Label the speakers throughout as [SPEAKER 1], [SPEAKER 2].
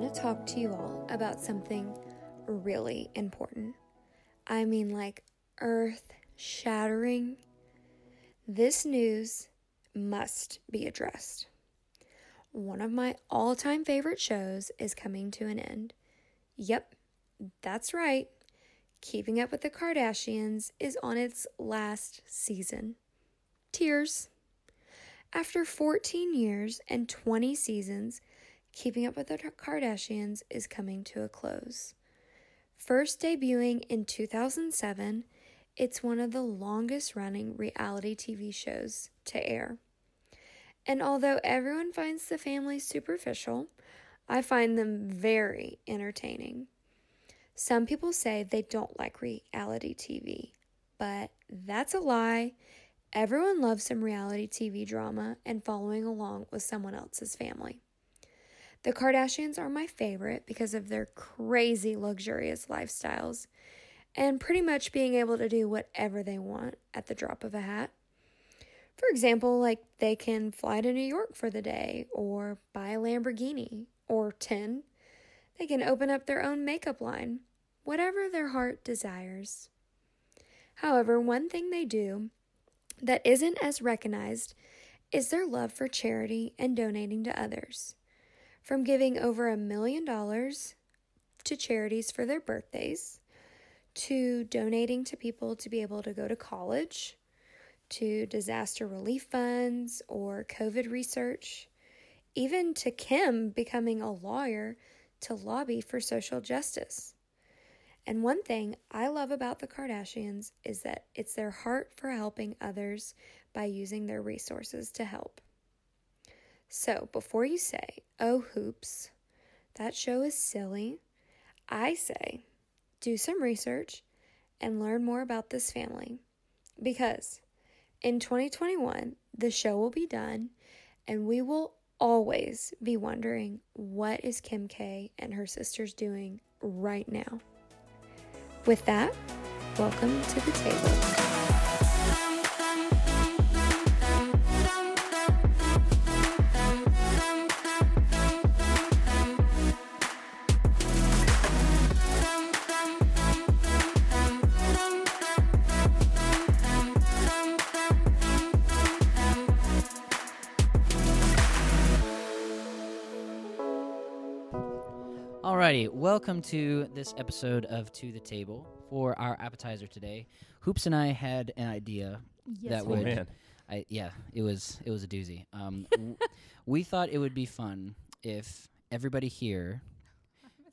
[SPEAKER 1] to talk to you all about something really important. I mean, like earth shattering. This news must be addressed. One of my all time favorite shows is coming to an end. Yep, that's right. Keeping Up with the Kardashians is on its last season. Tears. After 14 years and 20 seasons, Keeping Up with the Kardashians is coming to a close. First debuting in 2007, it's one of the longest running reality TV shows to air. And although everyone finds the family superficial, I find them very entertaining. Some people say they don't like reality TV, but that's a lie. Everyone loves some reality TV drama and following along with someone else's family. The Kardashians are my favorite because of their crazy luxurious lifestyles and pretty much being able to do whatever they want at the drop of a hat. For example, like they can fly to New York for the day or buy a Lamborghini or 10. They can open up their own makeup line, whatever their heart desires. However, one thing they do that isn't as recognized is their love for charity and donating to others. From giving over a million dollars to charities for their birthdays, to donating to people to be able to go to college, to disaster relief funds or COVID research, even to Kim becoming a lawyer to lobby for social justice. And one thing I love about the Kardashians is that it's their heart for helping others by using their resources to help. So before you say, oh, hoops, that show is silly, I say, do some research and learn more about this family. Because in 2021, the show will be done and we will always be wondering what is Kim K and her sisters doing right now. With that, welcome to the table.
[SPEAKER 2] Alrighty, welcome to this episode of To the Table. For our appetizer today, Hoops and I had an idea
[SPEAKER 3] Yes,
[SPEAKER 2] that
[SPEAKER 3] we
[SPEAKER 2] would,
[SPEAKER 3] did.
[SPEAKER 4] Oh, man.
[SPEAKER 2] I, yeah, it was it was a doozy. Um, w- we thought it would be fun if everybody here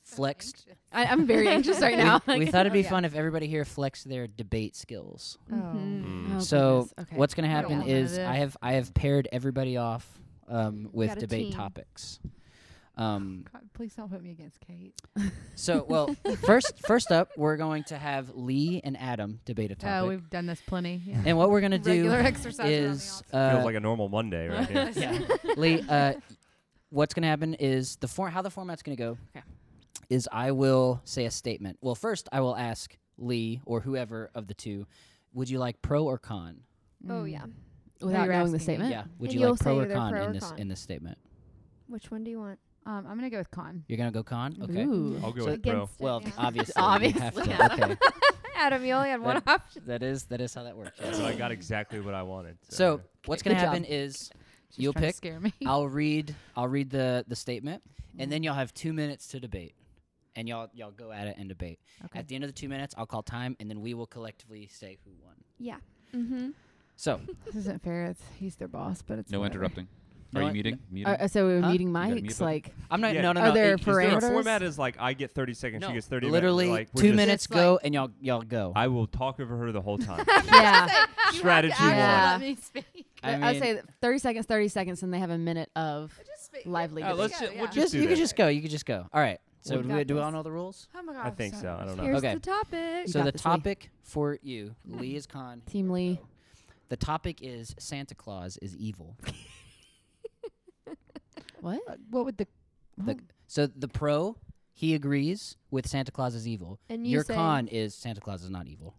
[SPEAKER 2] flexed.
[SPEAKER 3] I, I'm very anxious right
[SPEAKER 2] we-
[SPEAKER 3] now.
[SPEAKER 2] We,
[SPEAKER 3] Like-
[SPEAKER 2] thought it'd be
[SPEAKER 3] Oh, yeah.
[SPEAKER 2] fun if everybody here flexed their debate skills.
[SPEAKER 3] Oh.
[SPEAKER 4] Mm.
[SPEAKER 3] Oh,
[SPEAKER 2] so
[SPEAKER 3] goodness. Okay.
[SPEAKER 2] what's going to
[SPEAKER 3] I don't
[SPEAKER 2] happen
[SPEAKER 3] wanna do
[SPEAKER 2] is
[SPEAKER 3] this.
[SPEAKER 2] I have I have paired everybody off um, with
[SPEAKER 3] Got a
[SPEAKER 2] debate
[SPEAKER 3] team.
[SPEAKER 2] topics. Um,
[SPEAKER 5] God, please don't put me against Kate.
[SPEAKER 2] So, well, first, first up, we're going to have Lee and Adam debate a
[SPEAKER 5] Oh,
[SPEAKER 2] topic.
[SPEAKER 5] we've done this plenty. Yeah.
[SPEAKER 2] and what we're gonna
[SPEAKER 5] Regular
[SPEAKER 2] do
[SPEAKER 5] exercise
[SPEAKER 2] is,
[SPEAKER 4] Feels
[SPEAKER 2] uh,
[SPEAKER 4] like a normal Monday right here.
[SPEAKER 2] yeah, Lee, uh, what's gonna happen is the form, how the format's gonna go, is I will say a statement. Well, first I will ask Lee or whoever of the two, would you like pro or con?
[SPEAKER 1] Oh, yeah.
[SPEAKER 5] Now
[SPEAKER 3] without
[SPEAKER 5] you're
[SPEAKER 3] knowing the
[SPEAKER 5] asking me.
[SPEAKER 3] statement.
[SPEAKER 2] Yeah, would
[SPEAKER 1] And
[SPEAKER 2] you
[SPEAKER 1] you'll
[SPEAKER 2] like pro
[SPEAKER 1] say
[SPEAKER 2] or
[SPEAKER 1] either
[SPEAKER 2] con
[SPEAKER 1] pro
[SPEAKER 2] in
[SPEAKER 1] or
[SPEAKER 2] this
[SPEAKER 1] con.
[SPEAKER 2] in this statement?
[SPEAKER 1] Which one do you want?
[SPEAKER 5] Um, I'm gonna go with Con.
[SPEAKER 2] You're gonna go con, okay?
[SPEAKER 5] Ooh.
[SPEAKER 4] I'll go
[SPEAKER 2] So
[SPEAKER 4] with bro.
[SPEAKER 5] against-
[SPEAKER 2] Well,
[SPEAKER 5] Yeah.
[SPEAKER 2] obviously, you have
[SPEAKER 5] Obviously,
[SPEAKER 2] to.
[SPEAKER 5] Adam.
[SPEAKER 2] Okay,
[SPEAKER 1] Adam, you only had one
[SPEAKER 2] That-
[SPEAKER 1] option.
[SPEAKER 2] that is that is how that works. yes.
[SPEAKER 4] So I got exactly what I wanted.
[SPEAKER 2] So what's
[SPEAKER 5] Good
[SPEAKER 2] gonna
[SPEAKER 5] job.
[SPEAKER 2] happen is
[SPEAKER 5] She's
[SPEAKER 2] You'll
[SPEAKER 5] trying to
[SPEAKER 2] pick.
[SPEAKER 5] Scare me.
[SPEAKER 2] I'll read I'll read the the statement
[SPEAKER 5] Mm-hmm.
[SPEAKER 2] and then y'all have 2 minutes to debate. And y'all y'all go at it and debate.
[SPEAKER 5] Okay.
[SPEAKER 2] At the end of the 2 minutes, I'll call time and then we will collectively say who won.
[SPEAKER 1] Yeah. Mm-hmm.
[SPEAKER 2] So,
[SPEAKER 5] this isn't fair. It's, he's their boss, but it's
[SPEAKER 6] No
[SPEAKER 5] whatever.
[SPEAKER 6] interrupting.
[SPEAKER 2] No
[SPEAKER 6] Are
[SPEAKER 2] in-
[SPEAKER 6] you muting? Muting?
[SPEAKER 5] Uh, uh, so we're
[SPEAKER 2] Huh?
[SPEAKER 5] meeting
[SPEAKER 6] gotta mute
[SPEAKER 5] mics,
[SPEAKER 6] them.
[SPEAKER 4] Like,
[SPEAKER 5] like
[SPEAKER 2] I'm not
[SPEAKER 4] Yeah,
[SPEAKER 2] no no
[SPEAKER 5] are
[SPEAKER 2] no.
[SPEAKER 5] there
[SPEAKER 2] it-
[SPEAKER 4] Is there a
[SPEAKER 5] parameters?
[SPEAKER 4] format is like I get 30 seconds,
[SPEAKER 2] No,
[SPEAKER 4] she gets 30
[SPEAKER 2] literally
[SPEAKER 4] minutes. Like, we're
[SPEAKER 2] 2
[SPEAKER 4] just-
[SPEAKER 2] minutes
[SPEAKER 3] It's
[SPEAKER 2] go and y'all y'all go.
[SPEAKER 4] I will talk over her the whole time.
[SPEAKER 5] yeah.
[SPEAKER 4] Strategy
[SPEAKER 5] actually
[SPEAKER 4] one.
[SPEAKER 5] Yeah.
[SPEAKER 3] let me speak.
[SPEAKER 2] I
[SPEAKER 5] I would
[SPEAKER 2] mean-
[SPEAKER 5] say that 30 seconds, 30 seconds, and they have a minute of lively.
[SPEAKER 4] Uh,
[SPEAKER 5] debate.
[SPEAKER 4] let's ju- we'll
[SPEAKER 3] yeah.
[SPEAKER 4] just
[SPEAKER 2] Just-
[SPEAKER 4] do
[SPEAKER 2] you
[SPEAKER 4] that.
[SPEAKER 2] could just go. You could just go. All right. So
[SPEAKER 5] We
[SPEAKER 2] do
[SPEAKER 5] got
[SPEAKER 2] we, do we all
[SPEAKER 5] this.
[SPEAKER 2] know the rules?
[SPEAKER 3] Oh my god.
[SPEAKER 4] I think so. I don't know.
[SPEAKER 1] Here's
[SPEAKER 2] Okay.
[SPEAKER 1] the topic.
[SPEAKER 5] You
[SPEAKER 2] So
[SPEAKER 5] got
[SPEAKER 2] the
[SPEAKER 5] this, Lee.
[SPEAKER 2] topic for you, Lee is con.
[SPEAKER 5] Team Lee.
[SPEAKER 2] The topic is Santa Claus is evil.
[SPEAKER 5] What? uh, What would the?
[SPEAKER 2] The- so the pro, he agrees with Santa Claus is evil.
[SPEAKER 1] And you
[SPEAKER 2] Your
[SPEAKER 1] say,
[SPEAKER 2] con is Santa Claus is not evil.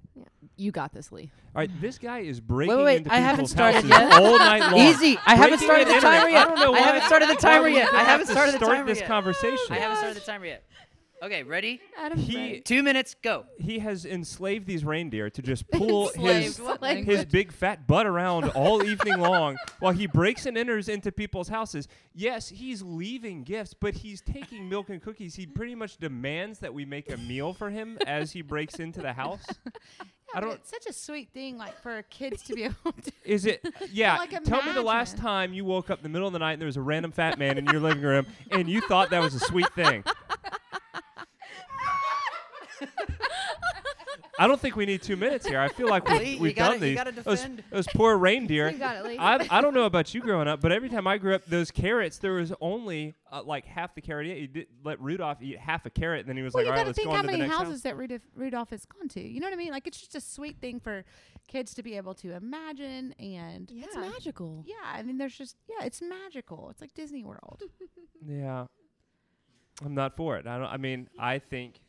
[SPEAKER 3] you got this, Lee.
[SPEAKER 4] All right, this guy is breaking
[SPEAKER 2] wait,
[SPEAKER 4] into
[SPEAKER 2] I
[SPEAKER 4] people's
[SPEAKER 2] haven't started
[SPEAKER 4] houses
[SPEAKER 2] yet.
[SPEAKER 4] all night long.
[SPEAKER 2] Easy. I haven't
[SPEAKER 4] Breaking
[SPEAKER 2] started
[SPEAKER 4] in
[SPEAKER 2] the timer
[SPEAKER 4] internet.
[SPEAKER 2] yet.
[SPEAKER 4] I don't know
[SPEAKER 2] I
[SPEAKER 4] why-
[SPEAKER 2] haven't started the
[SPEAKER 4] why
[SPEAKER 2] timer
[SPEAKER 4] we
[SPEAKER 2] yet. I
[SPEAKER 4] have
[SPEAKER 2] haven't
[SPEAKER 4] to
[SPEAKER 2] started the
[SPEAKER 4] start
[SPEAKER 2] timer
[SPEAKER 4] this
[SPEAKER 2] yet.
[SPEAKER 4] conversation.
[SPEAKER 2] I haven't started the timer yet. Okay, ready?
[SPEAKER 7] Adam
[SPEAKER 4] He-
[SPEAKER 7] Brent.
[SPEAKER 2] Two minutes, go.
[SPEAKER 4] he has enslaved these reindeer to just pull his
[SPEAKER 3] Enslaved. What language?
[SPEAKER 4] his big fat butt around all evening long while he breaks and enters into people's houses. Yes, he's leaving gifts, but he's taking milk and cookies. He pretty much demands that we make a meal for him as he breaks into the house. I
[SPEAKER 5] but
[SPEAKER 4] don't.
[SPEAKER 5] It's such a sweet thing, like for kids to be able to.
[SPEAKER 4] Is it? Yeah.
[SPEAKER 5] like,
[SPEAKER 4] tell me the last
[SPEAKER 5] imagine.
[SPEAKER 4] time you woke up in the middle of the night and there was a random fat man in your living room and you thought that was a sweet thing. I don't think we need two minutes here. I feel like
[SPEAKER 6] Lee,
[SPEAKER 4] we've,
[SPEAKER 6] you
[SPEAKER 4] we've
[SPEAKER 6] gotta-
[SPEAKER 4] done
[SPEAKER 6] you
[SPEAKER 4] these.
[SPEAKER 6] gotta
[SPEAKER 2] Oh,
[SPEAKER 4] Those-
[SPEAKER 6] defend.
[SPEAKER 4] Those, poor reindeer.
[SPEAKER 5] You got it, Lee.
[SPEAKER 4] I, I don't know about you growing up, but every time I grew up, those carrots, there was only uh, like half the carrot. You did let Rudolph eat half a carrot, and then he was
[SPEAKER 5] well,
[SPEAKER 4] like,
[SPEAKER 5] you
[SPEAKER 4] all
[SPEAKER 5] got
[SPEAKER 4] right,
[SPEAKER 5] to
[SPEAKER 4] let's
[SPEAKER 5] think
[SPEAKER 4] go
[SPEAKER 5] how
[SPEAKER 4] on to the
[SPEAKER 5] many
[SPEAKER 4] next
[SPEAKER 5] houses
[SPEAKER 4] house.
[SPEAKER 5] that Rudolph, Rudolph has gone to. You know what I mean? Like it's just a sweet thing for kids to be able to imagine and
[SPEAKER 3] It's
[SPEAKER 5] yeah.
[SPEAKER 3] magical.
[SPEAKER 5] Yeah, I mean, there's just yeah, it's magical. It's like Disney World.
[SPEAKER 4] Yeah. I'm not for it. I don't. I mean, I think.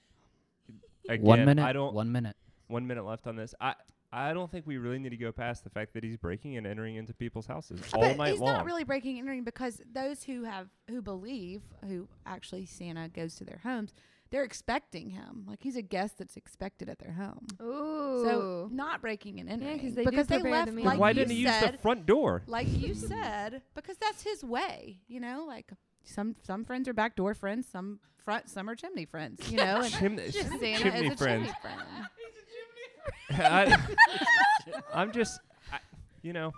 [SPEAKER 4] Again,
[SPEAKER 2] one minute.
[SPEAKER 4] I don't.
[SPEAKER 2] One minute.
[SPEAKER 4] one minute left on this. I I don't think we really need to go past the fact that he's breaking and entering into people's houses all
[SPEAKER 5] but
[SPEAKER 4] night
[SPEAKER 5] he's
[SPEAKER 4] long.
[SPEAKER 5] not really breaking and entering because those who have who believe who actually Santa goes to their homes, they're expecting him. Like he's a guest that's expected at their home.
[SPEAKER 1] Ooh.
[SPEAKER 5] So not breaking and entering
[SPEAKER 1] 'cause they do
[SPEAKER 5] because they
[SPEAKER 1] prepare the
[SPEAKER 5] left
[SPEAKER 1] meal.
[SPEAKER 4] Then
[SPEAKER 5] like
[SPEAKER 4] why
[SPEAKER 5] you
[SPEAKER 4] didn't he use
[SPEAKER 5] said,
[SPEAKER 4] the front door?
[SPEAKER 5] like you said because that's his way. You know, like some some friends are backdoor friends, some front, some are chimney friends. You know, and
[SPEAKER 4] Chim-
[SPEAKER 5] just
[SPEAKER 4] chim-
[SPEAKER 5] Santa
[SPEAKER 4] chimney
[SPEAKER 5] is a
[SPEAKER 4] friends.
[SPEAKER 5] chimney friend.
[SPEAKER 4] I, am just, I, you know.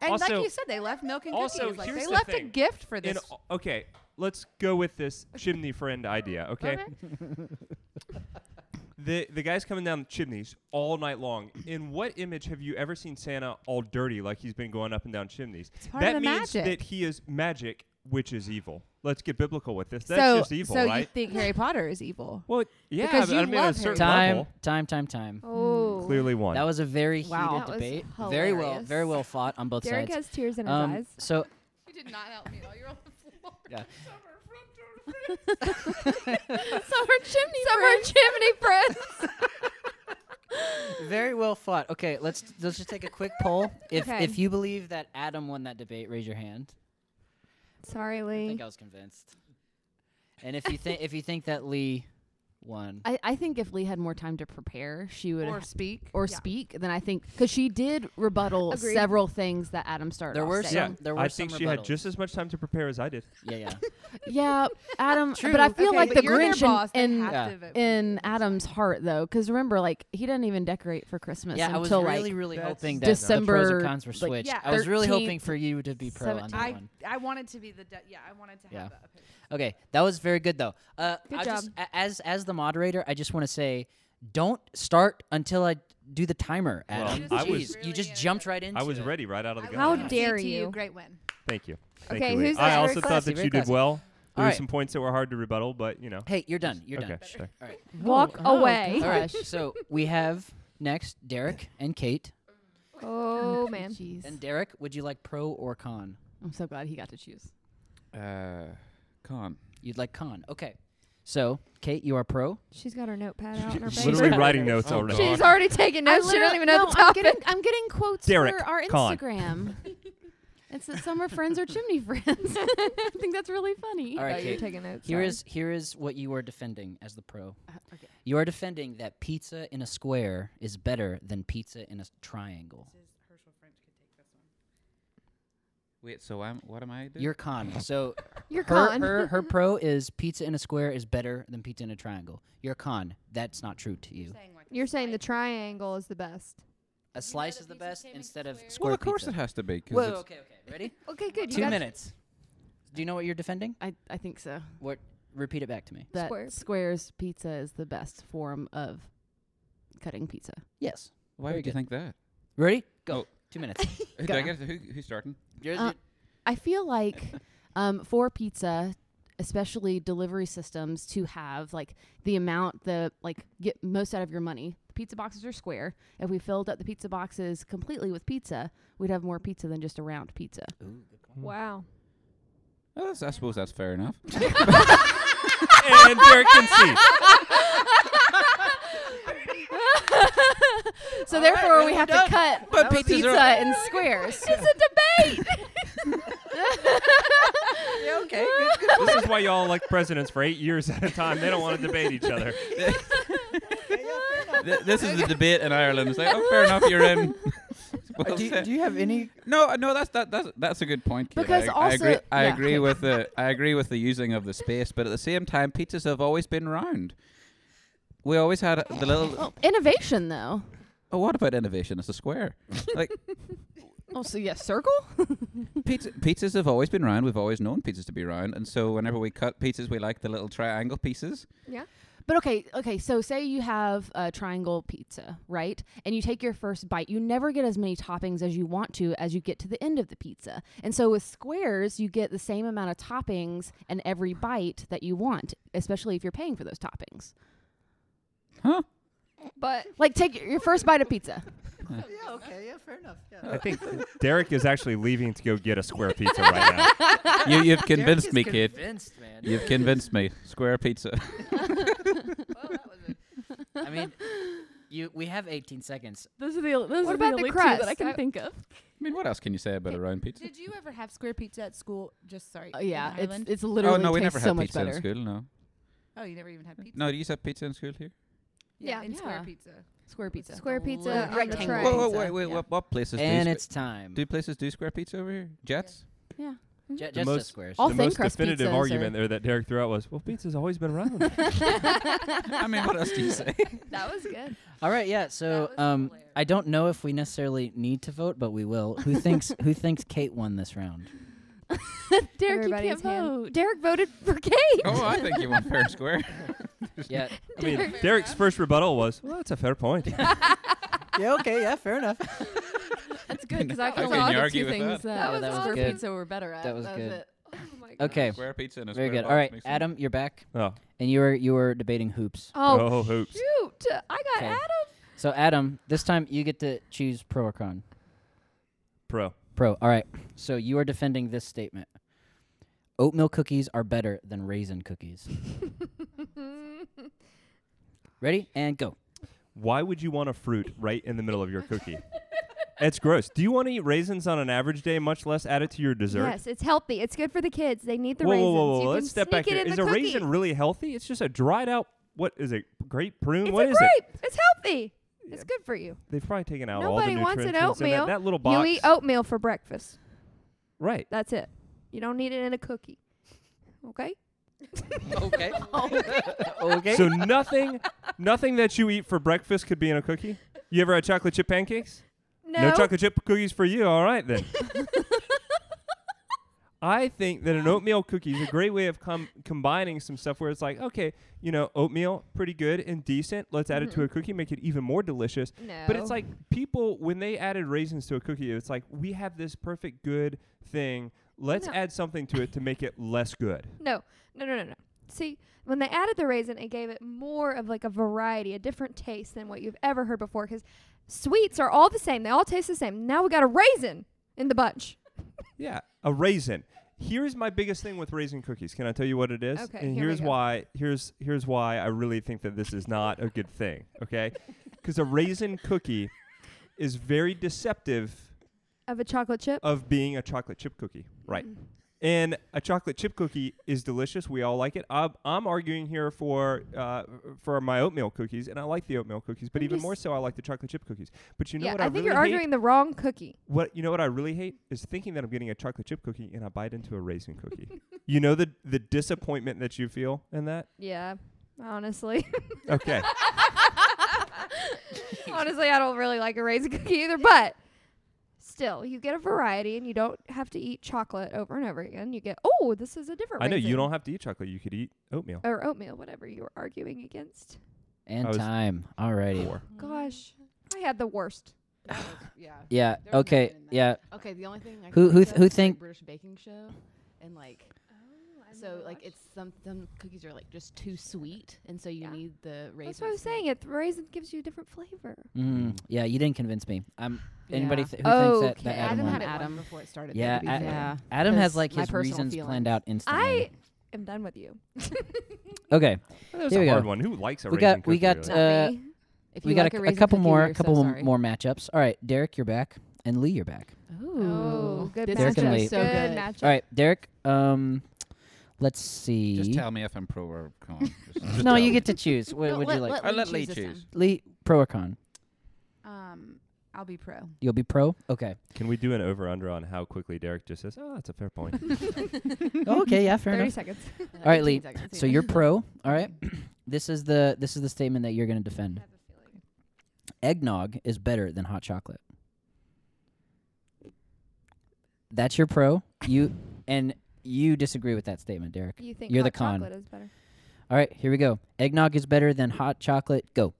[SPEAKER 5] And
[SPEAKER 4] Also-
[SPEAKER 5] like you said, they left milk and
[SPEAKER 4] also,
[SPEAKER 5] cookies. Like
[SPEAKER 4] here's
[SPEAKER 5] they
[SPEAKER 4] the
[SPEAKER 5] left a
[SPEAKER 4] thing.
[SPEAKER 5] gift for this.
[SPEAKER 4] In, okay, let's go with this chimney friend idea. Okay. The, the guy's coming down chimneys all night long. In what image have you ever seen Santa all dirty like he's been going up and down chimneys?
[SPEAKER 5] part of
[SPEAKER 4] that
[SPEAKER 5] the
[SPEAKER 4] means
[SPEAKER 5] magic.
[SPEAKER 4] that he is magic, which is evil. Let's get biblical with this. That's
[SPEAKER 5] so,
[SPEAKER 4] just evil,
[SPEAKER 5] so
[SPEAKER 4] right?
[SPEAKER 5] you think Harry Potter is evil?
[SPEAKER 4] Well, yeah,
[SPEAKER 5] Because
[SPEAKER 4] but
[SPEAKER 5] you
[SPEAKER 4] I mean, at
[SPEAKER 5] love
[SPEAKER 4] a certain
[SPEAKER 5] Harry
[SPEAKER 2] Time,
[SPEAKER 4] level,
[SPEAKER 2] time, time, time.
[SPEAKER 1] Oh.
[SPEAKER 4] clearly one.
[SPEAKER 2] That was a very
[SPEAKER 3] Wow.
[SPEAKER 2] heated
[SPEAKER 1] That was
[SPEAKER 2] debate. Very well,
[SPEAKER 1] hilarious.
[SPEAKER 2] very well fought on both
[SPEAKER 1] Derek has
[SPEAKER 2] sides.
[SPEAKER 1] tears in his
[SPEAKER 2] um,
[SPEAKER 1] eyes.
[SPEAKER 2] So
[SPEAKER 5] You did not help me at all. You're on the floor.
[SPEAKER 2] Yeah.
[SPEAKER 1] Summer chimney Summer chimney friends.
[SPEAKER 2] very well fought. Okay, let's let's just take a quick poll. If
[SPEAKER 1] Okay.
[SPEAKER 2] if you believe that Adam won that debate, raise your hand.
[SPEAKER 1] Sorry,
[SPEAKER 2] I
[SPEAKER 1] Lee.
[SPEAKER 2] think I was convinced. And if you think if you think that Lee won,
[SPEAKER 3] I, I think if Lee had more time to prepare, she would
[SPEAKER 5] Or
[SPEAKER 3] ha-
[SPEAKER 5] speak.
[SPEAKER 3] or
[SPEAKER 5] Yeah.
[SPEAKER 3] speak. Then I think because she did rebuttal
[SPEAKER 1] Agreed.
[SPEAKER 3] several things that Adam started.
[SPEAKER 2] There
[SPEAKER 3] off
[SPEAKER 2] were
[SPEAKER 3] saying.
[SPEAKER 4] yeah,
[SPEAKER 2] some- there were
[SPEAKER 4] I
[SPEAKER 2] some
[SPEAKER 4] think she had
[SPEAKER 2] rebuttals.
[SPEAKER 4] just as much time to prepare as I did.
[SPEAKER 2] yeah, yeah.
[SPEAKER 3] yeah, Adam. But I feel
[SPEAKER 1] Okay,
[SPEAKER 3] like
[SPEAKER 1] but
[SPEAKER 3] the
[SPEAKER 5] you're their
[SPEAKER 3] Grinch
[SPEAKER 5] boss, they
[SPEAKER 3] in,
[SPEAKER 5] have
[SPEAKER 2] Yeah.
[SPEAKER 5] to vote for you.
[SPEAKER 3] in, in Adam's heart though, because remember, like he didn't even decorate for Christmas
[SPEAKER 2] yeah, I was
[SPEAKER 3] until
[SPEAKER 2] really,
[SPEAKER 3] like
[SPEAKER 2] really
[SPEAKER 6] That's
[SPEAKER 2] hoping that the pros
[SPEAKER 3] December,
[SPEAKER 2] and cons were
[SPEAKER 3] like,
[SPEAKER 2] switched.
[SPEAKER 5] yeah,
[SPEAKER 2] I was really
[SPEAKER 3] 13th,
[SPEAKER 2] hoping for you to be pro on that
[SPEAKER 5] I
[SPEAKER 2] one.
[SPEAKER 5] I wanted to be the de- yeah. I wanted to have
[SPEAKER 2] Yeah.
[SPEAKER 5] that. opinion.
[SPEAKER 2] Okay, that was very good though. Uh,
[SPEAKER 1] Good
[SPEAKER 2] I Just,
[SPEAKER 1] job.
[SPEAKER 2] a- as as the moderator, I just want to say, don't start until I do the timer.
[SPEAKER 4] Well,
[SPEAKER 2] Adam,
[SPEAKER 4] I
[SPEAKER 2] Jeez,
[SPEAKER 4] was-
[SPEAKER 2] you just jumped right into.
[SPEAKER 4] I was
[SPEAKER 2] it.
[SPEAKER 4] ready right out of the
[SPEAKER 5] I
[SPEAKER 4] gate.
[SPEAKER 1] How
[SPEAKER 5] love it.
[SPEAKER 1] dare
[SPEAKER 5] CT,
[SPEAKER 1] you.
[SPEAKER 5] Great win.
[SPEAKER 4] Thank you. Thank
[SPEAKER 1] Okay,
[SPEAKER 4] you, Lee.
[SPEAKER 1] who's
[SPEAKER 4] I
[SPEAKER 1] next?
[SPEAKER 4] also
[SPEAKER 1] Very
[SPEAKER 4] thought
[SPEAKER 2] classy,
[SPEAKER 4] that
[SPEAKER 2] very
[SPEAKER 4] you did
[SPEAKER 2] classy.
[SPEAKER 4] well. There were
[SPEAKER 2] Alright.
[SPEAKER 4] some points that were hard to rebuttal, but you know.
[SPEAKER 2] Hey, you're done. You're
[SPEAKER 4] okay,
[SPEAKER 2] done.
[SPEAKER 4] sure.
[SPEAKER 1] Walk
[SPEAKER 3] Oh,
[SPEAKER 1] away.
[SPEAKER 2] All right. So we have next Derek and Kate.
[SPEAKER 1] Oh man.
[SPEAKER 3] Jeez.
[SPEAKER 2] And Derek, would you like pro or con?
[SPEAKER 3] I'm so glad he got to choose.
[SPEAKER 6] Uh, con.
[SPEAKER 2] You'd like con. Okay. So Kate, you are pro.
[SPEAKER 1] She's got her notepad out in her face.
[SPEAKER 4] Literally writing notes
[SPEAKER 6] Oh,
[SPEAKER 4] already.
[SPEAKER 1] She's already taken notes. She don't even know
[SPEAKER 3] no,
[SPEAKER 1] the
[SPEAKER 3] I'm
[SPEAKER 1] topic.
[SPEAKER 3] getting, I'm getting quotes
[SPEAKER 4] Derek,
[SPEAKER 3] for our
[SPEAKER 4] con.
[SPEAKER 3] Instagram. it's that summer friends are chimney friends. I think that's really funny.
[SPEAKER 2] All right,
[SPEAKER 1] Oh, you're
[SPEAKER 2] Kate.
[SPEAKER 1] taking notes.
[SPEAKER 2] Here
[SPEAKER 1] sorry. Uh,
[SPEAKER 2] is here is what you are defending as the pro.
[SPEAKER 3] okay.
[SPEAKER 2] You are defending that pizza in a square is better than pizza in a s- triangle.
[SPEAKER 6] Wait, so I'm, what am I doing?
[SPEAKER 2] You're con. So
[SPEAKER 1] You're
[SPEAKER 2] her,
[SPEAKER 1] con.
[SPEAKER 2] her her pro is pizza in a square is better than pizza in a triangle. You're con. That's not true to you.
[SPEAKER 1] You're saying the triangle is the best.
[SPEAKER 2] A slice is the best instead of square
[SPEAKER 6] well, of course
[SPEAKER 2] pizza.
[SPEAKER 6] it has to be. 'cause
[SPEAKER 2] Whoa,
[SPEAKER 6] it's-
[SPEAKER 2] okay, okay. Ready?
[SPEAKER 1] Okay, good. You
[SPEAKER 2] Two
[SPEAKER 1] got
[SPEAKER 2] minutes. Do you know what you're defending?
[SPEAKER 3] I, I think so.
[SPEAKER 2] What? Repeat it back to me.
[SPEAKER 3] That
[SPEAKER 1] Square pi-
[SPEAKER 3] squares pizza is the best form of cutting pizza.
[SPEAKER 2] Yes.
[SPEAKER 6] Why
[SPEAKER 2] Very
[SPEAKER 6] would you
[SPEAKER 2] good.
[SPEAKER 6] think that?
[SPEAKER 2] Ready? Go.
[SPEAKER 6] Go.
[SPEAKER 2] Two minutes.
[SPEAKER 6] Who, do I get to- who, who's starting?
[SPEAKER 2] You're-
[SPEAKER 3] Uh, I feel like um, for pizza, especially delivery systems, to have like the amount the like get most out of your money. The pizza boxes are square. If we filled up the pizza boxes completely with pizza, we'd have more pizza than just a round pizza.
[SPEAKER 2] you're- Ooh, good
[SPEAKER 4] Mm.
[SPEAKER 2] point.
[SPEAKER 1] It. Wow.
[SPEAKER 6] Well, that's- I suppose that's fair enough.
[SPEAKER 4] and Derek can see.
[SPEAKER 3] So
[SPEAKER 2] All right,
[SPEAKER 3] therefore,
[SPEAKER 2] well,
[SPEAKER 3] we
[SPEAKER 2] we're
[SPEAKER 3] have
[SPEAKER 2] done.
[SPEAKER 3] to cut
[SPEAKER 6] But
[SPEAKER 3] pizza
[SPEAKER 6] pizzas are-
[SPEAKER 3] in squares.
[SPEAKER 1] It's a debate.
[SPEAKER 2] okay.
[SPEAKER 4] this is why y'all elect presidents for eight years at a time. They don't want to debate each other.
[SPEAKER 6] Th- this is the debate in Ireland. It's like, oh, fair enough, you're in. Well
[SPEAKER 8] Uh, do, you,
[SPEAKER 6] said.
[SPEAKER 8] do you have any?
[SPEAKER 6] no, uh, no, that's that, that's that's a good point. Keith.
[SPEAKER 3] Because
[SPEAKER 6] I, I
[SPEAKER 3] also-
[SPEAKER 6] agree, I
[SPEAKER 3] yeah,
[SPEAKER 6] agree
[SPEAKER 3] okay.
[SPEAKER 6] with the I agree with the using of the space, but at the same time, pizzas have always been round. We always had the little.
[SPEAKER 3] Innovation, though.
[SPEAKER 6] Oh, what about innovation? It's a square. Like
[SPEAKER 3] Oh, so yeah, circle.
[SPEAKER 6] pizza, pizzas have always been round. We've always known pizzas to be round, and so whenever we cut pizzas, we like the little triangle pieces.
[SPEAKER 3] But okay, okay. So say you have a triangle pizza, right? And you take your first bite. You never get as many toppings as you want to as you get to the end of the pizza. And so with squares, you get the same amount of toppings in every bite that you want, especially if you're paying for those toppings.
[SPEAKER 6] Huh?
[SPEAKER 1] But
[SPEAKER 3] Like take your first bite of pizza.
[SPEAKER 8] Yeah, okay, yeah, fair enough. Yeah.
[SPEAKER 4] I think Derek is actually leaving to go get a square pizza right now.
[SPEAKER 6] you, you've convinced me, kid.
[SPEAKER 2] Convinced, man.
[SPEAKER 6] You've convinced me. Square pizza.
[SPEAKER 2] I mean, you. We have 18 seconds.
[SPEAKER 3] Those are the those
[SPEAKER 1] What are the about the only two that crust? I can I-
[SPEAKER 3] think of.
[SPEAKER 6] I mean, what else can you say about a round pizza?
[SPEAKER 5] Did you ever have square pizza at school? Just sorry. in
[SPEAKER 3] Uh, Oh, yeah, it's
[SPEAKER 5] Ireland?
[SPEAKER 3] it's literally
[SPEAKER 6] oh no, we
[SPEAKER 3] tastes
[SPEAKER 6] never
[SPEAKER 3] so
[SPEAKER 6] had
[SPEAKER 3] much
[SPEAKER 6] pizza
[SPEAKER 3] better.
[SPEAKER 6] in school. No,
[SPEAKER 5] oh, you never even had pizza.
[SPEAKER 6] no. Do you have pizza in school here?
[SPEAKER 5] yeah,
[SPEAKER 1] Yeah.
[SPEAKER 5] in square
[SPEAKER 3] Yeah.
[SPEAKER 5] pizza.
[SPEAKER 3] Square pizza.
[SPEAKER 1] square pizza
[SPEAKER 5] Well,
[SPEAKER 1] on the
[SPEAKER 3] rectangle.
[SPEAKER 1] tray.
[SPEAKER 6] Whoa, whoa,
[SPEAKER 3] pizza,
[SPEAKER 6] wait, wait,
[SPEAKER 3] yeah.
[SPEAKER 6] what, what places
[SPEAKER 2] and
[SPEAKER 6] do, squ-
[SPEAKER 2] it's time.
[SPEAKER 6] do places do square pizza over here? Jets?
[SPEAKER 3] Yeah.
[SPEAKER 2] Ju- just
[SPEAKER 4] the
[SPEAKER 2] the
[SPEAKER 4] most-
[SPEAKER 2] squares.
[SPEAKER 3] All
[SPEAKER 4] the
[SPEAKER 3] thin
[SPEAKER 4] most
[SPEAKER 3] crust
[SPEAKER 4] definitive
[SPEAKER 3] pizzas
[SPEAKER 4] argument
[SPEAKER 3] Are,
[SPEAKER 4] there that Derek threw out was, "Well, pizza's always been around."
[SPEAKER 6] I mean, what else do you say?
[SPEAKER 1] That was good.
[SPEAKER 2] All right, yeah. So, um, I don't know if we necessarily need to vote, but we will. Who thinks? Who thinks Kate won this round?
[SPEAKER 1] Derek, you
[SPEAKER 3] Everybody's
[SPEAKER 1] can't
[SPEAKER 3] hand.
[SPEAKER 1] vote. Derek voted for Kate.
[SPEAKER 6] oh, I think you won fair and square.
[SPEAKER 2] Yeah.
[SPEAKER 4] I mean, Derek's first rebuttal was, "Well, that's a fair point."
[SPEAKER 8] yeah, okay, yeah, fair enough.
[SPEAKER 3] that's good because I
[SPEAKER 6] How
[SPEAKER 3] can
[SPEAKER 6] can you
[SPEAKER 3] only
[SPEAKER 6] argue
[SPEAKER 3] two
[SPEAKER 6] with
[SPEAKER 3] things
[SPEAKER 6] that?
[SPEAKER 3] that,
[SPEAKER 1] That was
[SPEAKER 3] that
[SPEAKER 1] all
[SPEAKER 3] square
[SPEAKER 2] good.
[SPEAKER 3] pizza were better at.
[SPEAKER 2] That was good.
[SPEAKER 3] it.
[SPEAKER 1] Oh my God.
[SPEAKER 2] Okay.
[SPEAKER 6] Square pizza and a
[SPEAKER 2] Very
[SPEAKER 6] square
[SPEAKER 2] good.
[SPEAKER 6] box
[SPEAKER 2] All right,
[SPEAKER 6] makes sense.
[SPEAKER 2] Adam, you're back,
[SPEAKER 4] Oh,
[SPEAKER 2] and you were you were debating hoops.
[SPEAKER 1] Oh,
[SPEAKER 4] oh hoops.
[SPEAKER 1] shoot! I got
[SPEAKER 2] Okay.
[SPEAKER 1] Adam.
[SPEAKER 2] So, Adam, this time you get to choose pro or con.
[SPEAKER 4] Pro.
[SPEAKER 2] Pro. All right. So you are defending this statement. Oatmeal cookies are better than raisin cookies. Ready and go.
[SPEAKER 4] Why would you want a fruit right in the middle of your cookie? it's gross. Do you want to eat raisins on an average day, much less add it to your dessert?
[SPEAKER 1] Yes, it's healthy. It's good for the kids. They need the
[SPEAKER 4] whoa,
[SPEAKER 1] raisins.
[SPEAKER 4] whoa, whoa, whoa!
[SPEAKER 1] You
[SPEAKER 4] Let's
[SPEAKER 1] can
[SPEAKER 4] step back
[SPEAKER 1] sneak
[SPEAKER 4] here.
[SPEAKER 1] it in
[SPEAKER 4] Is
[SPEAKER 1] the
[SPEAKER 4] a
[SPEAKER 1] cookie.
[SPEAKER 4] raisin really healthy? It's just a dried out. What is it? Grape prune?
[SPEAKER 1] It's
[SPEAKER 4] What
[SPEAKER 1] a
[SPEAKER 4] is it?
[SPEAKER 1] grape. It's healthy. It's good for you.
[SPEAKER 4] They've probably taken out all
[SPEAKER 1] Nobody
[SPEAKER 4] the
[SPEAKER 1] wants an
[SPEAKER 4] nutrients. in that-
[SPEAKER 1] oatmeal.
[SPEAKER 4] That little box.
[SPEAKER 1] You eat oatmeal for breakfast.
[SPEAKER 4] Right.
[SPEAKER 1] That's it. You don't need it in a cookie. Okay.
[SPEAKER 2] Okay. okay.
[SPEAKER 4] So nothing, nothing that you eat for breakfast could be in a cookie. You ever had chocolate chip pancakes?
[SPEAKER 1] No.
[SPEAKER 4] chocolate chip cookies for you. All right then. I think that an oatmeal cookie is a great way of com- combining some stuff where it's like, okay, you know, oatmeal, pretty good and decent. Let's add it to a cookie, make it even more delicious.
[SPEAKER 1] Mm-hmm. No.
[SPEAKER 4] But it's like people when they added raisins to a cookie, it's like we have this perfect good thing. Let's
[SPEAKER 1] No.
[SPEAKER 4] add something to it to make it less good.
[SPEAKER 1] No, no, no, no, no. See, when they added the raisin, it gave it more of like a variety, a different taste than what you've ever heard before. Because sweets are all the same; they all taste the same. Now we got a raisin in the bunch.
[SPEAKER 4] Yeah, a raisin. Here's my biggest thing with raisin cookies. Can I tell you what it is?
[SPEAKER 1] Okay,
[SPEAKER 4] and
[SPEAKER 1] here we
[SPEAKER 4] here's
[SPEAKER 1] go.
[SPEAKER 4] why. Here's here's why I really think that this is not a good thing. Okay, because a raisin cookie is very deceptive
[SPEAKER 1] Of a chocolate chip. Mm.
[SPEAKER 4] of being a chocolate chip cookie, right? And a chocolate chip cookie is delicious. We all like it. I'm, I'm arguing here for uh, for my oatmeal cookies, and I like the oatmeal cookies, but
[SPEAKER 1] I'm
[SPEAKER 4] even
[SPEAKER 1] just-
[SPEAKER 4] more so, I like the chocolate chip cookies. But you know
[SPEAKER 1] yeah,
[SPEAKER 4] what?
[SPEAKER 1] I,
[SPEAKER 4] I,
[SPEAKER 1] think
[SPEAKER 4] really
[SPEAKER 1] you're
[SPEAKER 4] hate?
[SPEAKER 1] arguing the wrong cookie.
[SPEAKER 4] What you know what I really hate is thinking that I'm getting a chocolate chip cookie and I bite into a raisin cookie. you know the the disappointment that you feel in that?
[SPEAKER 1] Yeah, honestly,
[SPEAKER 4] Okay.
[SPEAKER 1] honestly, I don't really like a raisin cookie either. But still, you get a variety, and you don't have to eat chocolate over and over again. You get oh, this is a different.
[SPEAKER 4] I know you
[SPEAKER 1] raisin,"
[SPEAKER 4] don't have to eat chocolate, you could eat oatmeal.
[SPEAKER 1] or oatmeal, whatever you were arguing against.
[SPEAKER 2] and
[SPEAKER 4] I was-
[SPEAKER 2] time. Alrighty.
[SPEAKER 1] Gosh, I had the worst.
[SPEAKER 3] Yeah.
[SPEAKER 2] Yeah.
[SPEAKER 3] There was
[SPEAKER 2] Okay.
[SPEAKER 3] nothing in that.
[SPEAKER 2] Yeah.
[SPEAKER 3] Okay, the only thing I
[SPEAKER 2] Who- who
[SPEAKER 3] can think
[SPEAKER 2] th-
[SPEAKER 3] of
[SPEAKER 2] who
[SPEAKER 3] is, like,
[SPEAKER 2] think-
[SPEAKER 3] British baking show and like so like it's some some cookies are like just too sweet and so you
[SPEAKER 1] Yeah.
[SPEAKER 3] need the raisins.
[SPEAKER 1] That's what I was
[SPEAKER 3] to, like-
[SPEAKER 1] saying. It the raisin gives you a different flavor.
[SPEAKER 2] Mm, yeah. You didn't convince me. I'm. Anybody
[SPEAKER 3] Yeah.
[SPEAKER 2] th- who thinks that, that
[SPEAKER 1] Okay.
[SPEAKER 2] Adam,
[SPEAKER 3] Adam
[SPEAKER 2] won?
[SPEAKER 3] had it once
[SPEAKER 5] Adam
[SPEAKER 3] before
[SPEAKER 5] before it started.
[SPEAKER 2] Yeah,
[SPEAKER 3] be
[SPEAKER 2] I-
[SPEAKER 3] fair.
[SPEAKER 2] yeah. Adam has
[SPEAKER 3] That's
[SPEAKER 2] like
[SPEAKER 3] my
[SPEAKER 2] his
[SPEAKER 3] personal
[SPEAKER 2] reasons planned
[SPEAKER 3] feelings.
[SPEAKER 2] out instantly.
[SPEAKER 1] I am done with you.
[SPEAKER 2] okay.
[SPEAKER 4] That was
[SPEAKER 2] Here
[SPEAKER 4] a
[SPEAKER 2] we go.
[SPEAKER 4] hard one. Who likes a
[SPEAKER 2] We
[SPEAKER 4] raisin
[SPEAKER 2] got-
[SPEAKER 4] cookie?
[SPEAKER 2] we got,
[SPEAKER 4] really?
[SPEAKER 2] Uh,
[SPEAKER 1] Not me.
[SPEAKER 3] If
[SPEAKER 2] we
[SPEAKER 3] you
[SPEAKER 2] got
[SPEAKER 3] like
[SPEAKER 2] a,
[SPEAKER 3] a,
[SPEAKER 2] c- a
[SPEAKER 3] raisin
[SPEAKER 2] couple
[SPEAKER 3] cookie,
[SPEAKER 2] more,
[SPEAKER 3] we're so
[SPEAKER 2] couple m-
[SPEAKER 3] sorry.
[SPEAKER 2] more matchups. All right, Derek, you're back, and Lee, you're back.
[SPEAKER 3] Ooh,
[SPEAKER 1] Oh, good
[SPEAKER 3] this
[SPEAKER 2] Derek
[SPEAKER 3] is
[SPEAKER 2] and
[SPEAKER 3] just
[SPEAKER 2] Lee.
[SPEAKER 3] so
[SPEAKER 1] good
[SPEAKER 3] good.
[SPEAKER 1] matchup.
[SPEAKER 2] All right, Derek. Um, let's see.
[SPEAKER 6] Just tell me if I'm pro or con. Just- just
[SPEAKER 2] no,
[SPEAKER 6] tell
[SPEAKER 2] you
[SPEAKER 6] me.
[SPEAKER 2] get to choose. What
[SPEAKER 3] No,
[SPEAKER 2] would
[SPEAKER 3] let-
[SPEAKER 2] you like?
[SPEAKER 3] let
[SPEAKER 6] I'll let
[SPEAKER 3] Lee
[SPEAKER 6] Lee
[SPEAKER 3] choose this
[SPEAKER 6] choose.
[SPEAKER 2] Lee, pro or con?
[SPEAKER 5] Um, I'll be pro.
[SPEAKER 2] You'll be pro. Okay.
[SPEAKER 4] Can we do an over under on how quickly Derek just says, "Oh, that's a fair point."
[SPEAKER 2] Oh,
[SPEAKER 8] okay, yeah, fair
[SPEAKER 1] 30
[SPEAKER 8] enough.
[SPEAKER 1] seconds.
[SPEAKER 3] time.
[SPEAKER 2] All right,
[SPEAKER 3] 15
[SPEAKER 2] Lee.
[SPEAKER 3] seconds,
[SPEAKER 2] So
[SPEAKER 3] yeah.
[SPEAKER 2] you're pro. All right. This is the this is the statement that you're going to defend.
[SPEAKER 4] Mm.
[SPEAKER 2] Eggnog is better than hot chocolate. That's your pro. You and you disagree with that statement, Derek.
[SPEAKER 1] You think
[SPEAKER 2] You're the
[SPEAKER 1] hot
[SPEAKER 2] con.
[SPEAKER 1] chocolate is better.
[SPEAKER 2] All right, here we go. Eggnog is better than hot chocolate. Go.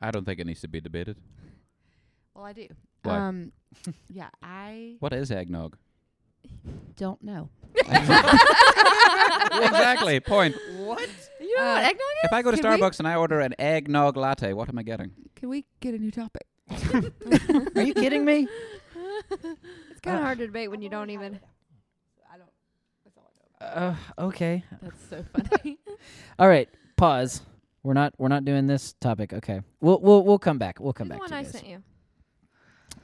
[SPEAKER 6] I don't think it needs to be debated.
[SPEAKER 5] Well, I do.
[SPEAKER 6] Why?
[SPEAKER 5] Um, yeah, I
[SPEAKER 6] What is eggnog?
[SPEAKER 5] don't know.
[SPEAKER 6] exactly. Point.
[SPEAKER 3] You know what
[SPEAKER 5] Uh,
[SPEAKER 3] eggnog is?
[SPEAKER 6] If I go to
[SPEAKER 5] Can we-
[SPEAKER 6] Starbucks and I order an eggnog latte, what am I getting?
[SPEAKER 5] Can we get a new topic?
[SPEAKER 2] Are you kidding me? Uh,
[SPEAKER 1] It's kind of hard to debate when you don't even.
[SPEAKER 5] I don't. That's all I know.
[SPEAKER 2] Uh, okay.
[SPEAKER 3] That's so funny.
[SPEAKER 2] All right. Pause. We're not we're not doing this topic. Okay. We'll we'll we'll come back. We'll come
[SPEAKER 1] Do the one
[SPEAKER 2] back to
[SPEAKER 1] I
[SPEAKER 2] you guys.
[SPEAKER 1] sent you.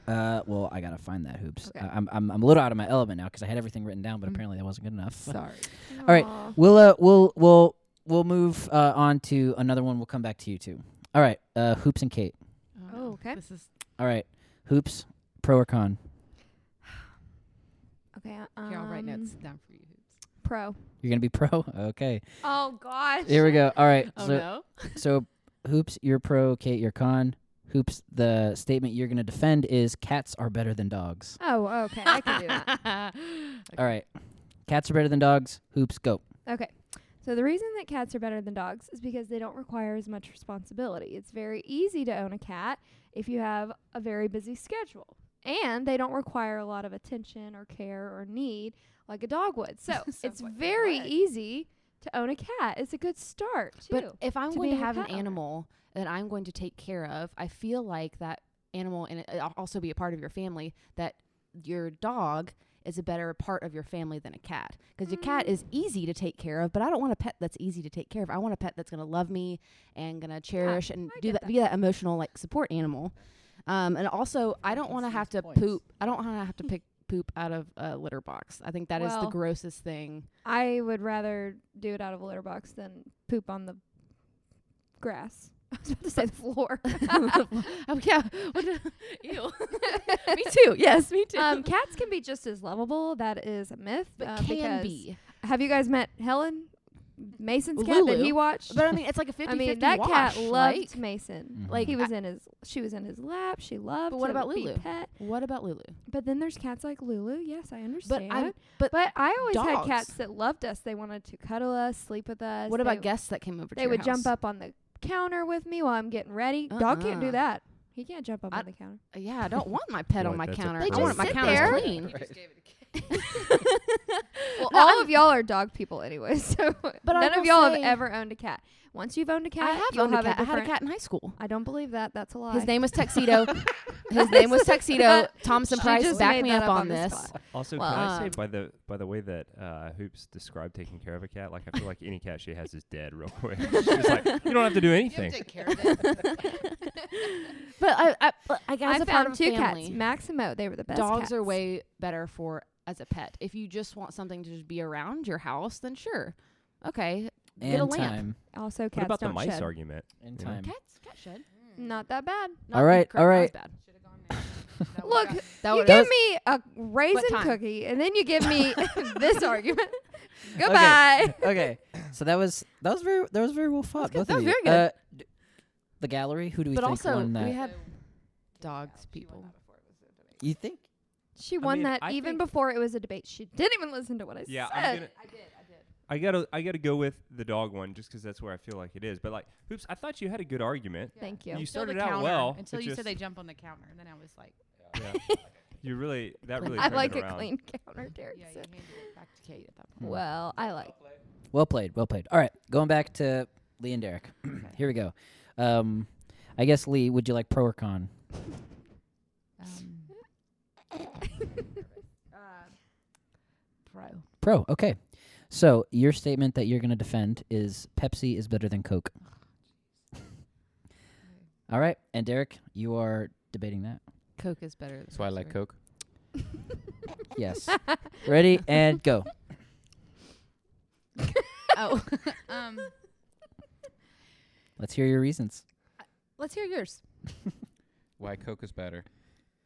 [SPEAKER 2] Uh, well, I gotta find that hoops.
[SPEAKER 1] Okay.
[SPEAKER 2] I I'm, I'm I'm a little out of my element now 'cause I had everything written down, but
[SPEAKER 5] Mm.
[SPEAKER 2] apparently that wasn't good enough.
[SPEAKER 5] Sorry.
[SPEAKER 1] All
[SPEAKER 2] right. We'll uh we'll we'll we'll move uh on to another one. We'll come back to you too. All right. Uh, hoops and Kate.
[SPEAKER 3] no.
[SPEAKER 1] Oh, okay.
[SPEAKER 3] This is
[SPEAKER 2] All right. Hoops, pro or con?
[SPEAKER 1] Okay. uh, Um,
[SPEAKER 3] here. I'll write notes down for you.
[SPEAKER 1] Pro.
[SPEAKER 2] You're gonna be pro. Okay.
[SPEAKER 1] Oh gosh.
[SPEAKER 2] Here we go. All right.
[SPEAKER 3] Oh
[SPEAKER 2] so
[SPEAKER 3] no.
[SPEAKER 2] So, hoops, you're pro, Kate, you're con. Hoops, the statement you're going to defend is cats are better than dogs.
[SPEAKER 1] Oh, okay. I can do that.
[SPEAKER 2] All right. Cats are better than dogs. Hoops, go.
[SPEAKER 1] Okay. So the reason that cats are better than dogs is because they don't require as much responsibility. It's very easy to own a cat if you have a very busy schedule. And they don't require a lot of attention or care or need like a dog would. So
[SPEAKER 3] Sounds
[SPEAKER 1] it's
[SPEAKER 3] like a
[SPEAKER 1] very
[SPEAKER 3] dog.
[SPEAKER 1] easy to own a cat. It's a good start, too.
[SPEAKER 3] But if I'm
[SPEAKER 1] to
[SPEAKER 3] going to
[SPEAKER 1] being a
[SPEAKER 3] have an
[SPEAKER 1] pet owner.
[SPEAKER 3] animal that I'm going to take care of, I feel like that animal and it- it'll also be a part of your family. That your dog is a better part of your family than a cat because your cat
[SPEAKER 1] Mm.
[SPEAKER 3] is easy to take care of. But I don't want a pet that's easy to take care of. I want a pet that's going to love me and going to cherish and
[SPEAKER 1] Ah, I
[SPEAKER 3] do
[SPEAKER 1] get
[SPEAKER 3] that,
[SPEAKER 1] that.
[SPEAKER 3] be that emotional like support animal. Um, and also, I don't want to
[SPEAKER 8] These
[SPEAKER 3] have to
[SPEAKER 8] points.
[SPEAKER 3] poop. I don't want to have to pick poop out of a litter box. I think that is the
[SPEAKER 1] Well,
[SPEAKER 3] grossest thing.
[SPEAKER 1] I would rather do it out of a litter box than poop on the grass. I was about to say the floor.
[SPEAKER 3] Oh, yeah. What the- ew. me too. Yes, me too.
[SPEAKER 1] um, cats can be just as lovable. That is a myth.
[SPEAKER 3] but
[SPEAKER 1] uh,
[SPEAKER 3] can
[SPEAKER 1] because-
[SPEAKER 3] be.
[SPEAKER 1] Have you guys met Helen? Mason's cat that he
[SPEAKER 3] Lulu.
[SPEAKER 1] watched?
[SPEAKER 3] But I mean, it's like a 50
[SPEAKER 1] I mean, that cat loved Mason.
[SPEAKER 2] Mhm.
[SPEAKER 1] Like he
[SPEAKER 3] I-
[SPEAKER 1] was in his, she was in his lap. She loved.
[SPEAKER 3] But what
[SPEAKER 1] to
[SPEAKER 3] about
[SPEAKER 1] be
[SPEAKER 3] Lulu?
[SPEAKER 1] Pet.
[SPEAKER 3] What about Lulu?
[SPEAKER 1] But then there's cats like Lulu. Yes, I
[SPEAKER 3] But
[SPEAKER 1] understand.
[SPEAKER 3] I. But,
[SPEAKER 1] but, I always had
[SPEAKER 3] dogs.
[SPEAKER 1] cats that loved us. They wanted to cuddle us, sleep with us.
[SPEAKER 3] what
[SPEAKER 1] They-
[SPEAKER 3] about guests that came over? to
[SPEAKER 1] They
[SPEAKER 3] your
[SPEAKER 1] would jump
[SPEAKER 3] house?
[SPEAKER 1] up on the counter with me while I'm getting ready. Dog can't
[SPEAKER 3] Uh-uh.
[SPEAKER 1] do that. He can't jump up
[SPEAKER 3] I-
[SPEAKER 1] on the counter.
[SPEAKER 3] Uh, Yeah, I don't want my pet
[SPEAKER 4] Feel
[SPEAKER 3] on
[SPEAKER 4] like
[SPEAKER 3] my
[SPEAKER 4] that's a
[SPEAKER 3] counter.
[SPEAKER 4] They
[SPEAKER 3] I want
[SPEAKER 1] just
[SPEAKER 3] my
[SPEAKER 1] sit
[SPEAKER 3] counter
[SPEAKER 1] there.
[SPEAKER 3] clean.
[SPEAKER 1] Well,
[SPEAKER 3] No,
[SPEAKER 1] all
[SPEAKER 3] I'm-
[SPEAKER 1] of y'all are dog people anyway, so
[SPEAKER 3] But I
[SPEAKER 1] none
[SPEAKER 3] will
[SPEAKER 1] of y'all
[SPEAKER 3] say-
[SPEAKER 1] have ever owned a cat. Once you've owned a cat,
[SPEAKER 3] I have
[SPEAKER 1] you'll
[SPEAKER 3] owned a
[SPEAKER 1] have
[SPEAKER 3] cat. I had a
[SPEAKER 1] different-
[SPEAKER 3] cat in high school.
[SPEAKER 1] I don't believe that. That's a lie.
[SPEAKER 3] His name was Tuxedo. His name was Tuxedo. Thompson
[SPEAKER 1] She
[SPEAKER 3] Price
[SPEAKER 1] just
[SPEAKER 3] backed
[SPEAKER 1] made
[SPEAKER 3] me
[SPEAKER 1] that
[SPEAKER 3] up
[SPEAKER 1] up
[SPEAKER 3] on
[SPEAKER 1] on the
[SPEAKER 3] this.
[SPEAKER 1] spot.
[SPEAKER 4] Also,
[SPEAKER 3] Well,
[SPEAKER 4] can I say
[SPEAKER 3] um,
[SPEAKER 4] by the by the way that uh, Hoops described taking care of a cat, like I feel like any cat she has is dead real quick. She's like, you don't have to do anything.
[SPEAKER 3] But I, I, Uh, I
[SPEAKER 1] I
[SPEAKER 3] guess a
[SPEAKER 1] found
[SPEAKER 3] part of
[SPEAKER 1] two
[SPEAKER 3] family.
[SPEAKER 1] cats, Max and Mo. They were the best.
[SPEAKER 3] dogs
[SPEAKER 1] cats.
[SPEAKER 3] are way better for as a pet. If you just want something to just be around your house, then sure, okay,
[SPEAKER 2] And
[SPEAKER 3] get a lamp.
[SPEAKER 2] time.
[SPEAKER 1] also cats
[SPEAKER 4] What about the
[SPEAKER 1] don't
[SPEAKER 4] mice
[SPEAKER 1] shed.
[SPEAKER 4] argument?
[SPEAKER 2] And
[SPEAKER 4] Yeah.
[SPEAKER 2] time.
[SPEAKER 3] Cats, cat shed.
[SPEAKER 1] Mm. Not that bad.
[SPEAKER 3] Not
[SPEAKER 2] All right,
[SPEAKER 3] cra-
[SPEAKER 2] all
[SPEAKER 3] not
[SPEAKER 2] right.
[SPEAKER 3] as bad.
[SPEAKER 1] Look,
[SPEAKER 3] That
[SPEAKER 1] you
[SPEAKER 3] would-
[SPEAKER 1] give me a
[SPEAKER 3] What
[SPEAKER 1] raisin
[SPEAKER 3] time?
[SPEAKER 1] cookie, and then you give me this argument. Goodbye.
[SPEAKER 2] Okay. so that was that was very that was very well fought.
[SPEAKER 3] good.
[SPEAKER 2] Both
[SPEAKER 3] That
[SPEAKER 2] of
[SPEAKER 3] was
[SPEAKER 2] you.
[SPEAKER 3] very
[SPEAKER 2] Uh,
[SPEAKER 3] good.
[SPEAKER 2] d- the gallery. Who do we
[SPEAKER 3] but
[SPEAKER 2] think
[SPEAKER 3] also
[SPEAKER 2] won that?
[SPEAKER 3] we had dogs, people.
[SPEAKER 2] you think?
[SPEAKER 1] She won
[SPEAKER 4] mean,
[SPEAKER 1] that
[SPEAKER 4] I
[SPEAKER 1] even
[SPEAKER 4] think-
[SPEAKER 1] before it was a debate. She didn't even listen to what I
[SPEAKER 4] Yeah, I'm
[SPEAKER 1] said.
[SPEAKER 4] gonna, I gotta I gotta go with the dog one just 'cause that's where I feel like it is. But like, Hoops, I thought you had a good argument.
[SPEAKER 1] Thank you.
[SPEAKER 4] You
[SPEAKER 1] you
[SPEAKER 4] started out well
[SPEAKER 5] Until
[SPEAKER 4] it
[SPEAKER 5] you said
[SPEAKER 4] just-
[SPEAKER 5] they jump on the counter, and then I was like,
[SPEAKER 4] Yeah. you really that really.
[SPEAKER 1] I
[SPEAKER 4] turned
[SPEAKER 1] like
[SPEAKER 4] it
[SPEAKER 1] a
[SPEAKER 4] around.
[SPEAKER 1] clean counter, Derek
[SPEAKER 5] yeah, you
[SPEAKER 1] said.
[SPEAKER 5] handed it back to Kate at that point.
[SPEAKER 3] uh,
[SPEAKER 1] Well, I like.
[SPEAKER 2] Hmm. Well played. Well played. All right. Going back to Lee and Derek. Here we go. Um, I guess Lee, would you like pro or con?
[SPEAKER 5] Um, uh, pro.
[SPEAKER 2] Pro. Okay. So your statement that you're going to defend is Pepsi is better than Coke. All right. And Derek, you are debating that.
[SPEAKER 3] Coke is better. Than
[SPEAKER 6] That's why I like
[SPEAKER 3] Pepsi.
[SPEAKER 6] Coke.
[SPEAKER 2] Yes. Ready and go.
[SPEAKER 5] oh, um,
[SPEAKER 2] Let's hear your reasons.
[SPEAKER 5] let's hear yours.
[SPEAKER 6] Why Coke is better.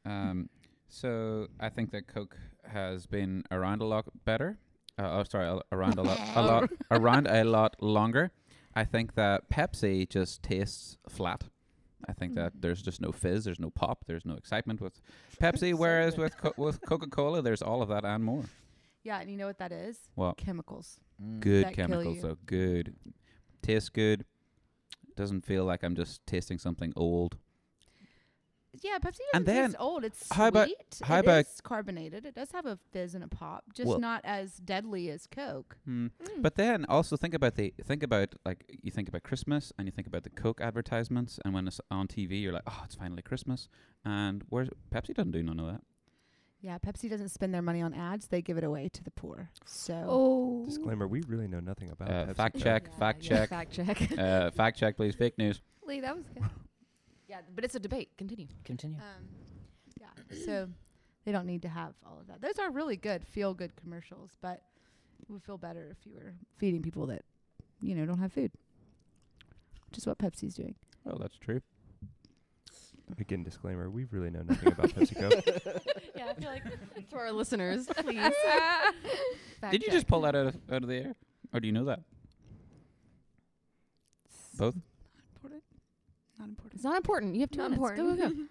[SPEAKER 6] Um, so I think that Coke has been around a lot better. Uh, oh, sorry, a- around a lot, a lot, around a lot longer. I think that Pepsi just tastes flat. I think that
[SPEAKER 5] Mm.
[SPEAKER 6] there's just no fizz, there's no pop, there's no excitement with Pepsi. Whereas with co- with Coca Cola, there's all of that and more.
[SPEAKER 5] Yeah, and you know what that is?
[SPEAKER 6] What?
[SPEAKER 5] Chemicals.
[SPEAKER 6] Good
[SPEAKER 2] Mm,
[SPEAKER 5] That kill
[SPEAKER 6] chemicals
[SPEAKER 5] you.
[SPEAKER 6] though. Good. Tastes good. Doesn't feel like I'm just tasting something old.
[SPEAKER 5] Yeah, Pepsi doesn't
[SPEAKER 6] And then,
[SPEAKER 5] taste old. It's
[SPEAKER 6] how about-
[SPEAKER 5] sweet.
[SPEAKER 6] how
[SPEAKER 5] It
[SPEAKER 6] about-
[SPEAKER 5] is carbonated. It does have a fizz and a pop, just
[SPEAKER 6] Well-
[SPEAKER 5] not as deadly as Coke.
[SPEAKER 6] Hmm.
[SPEAKER 5] Mm.
[SPEAKER 6] But then also think about the think about like you think about Christmas and you think about the Coke advertisements and when it's on TV you're like oh it's finally Christmas and where's Pepsi doesn't do none of that.
[SPEAKER 5] Yeah, Pepsi doesn't spend their money on ads; they give it away to the poor. So
[SPEAKER 1] Oh.
[SPEAKER 4] Disclaimer: We really know nothing about
[SPEAKER 6] Uh,
[SPEAKER 4] Pepsi
[SPEAKER 6] fact
[SPEAKER 4] Coke.
[SPEAKER 6] check, fact check,
[SPEAKER 3] Fact check.
[SPEAKER 6] uh, fact check, please. Fake news.
[SPEAKER 5] Oh,
[SPEAKER 1] Lee, that was good.
[SPEAKER 3] yeah, but it's a debate. Continue.
[SPEAKER 2] Continue.
[SPEAKER 5] Um, yeah. So they don't need to have all of that. Those are really good, feel good commercials, but it would feel better if you were feeding people that, you know, don't have food. Which is what Pepsi's doing.
[SPEAKER 6] Oh, that's true.
[SPEAKER 4] Again, disclaimer: We really know nothing about Pepsi Coke.
[SPEAKER 3] yeah, I feel like to our listeners, please.
[SPEAKER 5] Fact
[SPEAKER 6] Did you just pull that out of, out of the air, or do you know that? Both.
[SPEAKER 5] important? Not important.
[SPEAKER 3] It's not important. You have two
[SPEAKER 1] Not
[SPEAKER 3] minutes. Go, go, go.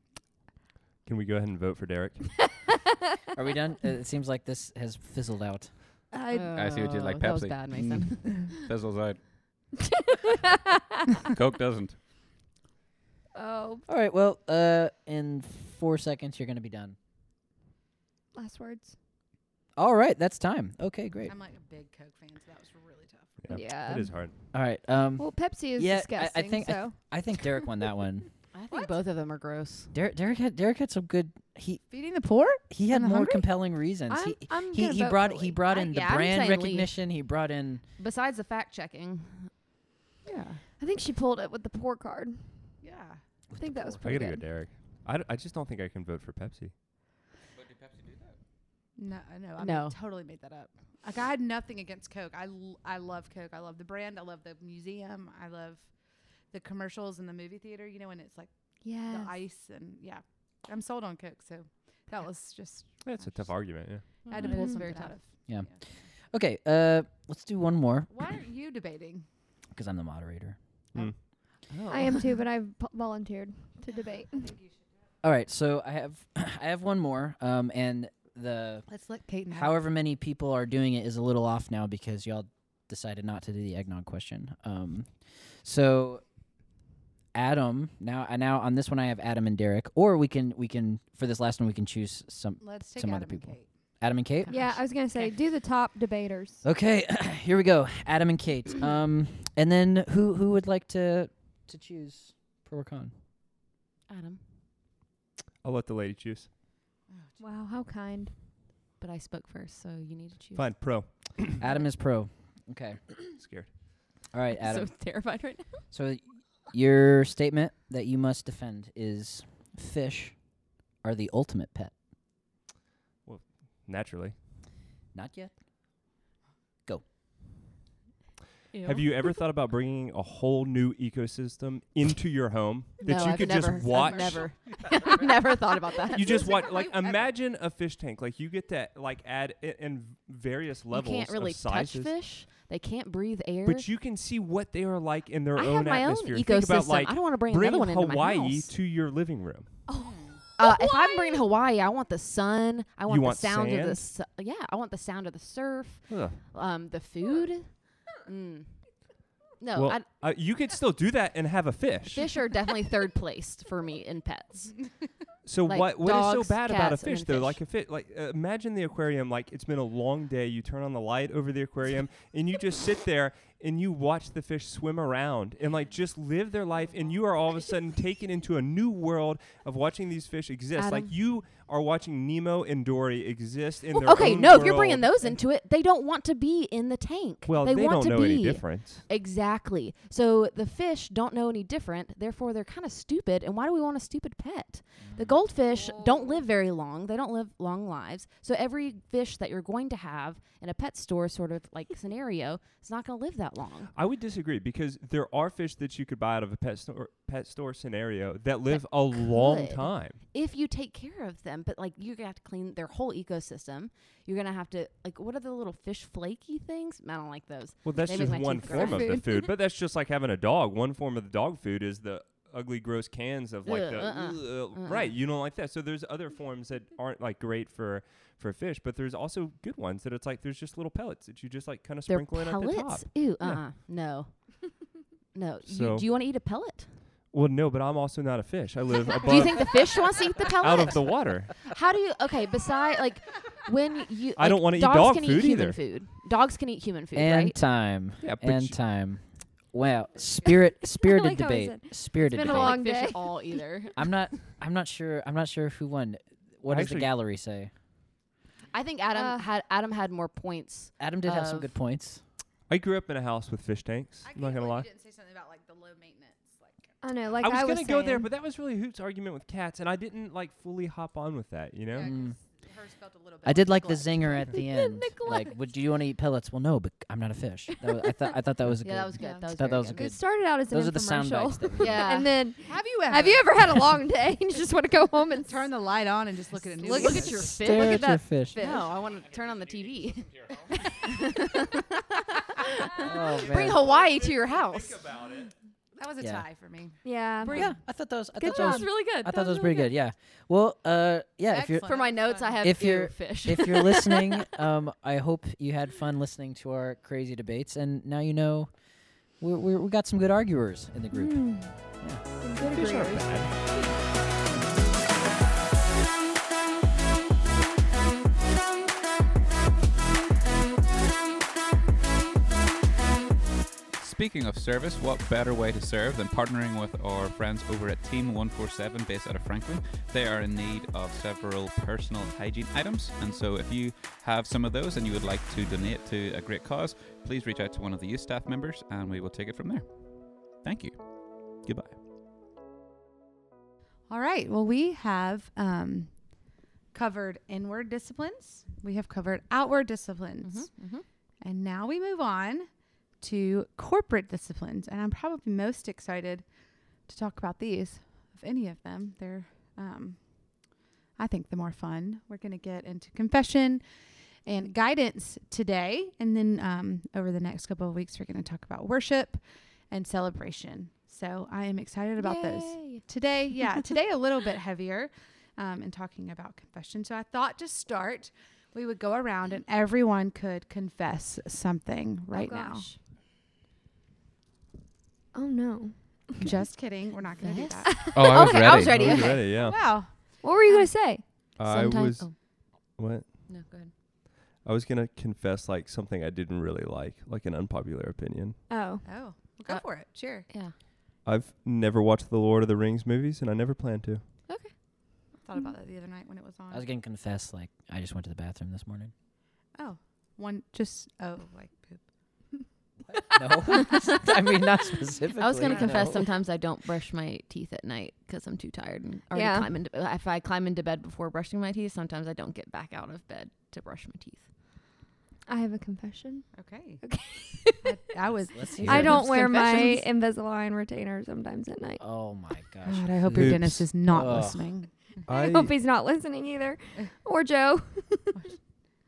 [SPEAKER 4] Can we go ahead and vote for Derek?
[SPEAKER 2] Are we done? Uh, it seems like this has fizzled out.
[SPEAKER 3] uh,
[SPEAKER 6] I see what you did, like
[SPEAKER 3] Oh, That was
[SPEAKER 6] Pepsi. Mm.
[SPEAKER 3] bad, Mason.
[SPEAKER 6] Fizzles out. Coke doesn't.
[SPEAKER 1] oh,
[SPEAKER 2] All right. Well, uh, in four seconds, you're going to be done.
[SPEAKER 1] last words.
[SPEAKER 2] All right. That's time. Okay, great.
[SPEAKER 5] I'm like a big Coke fan, so that was really tough.
[SPEAKER 1] Yeah.
[SPEAKER 4] It is hard.
[SPEAKER 2] All right. Um,
[SPEAKER 1] Well, Pepsi is
[SPEAKER 2] Yeah, I- I
[SPEAKER 1] disgusting.
[SPEAKER 2] think- I
[SPEAKER 1] so.
[SPEAKER 2] I think Derek won that one.
[SPEAKER 3] I think both of them are gross.
[SPEAKER 2] Derek, Derek had Derek had some good. He
[SPEAKER 5] Feeding the poor?
[SPEAKER 2] he had
[SPEAKER 5] I'm
[SPEAKER 2] more
[SPEAKER 5] hungry.
[SPEAKER 2] compelling reasons.
[SPEAKER 1] I'm-
[SPEAKER 2] he
[SPEAKER 1] I'm
[SPEAKER 2] he,
[SPEAKER 1] gonna
[SPEAKER 2] he
[SPEAKER 1] vote
[SPEAKER 2] brought
[SPEAKER 1] for
[SPEAKER 2] he
[SPEAKER 1] Lee.
[SPEAKER 2] brought
[SPEAKER 3] I-
[SPEAKER 2] in
[SPEAKER 3] yeah,
[SPEAKER 2] the
[SPEAKER 3] I'm
[SPEAKER 2] brand
[SPEAKER 3] saying Lee.
[SPEAKER 2] recognition. He brought in
[SPEAKER 3] Besides the fact checking.
[SPEAKER 5] Yeah.
[SPEAKER 1] I think she pulled it with the poor card.
[SPEAKER 5] Yeah.
[SPEAKER 1] I think that was
[SPEAKER 4] I
[SPEAKER 1] pretty
[SPEAKER 4] gotta go,
[SPEAKER 1] good.
[SPEAKER 4] Derek. I, d- I just don't think I can vote for Pepsi.
[SPEAKER 5] No, no, I
[SPEAKER 3] No.
[SPEAKER 5] totally made that up. Like I had nothing against Coke. I, l- I love Coke. I love the brand. I love the museum. I love the commercials in the movie theater. You know, when it's like
[SPEAKER 1] Yeah.
[SPEAKER 5] the ice and yeah, I'm sold on Coke. So that was just
[SPEAKER 4] That's a tough argument. Yeah.
[SPEAKER 5] I had to pull
[SPEAKER 3] Mm.
[SPEAKER 5] something
[SPEAKER 3] Very
[SPEAKER 5] out
[SPEAKER 3] tough.
[SPEAKER 5] of.
[SPEAKER 2] Yeah. okay. Uh, let's do one more
[SPEAKER 5] Why aren't you debating?
[SPEAKER 2] because I'm the moderator. Oh.
[SPEAKER 4] Mm.
[SPEAKER 3] Oh.
[SPEAKER 1] I am too, but I v- volunteered to debate.
[SPEAKER 2] All right. So I have I have one more. Um, and the
[SPEAKER 5] Let's let Kate.
[SPEAKER 3] Mm-hmm.
[SPEAKER 2] however many people are doing it is a little off now because y'all decided not to do the eggnog question. Um, so Adam now I now on this one I have Adam and Derek, or we can we can for this last one we can choose some
[SPEAKER 5] Let's take
[SPEAKER 2] some
[SPEAKER 5] Adam
[SPEAKER 2] other people.
[SPEAKER 5] and Kate.
[SPEAKER 2] Adam and Kate.
[SPEAKER 1] yeah, I was gonna say do the top debaters.
[SPEAKER 4] Uh,
[SPEAKER 2] Okay, here we go. Adam and Kate. Um, and then who who would like to to choose pro or con?
[SPEAKER 3] Adam,
[SPEAKER 4] I'll let the lady choose.
[SPEAKER 3] Oh,
[SPEAKER 1] Wow, how kind.
[SPEAKER 3] but I spoke first, so you need to choose.
[SPEAKER 4] Fine, pro.
[SPEAKER 2] Adam is pro. Okay.
[SPEAKER 4] Scared.
[SPEAKER 2] All right,
[SPEAKER 3] I'm
[SPEAKER 2] Adam.
[SPEAKER 3] so terrified right now.
[SPEAKER 2] So, your statement that you must defend is fish are the ultimate pet.
[SPEAKER 4] Naturally.
[SPEAKER 2] Not yet.
[SPEAKER 4] Have you ever thought about bringing a whole new ecosystem into your home that
[SPEAKER 3] no,
[SPEAKER 4] you
[SPEAKER 3] I've
[SPEAKER 4] could
[SPEAKER 3] never,
[SPEAKER 4] just watch?
[SPEAKER 3] I've never, I've never thought about that.
[SPEAKER 4] You just watch,
[SPEAKER 3] Never,
[SPEAKER 4] like,
[SPEAKER 3] ever.
[SPEAKER 4] imagine a fish tank. Like, you get to, like, add i- in various
[SPEAKER 3] You
[SPEAKER 4] levels
[SPEAKER 3] can't really
[SPEAKER 4] of sizes.
[SPEAKER 3] touch fish. They can't breathe air.
[SPEAKER 4] But you can see what they are like in their
[SPEAKER 3] I have
[SPEAKER 4] own
[SPEAKER 3] my own
[SPEAKER 4] atmosphere.
[SPEAKER 3] ecosystem.
[SPEAKER 4] Think about, like,
[SPEAKER 3] I don't want to bring,
[SPEAKER 4] bring
[SPEAKER 3] another one into my
[SPEAKER 4] Hawaii
[SPEAKER 3] house.
[SPEAKER 4] to your living room.
[SPEAKER 3] Uh, if I'm bringing Hawaii, I want the sun. I want,
[SPEAKER 4] want
[SPEAKER 3] the sound of the
[SPEAKER 4] sand?
[SPEAKER 3] su- yeah. I want the sound of the surf.
[SPEAKER 4] Ugh.
[SPEAKER 3] Um, the food. Mm. No,
[SPEAKER 4] well,
[SPEAKER 3] I,
[SPEAKER 4] uh, you could still do that and have a fish.
[SPEAKER 3] fish are definitely third place for me in pets.
[SPEAKER 4] So
[SPEAKER 3] Like
[SPEAKER 4] what what is
[SPEAKER 3] dogs,
[SPEAKER 4] so bad about a
[SPEAKER 3] cats, and
[SPEAKER 4] fish though?
[SPEAKER 3] then fish.
[SPEAKER 4] Like a fish, like uh, imagine the aquarium. Like it's been a long day. You turn on the light over the aquarium, and you just sit there and you watch the fish swim around and like just live their life. And you are all of a sudden taken into a new world of watching these fish exist. Like
[SPEAKER 3] Adam.
[SPEAKER 4] you are watching Nemo and Dory exist in their
[SPEAKER 3] Well, okay,
[SPEAKER 4] own
[SPEAKER 3] no, if you're
[SPEAKER 4] world.
[SPEAKER 3] bringing those into it, they don't want to be in the tank.
[SPEAKER 4] well,
[SPEAKER 3] they,
[SPEAKER 4] they, don't
[SPEAKER 3] want to
[SPEAKER 4] know
[SPEAKER 3] be
[SPEAKER 4] any difference.
[SPEAKER 3] Exactly. So the fish don't know any different. Therefore, they're kind of stupid. And why do we want a stupid pet? The
[SPEAKER 4] Mm.
[SPEAKER 3] goldfish don't live very long. They don't live long lives. So every fish that you're going to have in a pet store sort of like scenario is not going to live that long.
[SPEAKER 4] I would disagree because there are fish that you could buy out of a pet store pet store scenario that live a long
[SPEAKER 3] could.
[SPEAKER 4] time.
[SPEAKER 3] If you take care of them, but like you're going to have to clean their whole ecosystem. You're going to have to like what are the little fish flaky things? I don't like those.
[SPEAKER 4] Well, that's
[SPEAKER 3] They make
[SPEAKER 4] just
[SPEAKER 3] my
[SPEAKER 4] one
[SPEAKER 3] teeth grow.
[SPEAKER 4] form of the food, but that's just like having a dog. One form of the dog food is the ugly, gross cans of like
[SPEAKER 3] Ugh,
[SPEAKER 4] the
[SPEAKER 3] uh-uh,
[SPEAKER 4] ugh, right. You don't like that. So there's other forms that aren't like great for for fish, but there's also good ones that it's like there's just little pellets that you just like kind of
[SPEAKER 3] They're
[SPEAKER 4] sprinkle in at the top.
[SPEAKER 3] pellets. Ooh,
[SPEAKER 4] Yeah.
[SPEAKER 3] uh, uh no. No,
[SPEAKER 4] So-
[SPEAKER 3] you, do you want to eat a pellet?
[SPEAKER 4] Well, no, but I'm also not a fish. I live
[SPEAKER 3] Do you
[SPEAKER 4] above
[SPEAKER 3] think the fish wants to eat the pellet?
[SPEAKER 4] out of the water.
[SPEAKER 3] How do you? Okay, beside like when you,
[SPEAKER 4] I don't
[SPEAKER 3] like,
[SPEAKER 4] wanna eat
[SPEAKER 3] dogs
[SPEAKER 4] dog
[SPEAKER 3] can
[SPEAKER 4] food
[SPEAKER 3] eat human
[SPEAKER 4] either.
[SPEAKER 3] Food. Dogs can eat human food,
[SPEAKER 2] and
[SPEAKER 3] right?
[SPEAKER 2] time.
[SPEAKER 4] Yeah, but
[SPEAKER 2] and
[SPEAKER 4] you-
[SPEAKER 2] time. Wow, spirit, spirited
[SPEAKER 1] like how I
[SPEAKER 2] debate,
[SPEAKER 1] said,
[SPEAKER 2] spirited
[SPEAKER 1] been a
[SPEAKER 2] debate.
[SPEAKER 1] long
[SPEAKER 3] fish
[SPEAKER 1] day.
[SPEAKER 3] at all either.
[SPEAKER 2] I'm not. I'm not sure. I'm not sure who won. What does the
[SPEAKER 4] Actually-
[SPEAKER 2] gallery say?
[SPEAKER 3] I think Adam
[SPEAKER 1] Uh,
[SPEAKER 3] had Adam had more points.
[SPEAKER 2] Adam did have some
[SPEAKER 3] of-
[SPEAKER 2] good points.
[SPEAKER 4] I grew up in a house with fish tanks.
[SPEAKER 5] I
[SPEAKER 4] I'm not
[SPEAKER 5] can't
[SPEAKER 4] gonna
[SPEAKER 5] believe
[SPEAKER 4] lie.
[SPEAKER 5] You didn't say something about like the low maintenance. Like,
[SPEAKER 1] I know, like
[SPEAKER 4] I was, gonna go there,
[SPEAKER 1] saying.
[SPEAKER 4] but that was really Hoot's argument with cats, and I didn't like fully hop on with that. You know,
[SPEAKER 5] yeah,
[SPEAKER 2] Mm.
[SPEAKER 5] 'cause hers felt a little bit.
[SPEAKER 2] I did like the
[SPEAKER 5] neglect.
[SPEAKER 2] zinger at the end. like, would do you want to eat pellets? Well, no, but I'm not a fish. That was, I thought. I thought that was a
[SPEAKER 3] Yeah,
[SPEAKER 2] good.
[SPEAKER 3] that was good.
[SPEAKER 5] Yeah.
[SPEAKER 3] That was,
[SPEAKER 2] Thought
[SPEAKER 3] very
[SPEAKER 2] that was
[SPEAKER 3] good.
[SPEAKER 2] good.
[SPEAKER 1] it started out as an
[SPEAKER 2] Those are the sound
[SPEAKER 1] infomercial,
[SPEAKER 2] bites. That we
[SPEAKER 3] Yeah.
[SPEAKER 1] and then
[SPEAKER 5] Have you ever?
[SPEAKER 1] have you ever had a long day and you just want to go home and
[SPEAKER 5] turn the light on and just look at a new?
[SPEAKER 3] Look
[SPEAKER 5] one?
[SPEAKER 3] at your fish.
[SPEAKER 2] Stare
[SPEAKER 3] Look
[SPEAKER 2] at
[SPEAKER 3] at
[SPEAKER 2] your
[SPEAKER 3] that
[SPEAKER 2] fish.
[SPEAKER 3] fish. No, I want to turn on the TV.
[SPEAKER 2] Oh,
[SPEAKER 3] Bring
[SPEAKER 2] man.
[SPEAKER 3] Hawaii to your house.
[SPEAKER 5] That was a
[SPEAKER 2] Yeah.
[SPEAKER 5] tie for me.
[SPEAKER 1] Yeah.
[SPEAKER 2] Yeah, I thought those. I
[SPEAKER 1] Good
[SPEAKER 2] thought those.
[SPEAKER 1] job. really good.
[SPEAKER 2] I thought those pretty good. Yeah. Well, uh, yeah. If you're
[SPEAKER 5] Excellent.
[SPEAKER 3] For my notes, I have
[SPEAKER 2] If
[SPEAKER 3] ew,
[SPEAKER 2] you're-
[SPEAKER 3] fish.
[SPEAKER 2] if you're listening, um, I hope you had fun listening to our crazy debates, and now you know we we we got some good arguers in the group.
[SPEAKER 4] fish aren't bad.
[SPEAKER 6] Speaking of service, what better way to serve than partnering with our friends over at Team 147 based out of Franklin? They are in need of several personal hygiene items, and so if you have some of those and you would like to donate to a great cause, please reach out to one of the youth staff members and we will take it from there. Thank you. Goodbye.
[SPEAKER 5] All right. Well, we have um, covered inward disciplines. We have covered outward disciplines. And now we move on to corporate disciplines. And I'm probably most excited to talk about these of any of them. They're, um, I think, the more fun. We're going to get into confession and guidance today. And then um, over the next couple of weeks, we're going to talk about worship and celebration. So I am excited about those today yeah today a little bit heavier um, in talking about confession so i thought to start we would go around and everyone could confess something right now
[SPEAKER 1] Oh no.
[SPEAKER 5] just kidding we're not going to do that oh,
[SPEAKER 6] Oh, I
[SPEAKER 3] was Okay, I was ready. ready.
[SPEAKER 4] Who's
[SPEAKER 3] Okay.
[SPEAKER 4] ready? Yeah.
[SPEAKER 5] wow
[SPEAKER 1] What were you gonna say?
[SPEAKER 3] Sometime- oh,
[SPEAKER 4] What?
[SPEAKER 3] no, go ahead.
[SPEAKER 4] I was gonna confess like something I didn't really like, like an unpopular opinion.
[SPEAKER 1] Oh.
[SPEAKER 5] oh well, go
[SPEAKER 3] Uh,
[SPEAKER 5] for it sure
[SPEAKER 3] Yeah.
[SPEAKER 4] I've never watched the Lord of the Rings movies, and I never plan to.
[SPEAKER 5] thought about that the other night when it was on
[SPEAKER 2] I was gonna confess, like I just went to the bathroom this morning.
[SPEAKER 5] oh one just oh like poop
[SPEAKER 2] No, I mean not specifically.
[SPEAKER 3] I was going to confess.
[SPEAKER 2] no.
[SPEAKER 3] Sometimes I don't brush my teeth at night because I'm too tired and already
[SPEAKER 1] Yeah.
[SPEAKER 3] climb into. If I climb into bed before brushing my teeth, sometimes I don't get back out of bed to brush my teeth.
[SPEAKER 1] I have a confession.
[SPEAKER 5] okay
[SPEAKER 1] Okay.
[SPEAKER 5] I, I was
[SPEAKER 2] Let's
[SPEAKER 5] these
[SPEAKER 2] hear
[SPEAKER 5] are
[SPEAKER 1] I
[SPEAKER 2] it.
[SPEAKER 1] don't
[SPEAKER 5] just
[SPEAKER 1] wear my
[SPEAKER 5] confessions.
[SPEAKER 1] Invisalign retainer sometimes at night.
[SPEAKER 2] Oh my gosh.
[SPEAKER 5] God, I hope your
[SPEAKER 4] Oops.
[SPEAKER 5] dentist is not
[SPEAKER 2] Ugh.
[SPEAKER 5] listening.
[SPEAKER 1] I hope he's not listening either. Or Joe.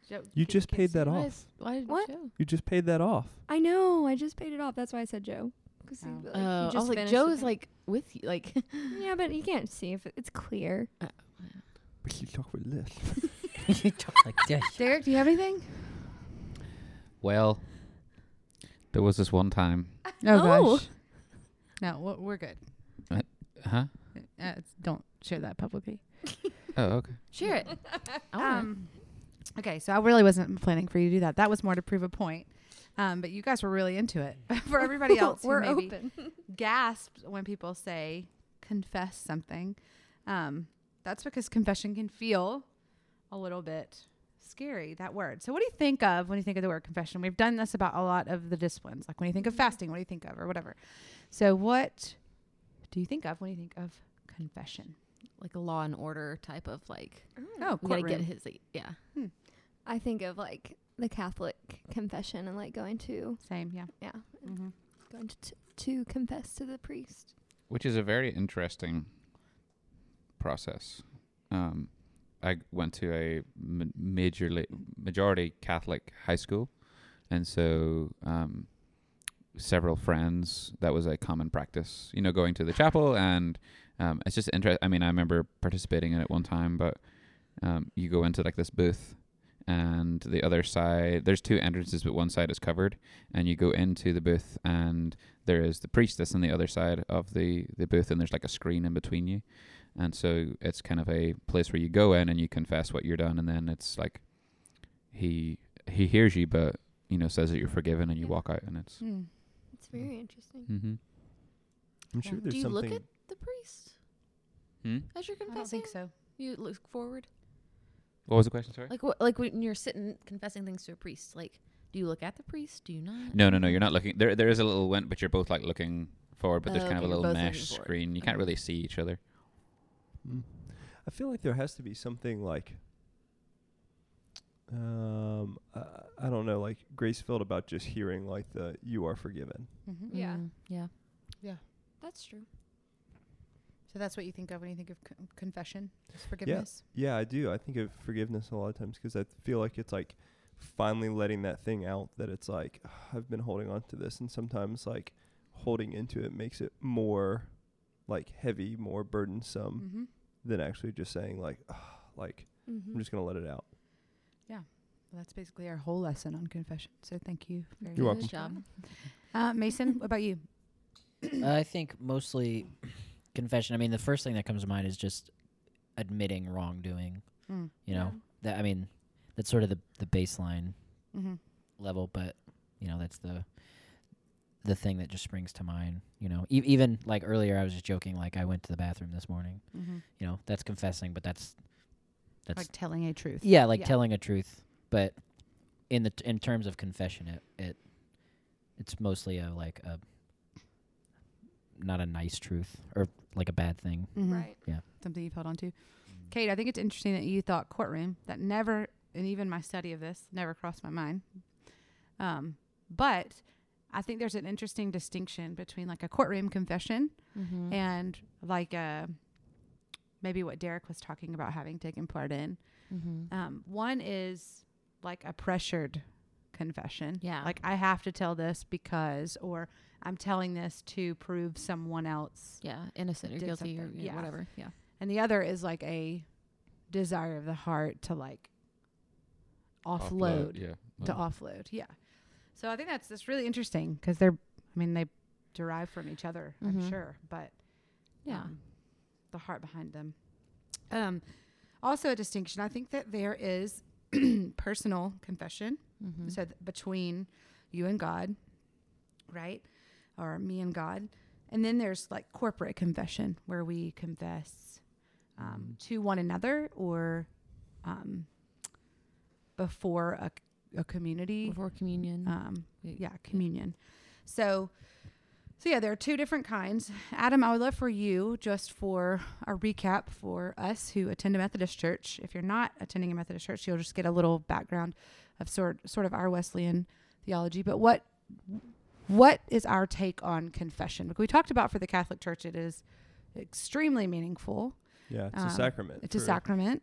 [SPEAKER 5] Joe,
[SPEAKER 4] you
[SPEAKER 5] can-
[SPEAKER 4] just
[SPEAKER 5] can-
[SPEAKER 4] paid that
[SPEAKER 3] Why
[SPEAKER 4] off.
[SPEAKER 3] is- why did
[SPEAKER 1] What?
[SPEAKER 3] Joe?
[SPEAKER 4] You just paid that off.
[SPEAKER 1] I know. I just paid it off. That's why I said Joe. 'Cause he'd
[SPEAKER 5] Oh.
[SPEAKER 1] be like,
[SPEAKER 3] Oh,
[SPEAKER 1] you
[SPEAKER 3] I was
[SPEAKER 1] just
[SPEAKER 3] like
[SPEAKER 1] finished the
[SPEAKER 3] Joe is
[SPEAKER 1] thing.
[SPEAKER 3] like with you. Like
[SPEAKER 1] Yeah, but you can't see if it- it's clear.
[SPEAKER 4] But you talk with this.
[SPEAKER 2] You talk like this.
[SPEAKER 5] Derek, do you have anything?
[SPEAKER 6] Well, there was this one time.
[SPEAKER 1] Oh.
[SPEAKER 5] gosh. No, we're- we're good.
[SPEAKER 6] Huh?
[SPEAKER 5] Uh, it's- don't share that publicly.
[SPEAKER 6] Oh, okay.
[SPEAKER 3] Share it. I want it.
[SPEAKER 5] Um, okay, so I really wasn't planning for you to do that. That was more to prove a point. Um, but you guys were really into it. for everybody else, who
[SPEAKER 1] We're
[SPEAKER 5] maybe
[SPEAKER 1] open.
[SPEAKER 5] gasps when people say confess something. Um, that's because confession can feel a little bit scary, that word. So, what do you think of when you think of the word confession? We've done this about a lot of the disciplines. Like when you think
[SPEAKER 3] Mm-hmm.
[SPEAKER 5] of fasting, what do you think of, or whatever. So, what do you think of when you think of confession?
[SPEAKER 3] like a law and order type of like.
[SPEAKER 5] Oh,
[SPEAKER 3] We Hmm. gotta get
[SPEAKER 5] courtroom.
[SPEAKER 3] his. Yeah.
[SPEAKER 1] I think of like the Catholic confession and like going to
[SPEAKER 5] Same, yeah.
[SPEAKER 1] yeah, and
[SPEAKER 5] Mm-hmm.
[SPEAKER 1] going to t- to confess to the priest.
[SPEAKER 6] Which is a very interesting process. Um, I g- went to a ma- majorly majority Catholic high school, and so um, several friends that was a common practice. You know, going to the chapel, and um, it's just interesting. I mean, I remember participating in it one time, but um, you go into like this booth. And the other side, there's two entrances, but one side is covered. And you go into the booth, and there is the priestess on the other side of the, the booth, and there's like a screen in between you. And so it's kind of a place where you go in and you confess what you're done, and then it's like he he hears you, but you know says that you're forgiven, and you walk out, and it's
[SPEAKER 5] Mm.
[SPEAKER 1] It's very interesting.
[SPEAKER 6] mm-hmm.
[SPEAKER 4] I'm sure
[SPEAKER 5] Yeah.
[SPEAKER 4] there's
[SPEAKER 3] Do you look
[SPEAKER 4] something.
[SPEAKER 3] at the priest
[SPEAKER 6] Hmm?
[SPEAKER 3] as you're
[SPEAKER 5] I don't
[SPEAKER 3] confessing?
[SPEAKER 5] think so.
[SPEAKER 3] You look forward.
[SPEAKER 6] What was the question? Sorry.
[SPEAKER 3] Like what? Like when you're sitting confessing things to a priest. Like, do you look at the priest? Do you not?
[SPEAKER 6] No, no, no. You're not looking. There, there is a little went, but you're both like looking forward, but there's
[SPEAKER 3] Oh,
[SPEAKER 6] kind of
[SPEAKER 3] okay,
[SPEAKER 6] a
[SPEAKER 3] you're
[SPEAKER 6] little
[SPEAKER 3] both
[SPEAKER 6] mesh
[SPEAKER 3] looking forward.
[SPEAKER 6] screen. You can't
[SPEAKER 3] Okay.
[SPEAKER 6] really see each other.
[SPEAKER 4] Mm. I feel like there has to be something like, um, I, I don't know, like grace filled about just hearing like the "you are forgiven."
[SPEAKER 5] Mm-hmm.
[SPEAKER 1] Yeah.
[SPEAKER 3] Mm, yeah.
[SPEAKER 1] That's true.
[SPEAKER 5] So that's what you think of when you think of con- confession, is forgiveness.
[SPEAKER 4] Yeah, I do. I think of forgiveness a lot of times because I feel like it's like finally letting that thing out that it's like I've been holding on to this, and sometimes like holding into it makes it more like heavy, more burdensome
[SPEAKER 5] Mm-hmm.
[SPEAKER 4] than actually just saying like, "Ah," like I'm
[SPEAKER 5] Mm.
[SPEAKER 1] Mm-hmm.
[SPEAKER 4] just gonna let it out.
[SPEAKER 5] that's basically our whole lesson on confession. So thank you. Very
[SPEAKER 4] You're
[SPEAKER 5] much.
[SPEAKER 3] Good welcome.
[SPEAKER 5] Uh, Mason, what about you?
[SPEAKER 2] I think mostly confession. I mean, the first thing that comes to mind is just admitting wrongdoing.
[SPEAKER 5] Mm.
[SPEAKER 2] You know, that I mean, that's sort of the the baseline
[SPEAKER 5] Mm-hmm.
[SPEAKER 2] level, but you know, that's the the thing that just springs to mind. You know, e- even like earlier, I was just joking. Like I went to the bathroom this morning.
[SPEAKER 5] Mm-hmm.
[SPEAKER 2] You know, that's confessing, but that's that's
[SPEAKER 5] Like telling a truth.
[SPEAKER 2] yeah, like
[SPEAKER 5] yeah.
[SPEAKER 2] telling a truth. But in the t- in terms of confession, it it it's mostly a like a not a nice truth or like a bad thing.
[SPEAKER 5] Mhm.
[SPEAKER 1] Right.
[SPEAKER 5] Something you've held on to. Kate, I think it's interesting that you thought courtroom. That never, and even my study of this, never crossed my mind. Um, but I think there's an interesting distinction between like a courtroom confession
[SPEAKER 3] Mm-hmm.
[SPEAKER 5] and like uh, maybe what Derek was talking about having taken part in.
[SPEAKER 3] mm-hmm.
[SPEAKER 5] Um, one is like a pressured confession.
[SPEAKER 3] Yeah.
[SPEAKER 5] Like I have to tell this because, or I'm telling this to prove someone else.
[SPEAKER 3] yeah, innocent or
[SPEAKER 5] did
[SPEAKER 3] guilty or
[SPEAKER 5] something.
[SPEAKER 3] yeah,
[SPEAKER 5] Yeah.
[SPEAKER 3] whatever. Yeah.
[SPEAKER 5] And the other is like a desire of the heart to like offload,
[SPEAKER 6] Yeah.
[SPEAKER 5] to offload. Yeah. So I think that's that's really interesting because they're, I mean, they derive from each other,
[SPEAKER 3] Mhm.
[SPEAKER 5] I'm sure, but
[SPEAKER 3] Yeah.
[SPEAKER 5] um, the heart behind them. Um, also a distinction. I think that there is personal confession.
[SPEAKER 3] Mm-hmm.
[SPEAKER 5] so th- between you and god right or me and god and then there's like corporate confession where we confess um, to one another or um, before a, c- a community
[SPEAKER 3] Before communion.
[SPEAKER 5] um,
[SPEAKER 3] we-
[SPEAKER 5] yeah communion so so yeah there are two different kinds adam i would love for you just for a recap for us who attend a methodist church if you're not attending a methodist church you'll just get a little background of sort sort of our wesleyan theology but what what is our take on confession Like we talked about for the catholic church it is extremely meaningful
[SPEAKER 4] Yeah, it's
[SPEAKER 5] Um,
[SPEAKER 4] a sacrament.
[SPEAKER 5] it's a
[SPEAKER 4] for-
[SPEAKER 5] sacrament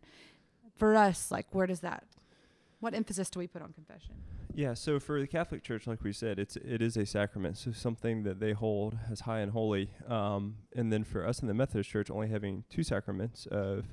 [SPEAKER 5] for us like where does that what emphasis do we put on confession
[SPEAKER 4] Yeah, so for the Catholic Church, like we said, it's it is a sacrament, so something that they hold as high and holy. Um, and then for us in the Methodist Church, only having two sacraments of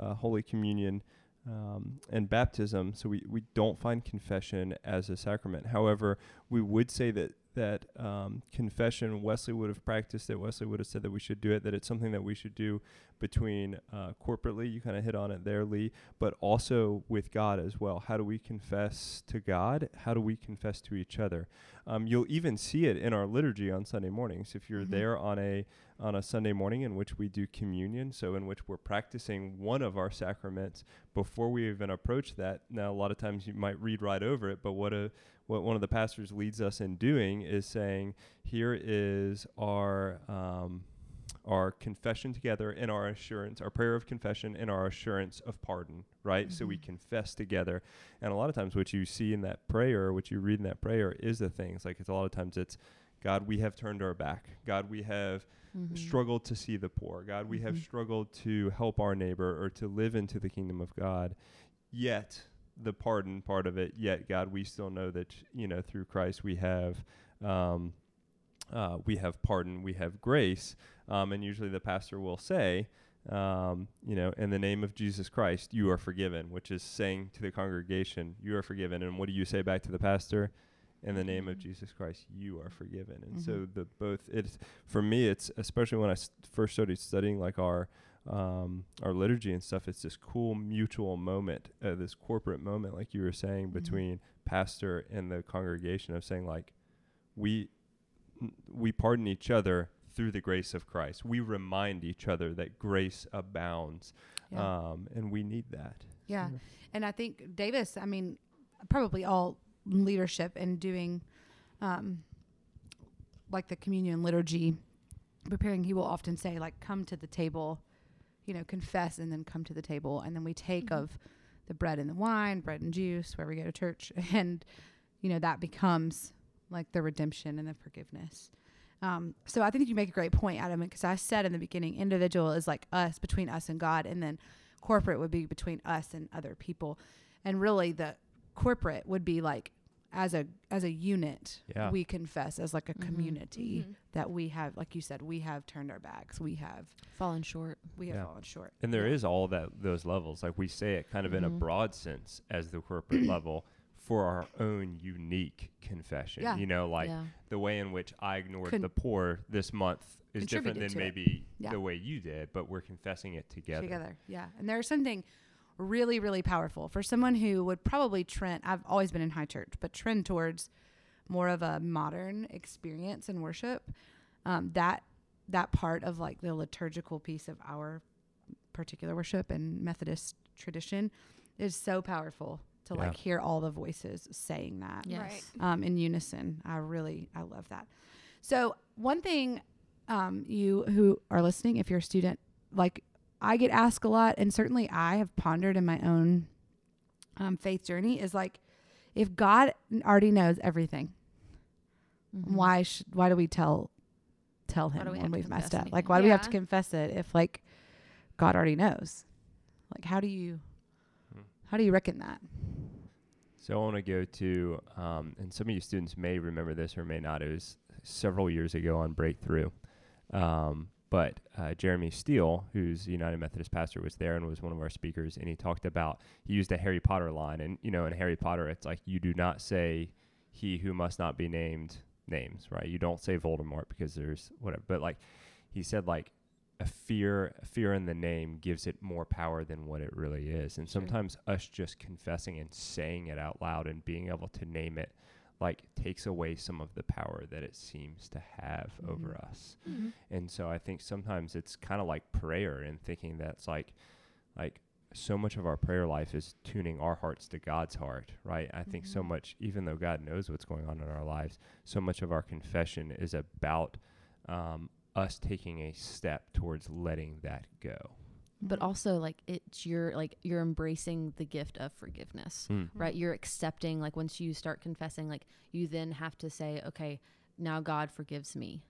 [SPEAKER 4] uh, Holy Communion um, and baptism, so we we don't find confession as a sacrament. However, we would say that that um, confession Wesley would have practiced it. Wesley would have said that we should do it. That it's something that we should do between uh, corporately. You kind of hit on it there, Lee, but also with God as well. How do we confess to God? How do we confess to each other? Um, you'll even see it in our liturgy on Sunday mornings. If you're
[SPEAKER 5] Mhm.
[SPEAKER 4] there on a on a Sunday morning in which we do communion, so in which we're practicing one of our sacraments before we even approach that. Now, a lot of times you might read right over it, but what a what one of the pastors leads us in doing is saying, "Here is our." Um, our confession together and our assurance, our prayer of confession and our assurance of pardon, right? So we
[SPEAKER 5] Mhm.
[SPEAKER 4] confess together. And a lot of times what you see in that prayer, what you read in that prayer is the things. Like it's a lot of times it's God, we have turned our back. God, we have
[SPEAKER 5] Mm-hmm.
[SPEAKER 4] struggled to see the poor. God, we have
[SPEAKER 5] Mhm.
[SPEAKER 4] struggled to help our neighbor or to live into the kingdom of God. Yet the pardon part of it, yet God, we still know that, you know, through Christ we have um uh, we have pardon, we have grace, um, and usually the pastor will say, um, you know, in the name of Jesus Christ, you are forgiven, which is saying to the congregation, you are forgiven. And what do you say back to the pastor? In the name of Jesus Christ, you are forgiven. And so
[SPEAKER 5] Mm-hmm.
[SPEAKER 4] the both it's for me, it's especially when I s- first started studying like our um, our liturgy and stuff. It's this cool mutual moment, uh, this corporate moment, like you were saying,
[SPEAKER 5] Mhm.
[SPEAKER 4] between pastor and the congregation of saying like, we n- we pardon each other through the grace of Christ. We remind each other that grace abounds,
[SPEAKER 5] Yeah.
[SPEAKER 4] um, and we need that.
[SPEAKER 5] Yeah. And I think Davis, I mean, probably all leadership and doing um, like the communion liturgy, preparing, he will often say, like, come to the table, you know, confess and then come to the table. And then we take
[SPEAKER 1] Mhm.
[SPEAKER 5] of the bread and the wine, bread and juice, where we go to church. And, you know, that becomes like the redemption and the forgiveness. Um, so I think you make a great point, Adam, because I said in the beginning, individual is like us, between us and God. And then corporate would be between us and other people and really the corporate would be like as a as a unit
[SPEAKER 4] Yeah.
[SPEAKER 5] we confess as like a
[SPEAKER 3] Mhm.
[SPEAKER 5] community
[SPEAKER 1] Mhm.
[SPEAKER 5] that we have like you said we have turned our backs we have
[SPEAKER 3] fallen short.
[SPEAKER 5] we have
[SPEAKER 4] Yeah.
[SPEAKER 5] fallen short
[SPEAKER 4] And there is all that those levels. Like we say it kind of in a
[SPEAKER 5] Mm-hmm.
[SPEAKER 3] Mhm.
[SPEAKER 4] broad sense as the corporate level for our own unique confession.
[SPEAKER 5] Yeah.
[SPEAKER 4] You know, like
[SPEAKER 3] yeah.
[SPEAKER 4] the way in which I ignored
[SPEAKER 5] Con-
[SPEAKER 4] the poor this month is different
[SPEAKER 5] Contributed to
[SPEAKER 4] than
[SPEAKER 5] it.
[SPEAKER 4] maybe
[SPEAKER 5] Yeah.
[SPEAKER 4] the way you did, but we're confessing it together.
[SPEAKER 5] together yeah and there's something really really powerful for someone who would probably trend i've always been in high church but trend towards more of a modern experience in worship um, that that part of like the liturgical piece of our particular worship and methodist tradition is so powerful to like
[SPEAKER 4] Yeah.
[SPEAKER 5] hear all the voices saying that
[SPEAKER 3] Yes.
[SPEAKER 1] Right.
[SPEAKER 5] um, in unison. I really, I love that. So one thing, um, you who are listening, if you're a student, like I get asked a lot, and certainly I have pondered in my own um, faith journey, is like, if God already knows everything,
[SPEAKER 3] Mhm.
[SPEAKER 5] why should why do we tell tell
[SPEAKER 3] Why
[SPEAKER 5] him
[SPEAKER 3] do we have
[SPEAKER 5] when
[SPEAKER 3] to
[SPEAKER 5] we've
[SPEAKER 3] confess
[SPEAKER 5] messed up?
[SPEAKER 3] anything?
[SPEAKER 5] Like, why do we have to
[SPEAKER 1] Yeah.
[SPEAKER 5] confess it if like God already knows? Like, how do you
[SPEAKER 4] Hmm.
[SPEAKER 5] how do you reckon that?
[SPEAKER 4] So I want to go to, um, and some of you students may remember this or may not. It was several years ago on Breakthrough, um, but uh, Jeremy Steele, who's a United Methodist pastor, was there and was one of our speakers, and he talked about he used a Harry Potter line, and you know, in Harry Potter, it's like you do not say he who must not be named names, right? You don't say Voldemort because there's whatever, but like he said, like a fear a fear in the name gives it more power than what it really is and
[SPEAKER 3] Sure.
[SPEAKER 4] sometimes us just confessing and saying it out loud and being able to name it like takes away some of the power that it seems to have over us and so i think sometimes it's kind of like prayer and thinking that's like like so much of our prayer life is tuning our hearts to god's heart right i think so
[SPEAKER 3] Mhm.
[SPEAKER 4] much even though god knows what's going on in our lives so much of our confession is about um, us taking a step towards letting that go
[SPEAKER 3] But also like it's your like you're embracing the gift of forgiveness. Right? You're accepting like once you start confessing like you then have to say okay, now God forgives me.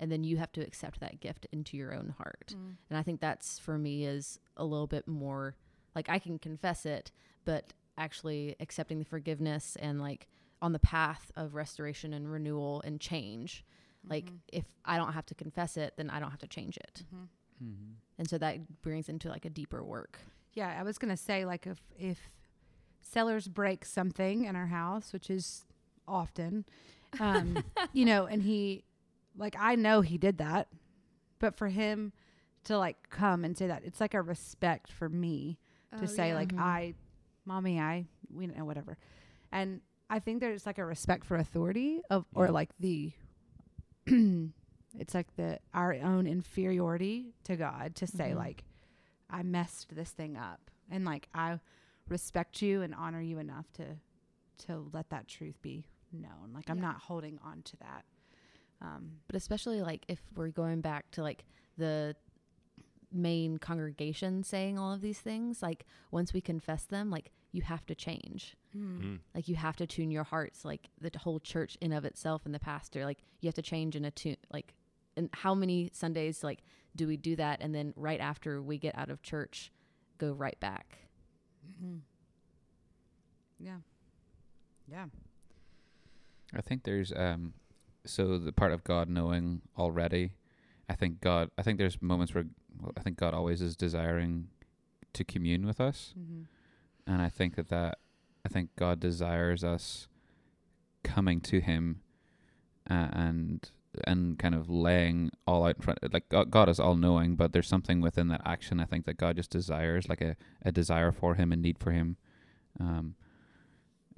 [SPEAKER 3] And then you have to accept that gift into your own heart.
[SPEAKER 5] Mm.
[SPEAKER 3] And I think that's for me is a little bit more like I can confess it, but actually accepting the forgiveness and like on the path of restoration and renewal and change. Like
[SPEAKER 5] Mm-hmm.
[SPEAKER 3] if I don't have to confess it, then I don't have to change it.
[SPEAKER 6] Mm-hmm.
[SPEAKER 3] And so that brings into like a deeper work.
[SPEAKER 5] Yeah, I was gonna say like if if sellers break something in our house, which is often, um, you know, and he, like, I know he did that, but for him to like come and say that, it's like a respect for me to
[SPEAKER 1] Oh,
[SPEAKER 5] say
[SPEAKER 1] yeah.
[SPEAKER 5] like
[SPEAKER 3] Mhm.
[SPEAKER 5] I, mommy, I, we know whatever, and I think there's like a respect for authority of or
[SPEAKER 6] Yeah.
[SPEAKER 5] like the, it's like the our own inferiority to God to say
[SPEAKER 3] Mhm.
[SPEAKER 5] like, I messed this thing up and like I respect you and honor you enough to to let that truth be known. Like I'm
[SPEAKER 1] Yeah.
[SPEAKER 5] not holding on to that. Um,
[SPEAKER 3] but especially like if we're going back to like the main congregation saying all of these things like once we confess them like you have to change
[SPEAKER 5] Mm.
[SPEAKER 1] Hmm.
[SPEAKER 4] Hmm.
[SPEAKER 3] like you have to tune your hearts like the whole church in of itself and the pastor like you have to change and attune like and how many sundays like do we do that and then right after we get out of church go right back
[SPEAKER 5] Mhm. Yeah. Yeah.
[SPEAKER 6] I think there's um so the part of God knowing already. I think God I think there's moments where well, I think God always is desiring to commune with us
[SPEAKER 5] Mm-hmm.
[SPEAKER 6] and I think that that I think God desires us coming to him uh, and and kind of laying all out in front like God, God is all knowing but there's something within that action I think that God just desires like a, a desire for him and need for him um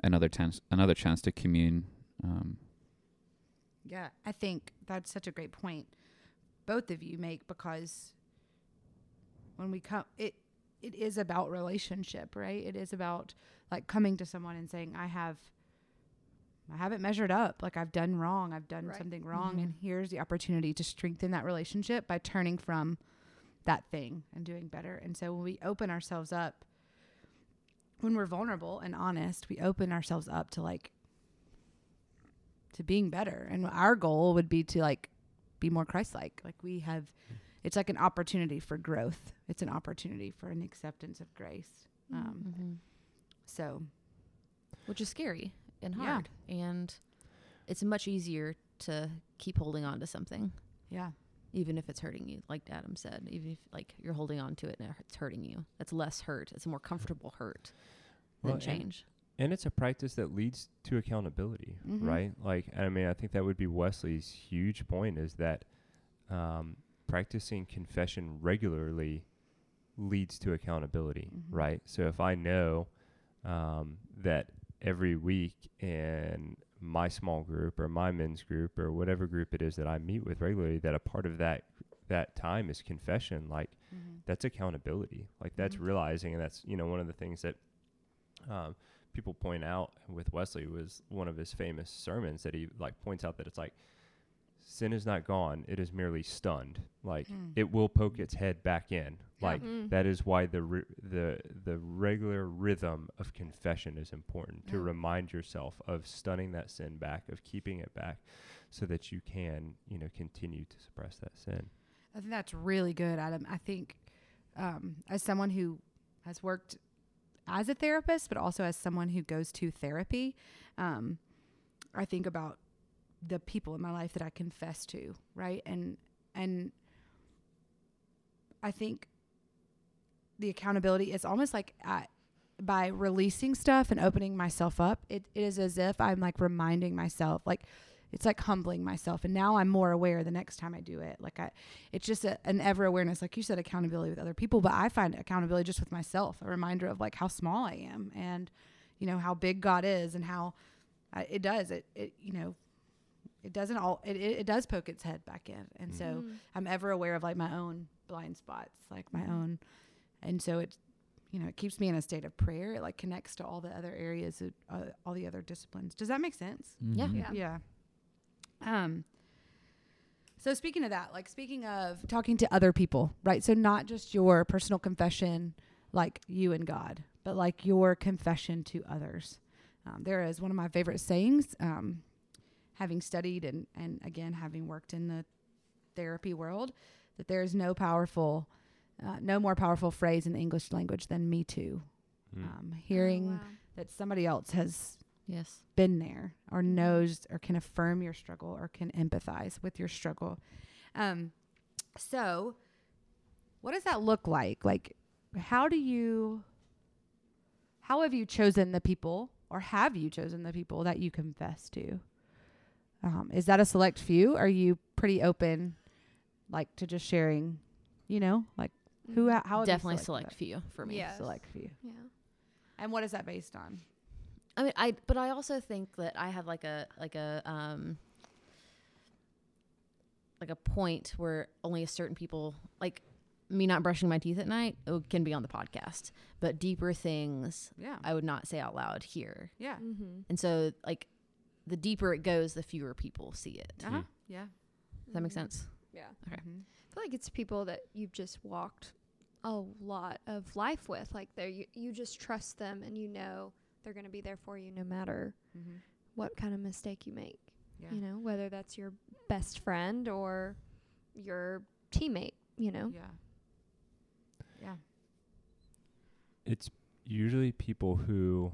[SPEAKER 6] another chance another chance to commune um
[SPEAKER 5] Yeah. I think that's such a great point both of you make because when we come it it is about relationship, right? It is about like coming to someone and saying, I have I haven't measured up. Like I've done wrong. I've done
[SPEAKER 1] Right.
[SPEAKER 5] something wrong. And here's the opportunity to strengthen that relationship by turning from that thing and doing better. And so when we open ourselves up, when we're vulnerable and honest, we open ourselves up to like to being better. And our goal would be to like be more Christ like. Like we have it's like an opportunity for growth. It's an opportunity for an acceptance of grace. Um, so
[SPEAKER 3] which is scary and
[SPEAKER 5] Yeah.
[SPEAKER 3] hard and it's much easier to keep holding on to something
[SPEAKER 5] yeah.
[SPEAKER 3] even if it's hurting you like adam said even if like you're holding on to it and it's hurting you that's less hurt it's a more comfortable hurt than
[SPEAKER 4] Well, and-
[SPEAKER 3] change
[SPEAKER 4] And it's a practice that leads to accountability,
[SPEAKER 5] Mhm.
[SPEAKER 4] right? Like, I mean, I think that would be Wesley's huge point is that um, practicing confession regularly leads to accountability,
[SPEAKER 5] Mhm.
[SPEAKER 4] right? So if I know um, that every week in my small group or my men's group or whatever group it is that I meet with regularly, that a part of that that time is confession, like
[SPEAKER 5] Mm-hmm.
[SPEAKER 4] that's accountability. Like that's
[SPEAKER 5] Mhm.
[SPEAKER 4] realizing, and that's you know one of the things that um, people point out with Wesley was one of his famous sermons that he like points out that it's like sin is not gone; it is merely stunned. Like
[SPEAKER 5] Mm.
[SPEAKER 4] it will poke its head back in.
[SPEAKER 5] Yeah. Mm-hmm.
[SPEAKER 4] Like
[SPEAKER 1] Mm.
[SPEAKER 4] that is why the ri- the the regular rhythm of confession is important to
[SPEAKER 5] Yeah.
[SPEAKER 4] remind yourself of stunning that sin back, of keeping it back, so that you can you know continue to suppress that sin.
[SPEAKER 5] I think that's really good, Adam. I think um, as someone who has worked as a therapist, but also as someone who goes to therapy, um, I think about the people in my life that I confess to, right? And and I think the accountability is almost like I, by releasing stuff and opening myself up, it, it is as if I'm like reminding myself, like it's like humbling myself, and now I'm more aware the next time I do it. Like I, it's just a, an ever awareness like you said accountability with other people but i find accountability just with myself a reminder of like how small i am and you know how big god is and how I, it does it, it you know it doesn't all it, it, it does poke its head back in and
[SPEAKER 1] Mm-hmm.
[SPEAKER 5] so
[SPEAKER 1] Mm.
[SPEAKER 5] i'm ever aware of like my own blind spots like my own and so it you know it keeps me in a state of prayer it like connects to all the other areas of, uh, all the other disciplines does that make sense
[SPEAKER 3] Yeah.
[SPEAKER 6] mhm.
[SPEAKER 1] Yeah. Oh,
[SPEAKER 5] yeah. Um. So speaking of that, like speaking of talking to other people, right? So not just your personal confession, like you and God, but like your confession to others. Um, there is one of my favorite sayings. Um, having studied and and again having worked in the therapy world, that there is no powerful, uh, no more powerful phrase in the English language than "Me Too."
[SPEAKER 4] Hmm.
[SPEAKER 5] Um, hearing
[SPEAKER 1] Oh,
[SPEAKER 5] that somebody else has
[SPEAKER 3] yes
[SPEAKER 5] been there or
[SPEAKER 3] Mm-hmm.
[SPEAKER 5] knows or can affirm your struggle or can empathize with your struggle. Um, so, what does that look like? Like, how do you, how have you chosen the people or have you chosen the people that you confess to? Um, is that a select few? Are you pretty open, like to just sharing? You know, like who? How? how would you
[SPEAKER 3] Mm-hmm. Definitely
[SPEAKER 5] select
[SPEAKER 3] select few for me.
[SPEAKER 5] that?
[SPEAKER 1] Yes.
[SPEAKER 5] Select few.
[SPEAKER 1] Mm. Yeah.
[SPEAKER 5] And what is that based on?
[SPEAKER 3] I mean, I but I also think that I have like a like a um like a point where only a certain people like me not brushing my teeth at night oh, can be on the podcast, but deeper things
[SPEAKER 5] Yeah.
[SPEAKER 3] I would not say out loud here.
[SPEAKER 5] Yeah.
[SPEAKER 1] Mm-hmm.
[SPEAKER 3] And so like the deeper it goes, the fewer people see it. Does
[SPEAKER 5] Uh-huh. Yeah. Mm-hmm.
[SPEAKER 3] that
[SPEAKER 1] Mm-hmm.
[SPEAKER 3] make sense?
[SPEAKER 1] Yeah. I
[SPEAKER 3] Mm-hmm. Okay.
[SPEAKER 5] Mhm.
[SPEAKER 1] feel like it's people that you've just walked a lot of life with. Like they're you, you just trust them and you know they're going to be there for you no matter
[SPEAKER 5] Mhm.
[SPEAKER 1] what kind of mistake you make.
[SPEAKER 5] Yeah.
[SPEAKER 1] You know, whether that's your best friend or your teammate, you know.
[SPEAKER 5] Yeah. Yeah.
[SPEAKER 4] It's usually people who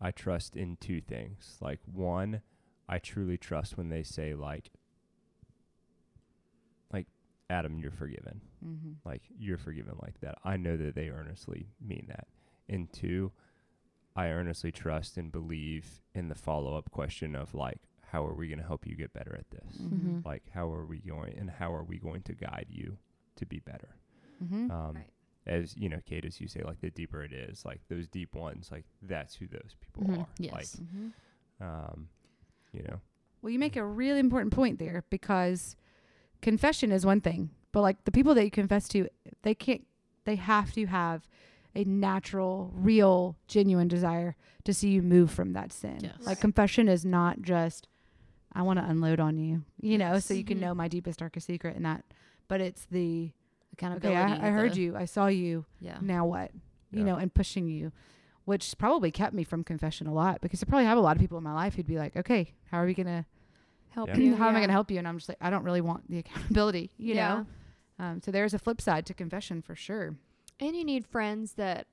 [SPEAKER 4] I trust in two things. Like one, I truly trust when they say like like Adam, you're forgiven.
[SPEAKER 5] Mm-hmm.
[SPEAKER 4] Like you're forgiven like that. I know that they earnestly mean that. And two, I earnestly trust and believe in the follow-up question of like how are we going to help you get better at this?
[SPEAKER 3] Mm-hmm.
[SPEAKER 5] Mhm.
[SPEAKER 4] Like how are we going and how are we going to guide you to be better?
[SPEAKER 5] Mm-hmm.
[SPEAKER 4] um,
[SPEAKER 1] Right.
[SPEAKER 4] as you know kate as you say like the deeper it is like those deep ones like that's who those people
[SPEAKER 3] Mhm,
[SPEAKER 4] are
[SPEAKER 3] yes.
[SPEAKER 5] mm-hmm.
[SPEAKER 4] like um you know
[SPEAKER 5] Well, you make a really important point there because confession is one thing, but like the people that you confess to, they can't, they have to have a natural, real, genuine desire to see you move from that sin.
[SPEAKER 3] Yes.
[SPEAKER 5] Like
[SPEAKER 1] Right.
[SPEAKER 5] confession is not just, I want to unload on you, you know, so
[SPEAKER 3] Yes.
[SPEAKER 5] you can
[SPEAKER 3] Mhm.
[SPEAKER 5] know my deepest, darkest secret and that, but it's the, okay,
[SPEAKER 3] Accountability.
[SPEAKER 5] I, I heard
[SPEAKER 3] the-
[SPEAKER 5] you, I saw you,
[SPEAKER 3] Yeah.
[SPEAKER 5] now what you
[SPEAKER 4] Yeah.
[SPEAKER 5] know and pushing you which probably kept me from confession a lot because i probably have a lot of people in my life who'd be like okay how are we gonna
[SPEAKER 1] Help
[SPEAKER 4] Yeah.
[SPEAKER 5] how
[SPEAKER 1] you.
[SPEAKER 5] am i
[SPEAKER 1] yeah.
[SPEAKER 5] gonna help you and i'm just like i don't really want the accountability you
[SPEAKER 1] Yeah.
[SPEAKER 5] know um, so there's a flip side to confession for sure
[SPEAKER 1] And you need friends that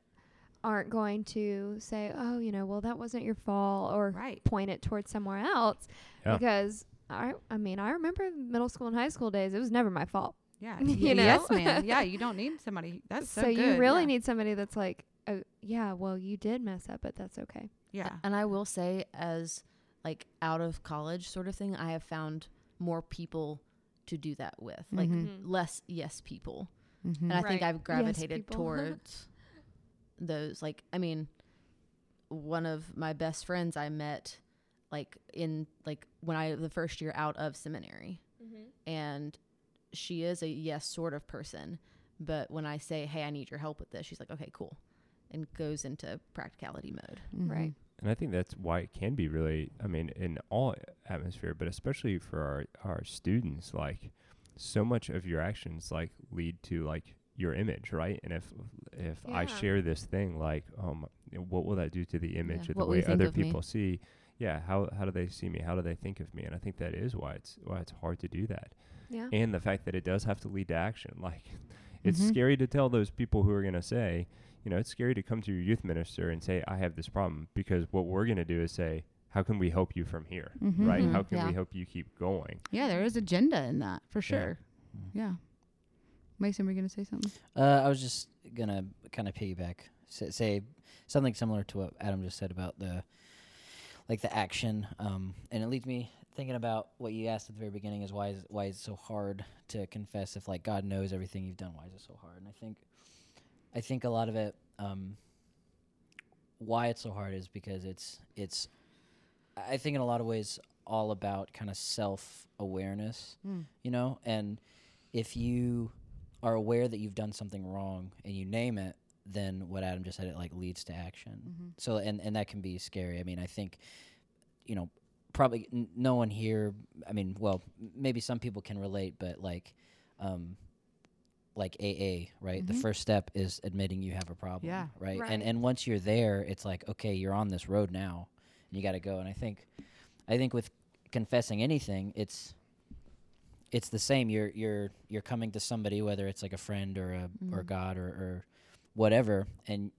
[SPEAKER 1] aren't going to say, "Oh, you know, well that wasn't your fault," or
[SPEAKER 5] right
[SPEAKER 1] point it towards somewhere else
[SPEAKER 4] Yeah.
[SPEAKER 1] because I I mean, I remember middle school and high school days, it was never my fault.
[SPEAKER 5] yeah
[SPEAKER 1] You
[SPEAKER 5] you
[SPEAKER 1] know?
[SPEAKER 5] yes man yeah you don't need somebody that's so,
[SPEAKER 1] So, you
[SPEAKER 5] good,
[SPEAKER 1] really
[SPEAKER 5] yeah.
[SPEAKER 1] need somebody that's like, "Oh, yeah, well, you did mess up, but that's okay."
[SPEAKER 5] yeah
[SPEAKER 3] And I will say, as like out of college sort of thing, I have found more people to do that with, like
[SPEAKER 5] Mhm.
[SPEAKER 3] less yes people.
[SPEAKER 5] Mhm.
[SPEAKER 3] And I think
[SPEAKER 1] Mm. Right.
[SPEAKER 3] I've gravitated
[SPEAKER 1] people.
[SPEAKER 3] towards those. Like, I mean, one of my best friends I met, like in like when I the first year out of seminary,
[SPEAKER 1] Mm-hmm.
[SPEAKER 5] Mm-hmm.
[SPEAKER 3] and she is a yes sort of person. But when I say, "Hey, I need your help with this," she's like, "Okay, cool," and goes into practicality mode.
[SPEAKER 5] Mhm.
[SPEAKER 1] Right.
[SPEAKER 4] and i think that's why it can be really i mean in all atmosphere but especially for our our students like so much of your actions like lead to like your image right and if if i
[SPEAKER 1] Yeah.
[SPEAKER 4] share this thing like um what will that do to the image
[SPEAKER 3] Yeah,
[SPEAKER 4] or the
[SPEAKER 3] what will you
[SPEAKER 4] way
[SPEAKER 3] think
[SPEAKER 4] other
[SPEAKER 3] of me?
[SPEAKER 4] people see yeah how how do they see me how do they think of me and i think that is why it's why it's hard to do that
[SPEAKER 1] Yeah.
[SPEAKER 4] and the fact that it does have to lead to action. Like, it's
[SPEAKER 5] Mhm.
[SPEAKER 4] scary to tell those people who are going to say, you know, it's scary to come to your youth minister and say, I have this problem, because what we're going to do is say, how can we help you from here?
[SPEAKER 5] Mhm.
[SPEAKER 4] Right?
[SPEAKER 9] Mm-hmm.
[SPEAKER 3] Mhm.
[SPEAKER 4] How can
[SPEAKER 3] Yeah.
[SPEAKER 4] we help you keep going?
[SPEAKER 5] yeah there is agenda in that for sure
[SPEAKER 6] Mm.
[SPEAKER 4] Mm-hmm.
[SPEAKER 5] yeah, mason were you gonna say something
[SPEAKER 2] Uh, I was just gonna kind of piggyback, say, say something similar to what Adam just said about the, like the action, um, and it leads me thinking about what you asked at the very beginning is why is why is it so hard to confess if like God knows everything you've done? Why is it so hard? And I think, I think a lot of it, um, why it's so hard is because it's it's, I I think in a lot of ways all about kind of self awareness
[SPEAKER 5] Mm.
[SPEAKER 2] you know and if you are aware that you've done something wrong and you name it then what adam just said it like leads to
[SPEAKER 5] Mm-hmm.
[SPEAKER 2] action so and and that can be scary i mean i think you know probably n- no one here i mean well m- maybe some people can relate but like um like AA, right? The
[SPEAKER 5] Mhm.
[SPEAKER 2] first step is admitting you have a problem,
[SPEAKER 5] Yeah.
[SPEAKER 2] right?
[SPEAKER 1] Right.
[SPEAKER 2] And and once you're there, it's like okay, you're on this road now, and you got to go. And I think, I think with confessing anything, it's it's the same. You're you're you're coming to somebody, whether it's like a friend or a or
[SPEAKER 3] Mhm.
[SPEAKER 2] God or, or whatever, and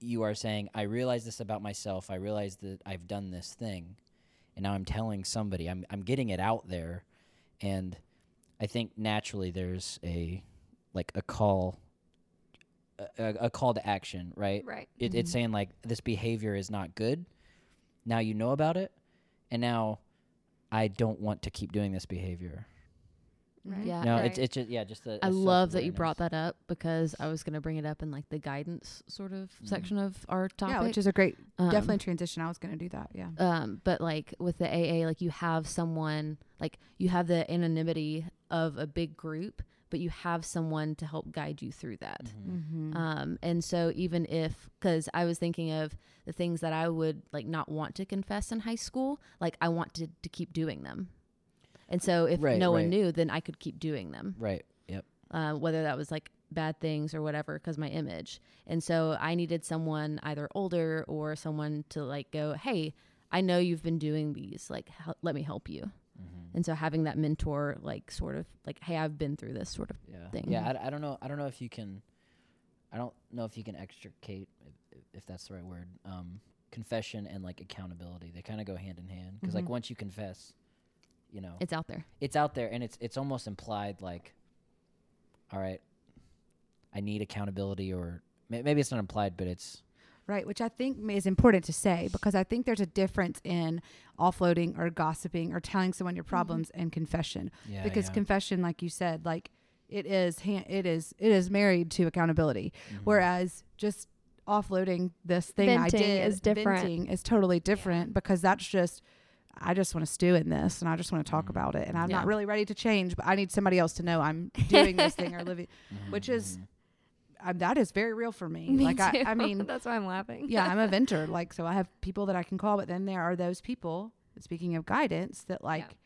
[SPEAKER 2] you are saying, I realize this about myself. I realize that I've done this thing, and now I'm telling somebody. I'm I'm getting it out there, and I think naturally there's a like a call, a, a, a call to action, right?
[SPEAKER 1] Right.
[SPEAKER 2] It,
[SPEAKER 3] Mm-hmm.
[SPEAKER 2] It's
[SPEAKER 5] Mhm.
[SPEAKER 2] saying like this behavior is not good. Now you know about it, and now I don't want to keep doing this behavior.
[SPEAKER 5] Mm-hmm.
[SPEAKER 1] Right.
[SPEAKER 3] Yeah.
[SPEAKER 2] no,
[SPEAKER 3] I-
[SPEAKER 2] it's it's just, yeah, just the.
[SPEAKER 3] I
[SPEAKER 2] the
[SPEAKER 3] love that you
[SPEAKER 2] self-awareness.
[SPEAKER 3] brought that up because I was going to bring it up in like the guidance sort of
[SPEAKER 2] Mhm.
[SPEAKER 3] section of our topic.
[SPEAKER 5] Mm. Yeah, which is a great,
[SPEAKER 3] Um,
[SPEAKER 5] definitely transition. I was going to do that. Yeah.
[SPEAKER 3] um but like with the aa like you have someone like you have the anonymity of a big group but you have someone to help guide you through that
[SPEAKER 2] Mhm.
[SPEAKER 5] Mm-hmm.
[SPEAKER 3] um and so even if because i was thinking of the things that i would like not want to confess in high school like i wanted to keep doing them and so if
[SPEAKER 2] Right,
[SPEAKER 3] no
[SPEAKER 2] right.
[SPEAKER 3] one knew then i could keep doing them
[SPEAKER 2] Right. Yep.
[SPEAKER 3] uh, whether that was like bad things or whatever because my image and so i needed someone either older or someone to like go hey i know you've been doing these like hel- let me help you
[SPEAKER 2] Mm-hmm.
[SPEAKER 3] and so having that mentor like sort of like hey i've been through this sort of
[SPEAKER 2] Yeah.
[SPEAKER 3] thing.
[SPEAKER 2] Yeah. I d- I, don't know. I don't know if you can. I don't know if you can extricate, if, if that's the right word. Um, confession and like accountability, they kind of go hand in hand. Because
[SPEAKER 5] Mhm.
[SPEAKER 2] like once you confess, you know,
[SPEAKER 3] it's out there
[SPEAKER 2] it's out there and it's it's almost implied like all right i need accountability or may- maybe it's not implied but it's
[SPEAKER 5] Right, which I think ma- is important to say because I think there's a difference in offloading or gossiping or telling someone your problems and confession.
[SPEAKER 2] Mm-hmm. yeah
[SPEAKER 5] because confession, like you said, like it is ha- it is it is married to accountability.
[SPEAKER 9] Mm-hmm.
[SPEAKER 2] Mm-hmm.
[SPEAKER 5] Whereas just offloading this thing I
[SPEAKER 1] Venting
[SPEAKER 5] did
[SPEAKER 1] is different.
[SPEAKER 5] venting is totally different because that's just I just want to stew in this and I just want to talk
[SPEAKER 2] Mhm.
[SPEAKER 5] about it and I'm
[SPEAKER 3] Yeah.
[SPEAKER 5] not really ready to change, but I need somebody else to know I'm doing this thing or living.
[SPEAKER 2] Mm-hmm.
[SPEAKER 5] which is- I, that is very real for me.
[SPEAKER 1] Me
[SPEAKER 5] like
[SPEAKER 1] too.
[SPEAKER 5] I, I mean,
[SPEAKER 1] that's why I'm laughing.
[SPEAKER 5] yeah, I'm a ventor. Like, so I have people that I can call, but then there are those people, speaking of guidance, that like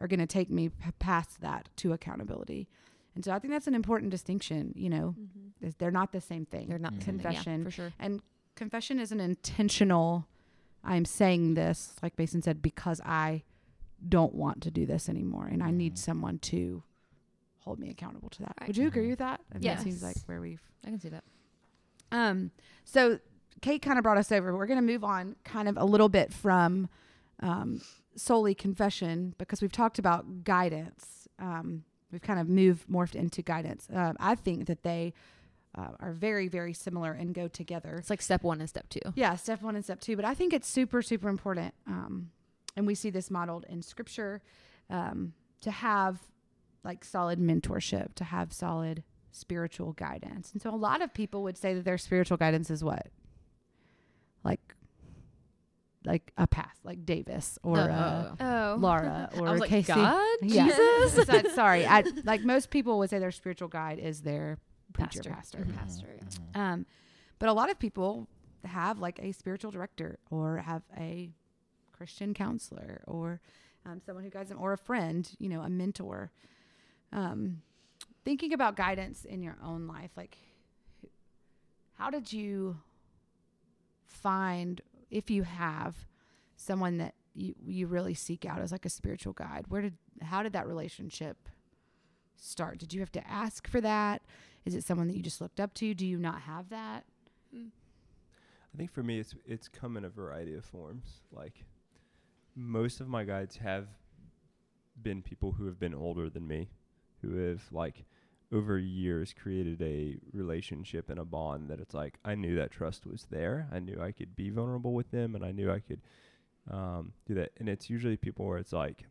[SPEAKER 5] are going to take me p- past that to accountability. And so I think that's an important distinction, you know,
[SPEAKER 1] Mhm.
[SPEAKER 5] is they're not the same thing.
[SPEAKER 3] they're not
[SPEAKER 2] Mhm.
[SPEAKER 3] something- yeah,
[SPEAKER 5] Confession.
[SPEAKER 3] for sure
[SPEAKER 5] and confession is an intentional, I'm saying this, like Mason said, because I don't want to do this anymore and I need
[SPEAKER 3] Mm.
[SPEAKER 2] Mhm.
[SPEAKER 5] someone to hold me accountable to that.
[SPEAKER 1] Right.
[SPEAKER 5] Would you agree
[SPEAKER 2] Mhm.
[SPEAKER 5] with that? I mean, It seems
[SPEAKER 3] Mm-hmm. Yes.
[SPEAKER 5] like where we've
[SPEAKER 3] i can see that
[SPEAKER 5] um, so Kate kind of brought us over. We're going to move on kind of a little bit from um, solely confession because we've talked about guidance. Um, we've kind of moved morphed into guidance. Um, I think that they uh, are very very similar and go together.
[SPEAKER 3] it's like step one and step two
[SPEAKER 5] Yeah, step one and step two. But I think it's super, super important. Um, and we see this modeled in scripture um, to have like solid mentorship, to have solid spiritual guidance. And so a lot of people would say that their spiritual guidance is what? Like, like a path, like Davis or
[SPEAKER 3] Oh,
[SPEAKER 5] uh,
[SPEAKER 3] oh, oh.
[SPEAKER 1] Oh.
[SPEAKER 5] Laura or
[SPEAKER 3] I was like,
[SPEAKER 5] Casey.
[SPEAKER 3] God,
[SPEAKER 5] Yeah.
[SPEAKER 3] Jesus.
[SPEAKER 5] So- sorry, I, like most people would say their spiritual guide is their preacher,
[SPEAKER 3] Pastor.
[SPEAKER 5] pastor.
[SPEAKER 2] Mm-hmm.
[SPEAKER 3] Mhm.
[SPEAKER 1] Pastor, yeah.
[SPEAKER 5] Um, but a lot of people have like a spiritual director or have a Christian counselor or um, someone who guides them or a friend, you know, a mentor. Um, thinking about guidance in your own life, like who- how did you find if you have someone that you, you really seek out as like a spiritual guide? Where did how did that relationship start? Did you have to ask for that? Is it someone that you just looked up to? Do you not have that?
[SPEAKER 9] I think for me, it's it's come in a variety of forms. Like most of my guides have been people who have been older than me, who have like over years created a relationship and a bond that it's like I knew that trust was there. I knew I could be vulnerable with them, and I knew I could um, do that. And it's usually people where it's like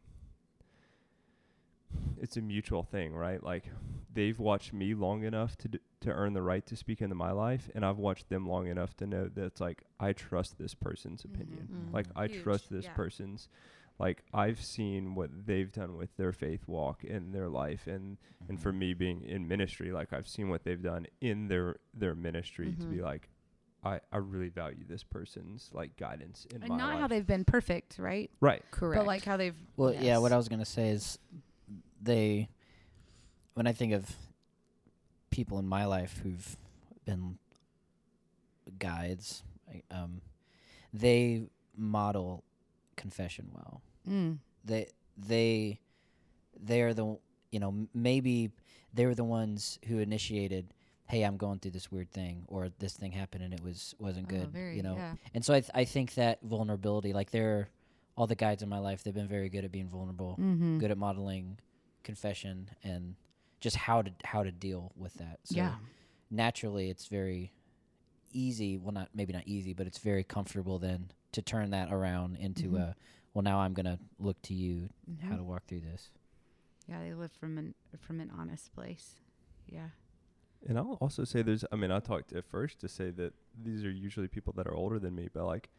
[SPEAKER 9] it's a mutual thing, right? Like they've watched me long enough to d- to earn the right to speak into my life, and I've watched them long enough to know that it's like I trust this person's opinion.
[SPEAKER 3] Mhm.
[SPEAKER 9] Like I
[SPEAKER 5] Huge,
[SPEAKER 9] trust this
[SPEAKER 5] yeah.
[SPEAKER 9] person's. Like I've seen what they've done with their faith walk in their life, and and for me being in ministry, like I've seen what they've done in their their ministry to
[SPEAKER 3] Mhm.
[SPEAKER 5] Mm-hmm.
[SPEAKER 9] be like, I I really value this person's like guidance in
[SPEAKER 5] And
[SPEAKER 9] my
[SPEAKER 5] not
[SPEAKER 9] life.
[SPEAKER 5] how they've been perfect, right?
[SPEAKER 9] right.
[SPEAKER 3] correct
[SPEAKER 5] But like how they've
[SPEAKER 2] well yeah what
[SPEAKER 3] Yes.
[SPEAKER 2] i was gonna say is they when i think of people in my life who've been guides I- um, they model confession well
[SPEAKER 5] mm.
[SPEAKER 2] they they they are the you know m- maybe they were the ones who initiated hey i'm going through this weird thing or this thing happened and it was wasn't
[SPEAKER 5] Oh,
[SPEAKER 2] good you know
[SPEAKER 5] yeah.
[SPEAKER 2] and so I, th- I think that vulnerability like they're all the guides in my life they've been very good at being vulnerable
[SPEAKER 5] Mm-hmm.
[SPEAKER 2] good at modeling confession and just how to how to deal with that so
[SPEAKER 5] yeah.
[SPEAKER 2] naturally it's very easy well not maybe not easy but it's very comfortable then to turn that around into
[SPEAKER 5] Mhm.
[SPEAKER 2] a well now I'm going to look to you how
[SPEAKER 5] Mhm.
[SPEAKER 2] to walk through this.
[SPEAKER 5] Yeah, they live from an from an honest place. Yeah.
[SPEAKER 9] And I'll also say there's, I mean, I talked at first to say that these are usually people that are older than me, but like,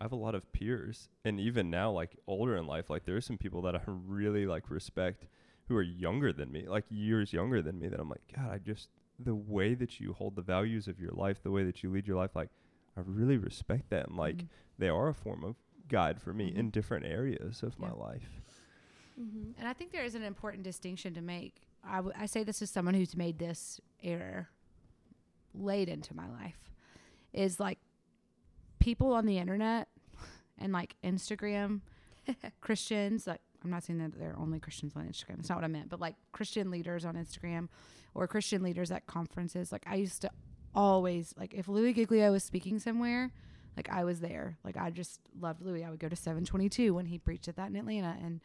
[SPEAKER 9] I have a lot of peers. And even now, like, older in life, like, there are some people that I really like respect who are younger than me, like, years younger than me, that I'm like, God, I just, the way that you hold the values of your life, the way that you lead your life, like, I really respect that. And like,
[SPEAKER 5] Mhm.
[SPEAKER 9] they are a form of guide for me
[SPEAKER 5] Mhm.
[SPEAKER 9] in different areas of my
[SPEAKER 5] Yeah.
[SPEAKER 9] life.
[SPEAKER 1] Mm-hmm.
[SPEAKER 5] And I think there is an important distinction to make. I, w- I say this as someone who's made this error late into my life is like people on the internet and like Instagram Christians, like I'm not saying that they're only Christians on Instagram. It's not what I meant, but like Christian leaders on Instagram or Christian leaders at conferences. Like I used to always like if Louis Giglio was speaking somewhere, like I was there. Like I just loved Louis. I would go to 722 when he preached at that in Atlanta and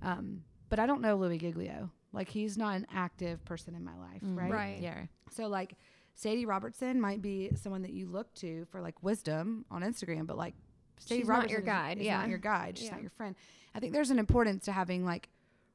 [SPEAKER 5] um, but I don't know Louis Giglio. Like he's not an active person in my life,
[SPEAKER 3] Mm.
[SPEAKER 5] right?
[SPEAKER 1] Right.
[SPEAKER 3] Yeah.
[SPEAKER 5] So like Sadie Robertson might be someone that you look to for like wisdom on Instagram, but like Sadie
[SPEAKER 1] She's not
[SPEAKER 5] Robertson
[SPEAKER 1] your
[SPEAKER 5] is-
[SPEAKER 1] guide,
[SPEAKER 5] is
[SPEAKER 1] yeah.
[SPEAKER 5] not your guide. She's
[SPEAKER 1] Yeah.
[SPEAKER 5] not your friend. I think there's an importance to having like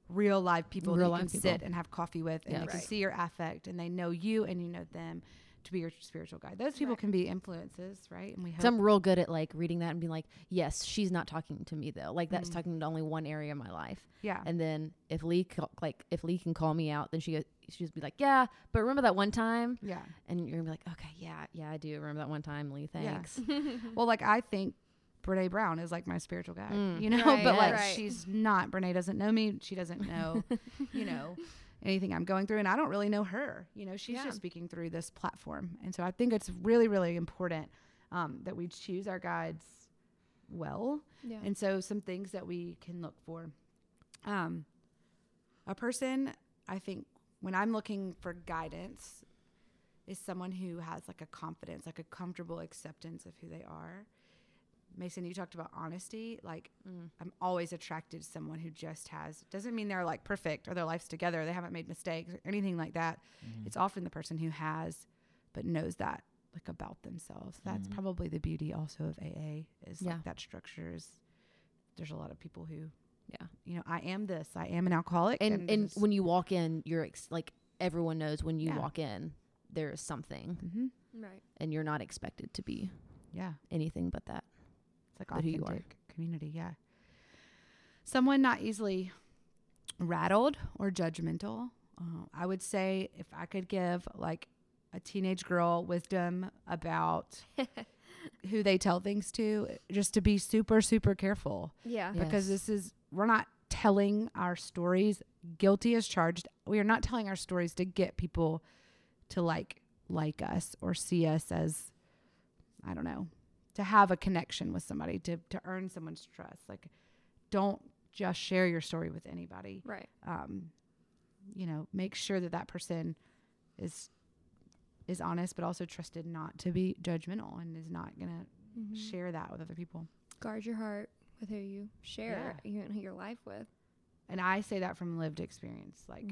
[SPEAKER 5] real live people that you
[SPEAKER 3] Real
[SPEAKER 5] can
[SPEAKER 3] live people.
[SPEAKER 5] sit and have coffee with, and
[SPEAKER 3] Yeah.
[SPEAKER 5] they can
[SPEAKER 1] Right.
[SPEAKER 5] see your affect, and they know you, and you know them to be your spiritual guide. Those people
[SPEAKER 1] Right.
[SPEAKER 5] can be influences, right? And we hope.
[SPEAKER 3] So I'm real good at like reading that and being like, yes, she's not talking to me though. Like that's
[SPEAKER 5] Mm.
[SPEAKER 3] talking to only one area of my life.
[SPEAKER 5] yeah.
[SPEAKER 3] And then if Lee ca- like if Lee can call me out, then she goes, she just be like, yeah, but remember that one time?
[SPEAKER 5] yeah.
[SPEAKER 3] And you're gonna be like, okay, yeah, yeah, I do remember that one time, Lee. Thanks.
[SPEAKER 5] Well, like I think Brene Brown is like my spiritual guide,
[SPEAKER 3] Mm.
[SPEAKER 5] you know,
[SPEAKER 1] Right,
[SPEAKER 5] but like
[SPEAKER 1] right.
[SPEAKER 5] she's not. Brene doesn't know me. She doesn't know, you know, anything I'm going through, and I don't really know her. You know, she's
[SPEAKER 1] Yeah.
[SPEAKER 5] just speaking through this platform, and so I think it's really, really important um, that we choose our guides well,
[SPEAKER 1] Yeah.
[SPEAKER 5] and so some things that we can look for. Um, a person, I think, when I'm looking for guidance, is someone who has like a confidence, like a comfortable acceptance of who they are. Mason, you talked about honesty. Like,
[SPEAKER 3] Mm.
[SPEAKER 5] I'm always attracted to someone who just has, doesn't mean they're like perfect or their life's together, they haven't made mistakes or anything like that. It's often the person who has, but knows that like about themselves. That's
[SPEAKER 2] Mhm.
[SPEAKER 5] probably the beauty also of AA is
[SPEAKER 3] Mm-hmm. Yeah.
[SPEAKER 5] like that structure is, there's a lot of people who,
[SPEAKER 3] Yeah.
[SPEAKER 5] you know, I am this, I am an alcoholic.
[SPEAKER 3] And and
[SPEAKER 5] this-
[SPEAKER 3] when you walk in, you're ex- like everyone knows when you
[SPEAKER 5] Yeah.
[SPEAKER 3] walk in, there is something,
[SPEAKER 5] Mhm.
[SPEAKER 1] Right.
[SPEAKER 3] and you're not expected to be
[SPEAKER 5] yeah.
[SPEAKER 3] anything but that.
[SPEAKER 5] It's like
[SPEAKER 3] But who
[SPEAKER 5] authentic
[SPEAKER 3] you are.
[SPEAKER 5] community, yeah. Someone not easily rattled or judgmental. Uh, I would say if I could give like a teenage girl wisdom about who they tell things to, just to be super super careful
[SPEAKER 1] Yeah.
[SPEAKER 3] Yes.
[SPEAKER 5] because this is we're not telling our stories guilty as charged. We are not telling our stories to get people to like like us or see us as I don't know, to have a connection with somebody, to to earn someone's trust. Like don't just share your story with anybody.
[SPEAKER 1] Right.
[SPEAKER 5] Um you know, make sure that that person is is honest but also trusted not to be judgmental and is not going to
[SPEAKER 1] Mhm.
[SPEAKER 5] share that with other people.
[SPEAKER 1] Guard your heart with who you share you- who your life with.
[SPEAKER 5] And I say that from lived experience. Like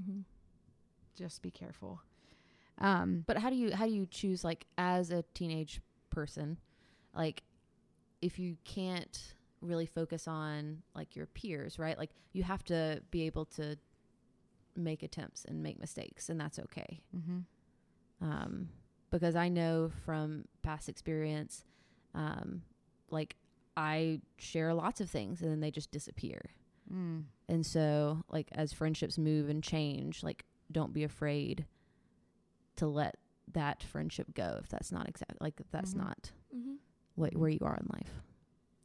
[SPEAKER 5] just be careful. Um,
[SPEAKER 3] But how do you how do you choose like as a teenage person, like if you can't really focus on like your peers, right? Like you have to be able to make attempts and make mistakes, and that's okay.
[SPEAKER 5] mhm.
[SPEAKER 3] Um, because I know from past experience, um, like I share lots of things and then they just disappear.
[SPEAKER 5] mm.
[SPEAKER 3] And so, like, as friendships move and change, like, don't be afraid to let that friendship go if that's not exact, like, if that's
[SPEAKER 5] Mhm.
[SPEAKER 3] not
[SPEAKER 1] Mm-hmm.
[SPEAKER 3] what where you are in life.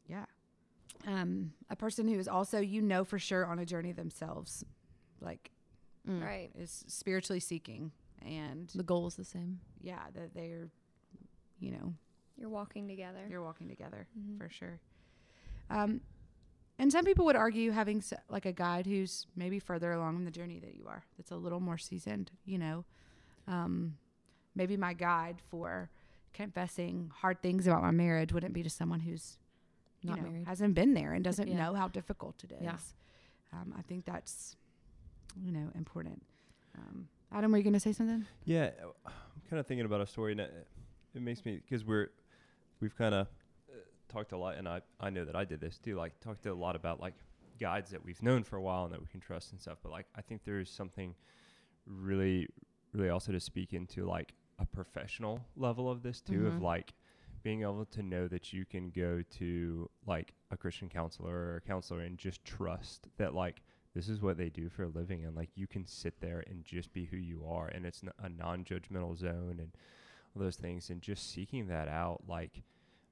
[SPEAKER 5] Yeah. Um, a person who is also, you know, for sure on a journey themselves, like
[SPEAKER 3] Mm.
[SPEAKER 1] Right.
[SPEAKER 5] is spiritually seeking and
[SPEAKER 3] The goal is the same.
[SPEAKER 5] yeah, that they're, you know,
[SPEAKER 1] You're walking together.
[SPEAKER 5] you're walking together
[SPEAKER 1] Mhm.
[SPEAKER 5] for sure. Um, and some people would argue having s- like a guide who's maybe further along in the journey that you are, that's a little more seasoned, you know. Um, maybe my guide for confessing hard things about my marriage wouldn't be to someone who's you
[SPEAKER 3] Not
[SPEAKER 5] know,
[SPEAKER 3] married.
[SPEAKER 5] hasn't been there and doesn't
[SPEAKER 3] Yeah.
[SPEAKER 5] know how difficult it is.
[SPEAKER 3] Yeah.
[SPEAKER 5] Um, I think that's, you know, important. Um, Adam, were you going to say something?
[SPEAKER 9] Yeah, uh, I'm kind of thinking about a story, and it, it makes me because we're we've kind of uh,
[SPEAKER 4] talked a lot, and I I know that I did this too. Like talked a lot about like guides that we've known for a while and that we can trust and stuff. But like I think there is something really really also to speak into like a professional level of this too
[SPEAKER 5] Mhm.
[SPEAKER 4] of like being able to know that you can go to like a Christian counselor or a counselor and just trust that like this is what they do for a living and like you can sit there and just be who you are and it's n- a non-judgmental zone and all those things and just seeking that out like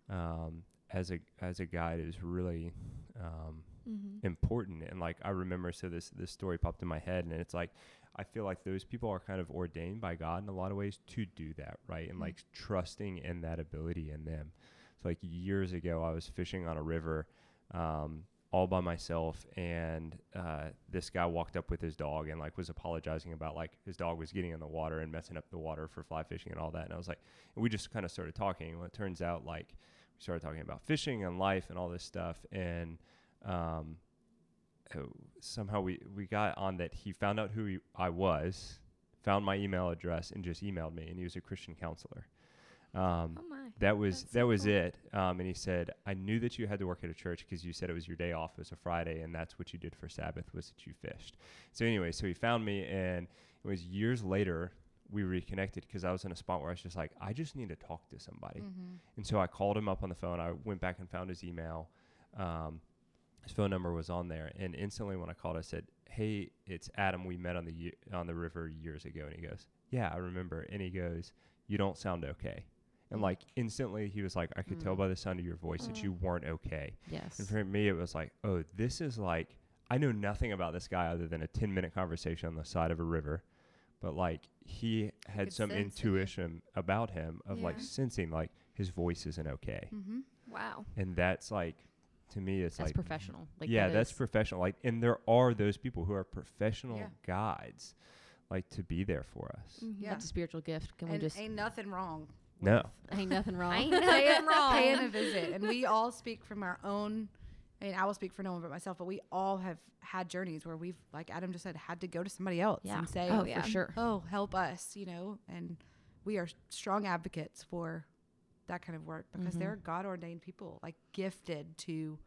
[SPEAKER 4] um as a as a guide is really um
[SPEAKER 1] Mm-hmm.
[SPEAKER 4] important and like i remember so this this story popped in my head and it's like i feel like those people are kind of ordained by god in a lot of ways to do that right and
[SPEAKER 5] Mhm.
[SPEAKER 4] like trusting in that ability in them so like years ago i was fishing on a river um all by myself and uh, this guy walked up with his dog and like was apologizing about like his dog was getting in the water and messing up the water for fly fishing and all that and i was like and we just kind of started talking and well, it turns out like we started talking about fishing and life and all this stuff and um, uh, somehow we, we got on that he found out who he, I was, found my email address, and just emailed me. And he was a Christian counselor. Um,
[SPEAKER 1] Oh my.
[SPEAKER 4] that was
[SPEAKER 1] That's so
[SPEAKER 4] that was
[SPEAKER 1] cool.
[SPEAKER 4] it. Um, and he said, I knew that you had to work at a church because you said it was your day off. It was a Friday, and that's what you did for Sabbath was that you fished. So anyway, so he found me, and it was years later we reconnected because I was in a spot where I was just like, I just need to talk to somebody.
[SPEAKER 5] Mm-hmm.
[SPEAKER 4] And so I called him up on the phone. I went back and found his email. Um, his phone number was on there, and instantly when I called, I said, "Hey, it's Adam. We met on the ye- on the river years ago." And he goes, "Yeah, I remember." And he goes, "You don't sound okay." And like instantly, he was like, "I could tell
[SPEAKER 3] Mm.
[SPEAKER 4] by the sound of your voice that
[SPEAKER 1] Mm.
[SPEAKER 4] you weren't okay." And
[SPEAKER 3] Yes.
[SPEAKER 4] for me, it was like, "Oh, this is like I know nothing about this guy other than a ten minute conversation on the side of a river." But like he had
[SPEAKER 5] could
[SPEAKER 4] some
[SPEAKER 5] sense it.
[SPEAKER 4] intuition about him of like
[SPEAKER 1] Yeah.
[SPEAKER 4] sensing like his voice isn't okay
[SPEAKER 5] Mm-hmm.
[SPEAKER 1] Wow.
[SPEAKER 4] and that's like to me it's
[SPEAKER 3] That's
[SPEAKER 4] like
[SPEAKER 3] professional. Like
[SPEAKER 4] yeah
[SPEAKER 3] that
[SPEAKER 4] that's
[SPEAKER 3] is-
[SPEAKER 4] professional like and there are those people who are professional
[SPEAKER 5] Yeah.
[SPEAKER 4] guides like to be there for us
[SPEAKER 1] Mm. Mm-hmm.
[SPEAKER 3] yeah. That's a spiritual gift. Can
[SPEAKER 5] And
[SPEAKER 3] we just
[SPEAKER 5] ain't nothing wrong.
[SPEAKER 4] No.
[SPEAKER 5] with
[SPEAKER 3] ain't nothing wrong?
[SPEAKER 1] ain't nothing wrong.
[SPEAKER 5] Paying a visit, and we all speak from our own. I mean, I will speak for no one but myself, but we all have had journeys where we've, like Adam just said, had to go to somebody else
[SPEAKER 3] Yeah.
[SPEAKER 5] and say,
[SPEAKER 3] oh,
[SPEAKER 1] yeah.
[SPEAKER 3] for sure.
[SPEAKER 5] oh, help us, you know, and we are strong advocates for that kind of work because
[SPEAKER 3] Mhm.
[SPEAKER 5] they're God ordained people, like gifted to,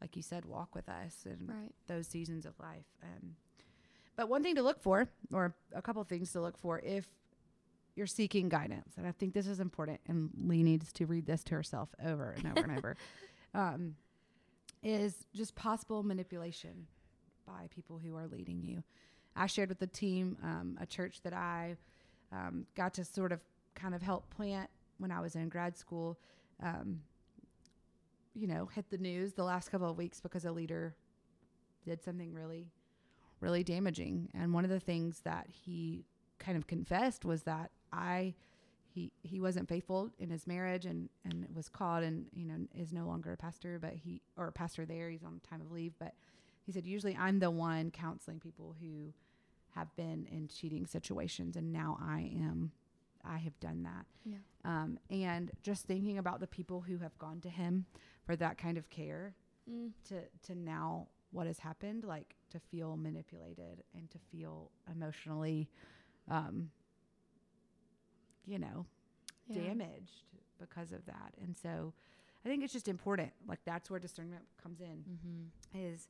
[SPEAKER 5] like you said, walk with us and
[SPEAKER 1] Right.
[SPEAKER 5] those seasons of life. Um, but one thing to look for, or a couple things to look for, if you're seeking guidance, and I think this is important, and Lee needs to read this to herself over and over and over, um, is just possible manipulation by people who are leading you. I shared with the team um, a church that I um, got to sort of kind of help plant when I was in grad school. Um, you know, hit the news the last couple of weeks because a leader did something really, really damaging. And one of the things that he kind of confessed was that I, he, he wasn't faithful in his marriage and, and was caught and, you know, is no longer a pastor, but he, or a pastor there, he's on time of leave. But he said, usually I'm the one counseling people who have been in cheating situations. And now I am, I have done that.
[SPEAKER 1] Yeah.
[SPEAKER 5] Um, and just thinking about the people who have gone to him for that kind of care
[SPEAKER 1] Mm.
[SPEAKER 5] to to now what has happened like to feel manipulated and to feel emotionally um you know
[SPEAKER 1] Yeah.
[SPEAKER 5] damaged because of that and so i think it's just important like that's where discernment comes in
[SPEAKER 3] Mm-hmm.
[SPEAKER 5] is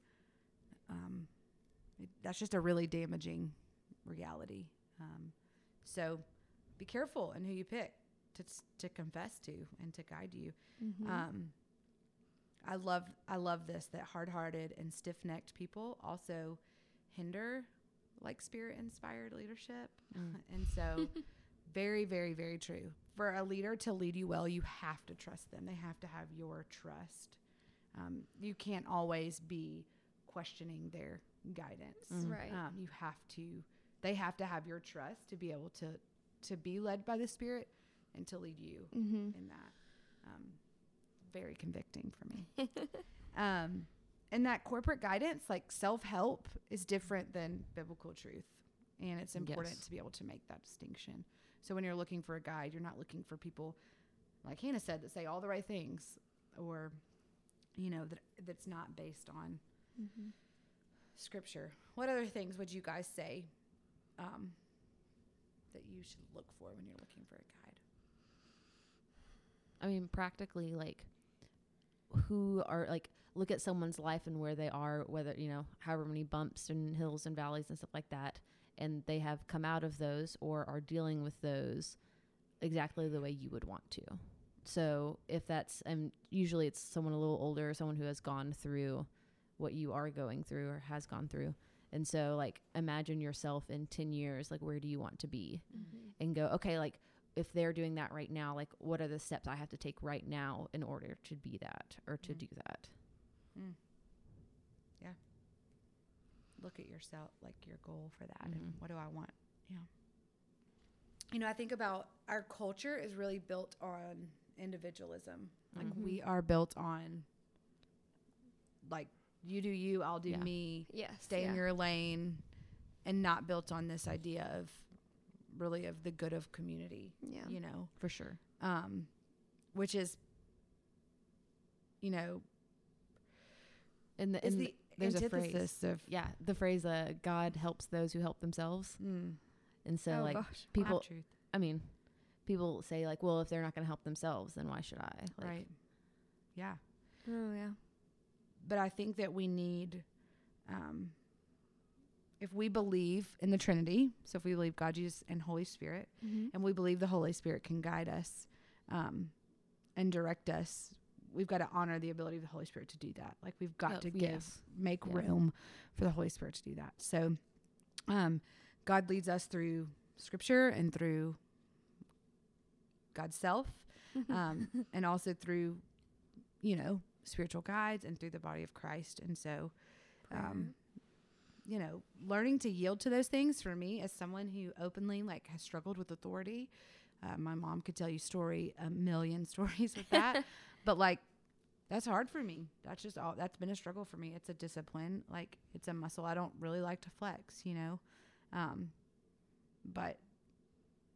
[SPEAKER 5] um, it, that's just a really damaging reality. Um, so be careful in who you pick to, s- to confess to and to guide you.
[SPEAKER 1] Mhm.
[SPEAKER 5] Um, I love I love this that hard hearted and stiff necked people also hinder like spirit inspired leadership,
[SPEAKER 3] Mm.
[SPEAKER 5] and so very very very true. For a leader to lead you well, you have to trust them. They have to have your trust. Um, you can't always be questioning their guidance.
[SPEAKER 3] Mm.
[SPEAKER 1] Right.
[SPEAKER 5] Um, you have to, they have to have your trust to be able to, to be led by the Spirit and to lead you
[SPEAKER 1] mm-hmm.
[SPEAKER 5] in that. Um, very convicting for me. um, and that corporate guidance, like self help, is different than biblical truth. And it's important
[SPEAKER 3] Yes.
[SPEAKER 5] to be able to make that distinction. So when you're looking for a guide, you're not looking for people, like Hannah said, that say all the right things or, you know, that that's not based on
[SPEAKER 1] Mm-hmm.
[SPEAKER 5] scripture. What other things would you guys say um, that you should look for when you're looking for a guide?
[SPEAKER 3] I mean, practically, like who are like look at someone's life and where they are, whether you know however many bumps and hills and valleys and stuff like that, and they have come out of those or are dealing with those exactly the way you would want to. So if that's and usually it's someone a little older, someone who has gone through what you are going through or has gone through. And so like imagine yourself in 10 years like where do you want to be? and go, okay, like if they're doing that right now, like what are the steps I have to take right now in order to be that or to
[SPEAKER 10] Mm.
[SPEAKER 3] do that?
[SPEAKER 10] Look at yourself, like your goal for that, and
[SPEAKER 3] Mhm.
[SPEAKER 10] what do I want?
[SPEAKER 5] You know, I think about our culture is really built on individualism. Like
[SPEAKER 3] Mhm.
[SPEAKER 5] we are built on like you do you, I'll do
[SPEAKER 3] Yeah.
[SPEAKER 5] me,
[SPEAKER 1] Yes.
[SPEAKER 5] stay in your lane and not built on this idea of really of the good of community,
[SPEAKER 1] yeah.
[SPEAKER 5] you know.
[SPEAKER 3] For sure.
[SPEAKER 5] Um which is you know,
[SPEAKER 3] And the,
[SPEAKER 5] is
[SPEAKER 3] and
[SPEAKER 5] the
[SPEAKER 3] there's a phrase.
[SPEAKER 5] antithesis of
[SPEAKER 3] yeah, the phrase uh, "God helps those who help themselves,"
[SPEAKER 5] mm,
[SPEAKER 3] and so
[SPEAKER 1] oh
[SPEAKER 3] like
[SPEAKER 1] gosh.
[SPEAKER 3] people,
[SPEAKER 5] truth,
[SPEAKER 3] I mean, people say like, "Well, if they're not going to help themselves, then why should I?" Like,
[SPEAKER 5] right. Yeah.
[SPEAKER 1] Oh yeah.
[SPEAKER 5] but I think that we need, um, if we believe in the Trinity, so if we believe God, Jesus, and Holy Spirit,
[SPEAKER 1] Mm-hmm.
[SPEAKER 5] and we believe the Holy Spirit can guide us um, and direct us, we've got to honor the ability of the Holy Spirit to do that. Like we've got
[SPEAKER 3] Oh,
[SPEAKER 5] to give,
[SPEAKER 3] yes.
[SPEAKER 5] make
[SPEAKER 3] Yeah.
[SPEAKER 5] room for the Holy Spirit to do that. So, um, God leads us through Scripture and through God's self,
[SPEAKER 3] Mm-hmm.
[SPEAKER 5] um, and also through, you know, spiritual guides and through the body of Christ. And so,
[SPEAKER 1] Mm-hmm.
[SPEAKER 5] um, you know, learning to yield to those things for me as someone who openly like has struggled with authority. Uh, my mom could tell you story a million stories with that, but like that's hard for me. That's just all. That's been a struggle for me. It's a discipline. Like it's a muscle. I don't really like to flex, you know, um, but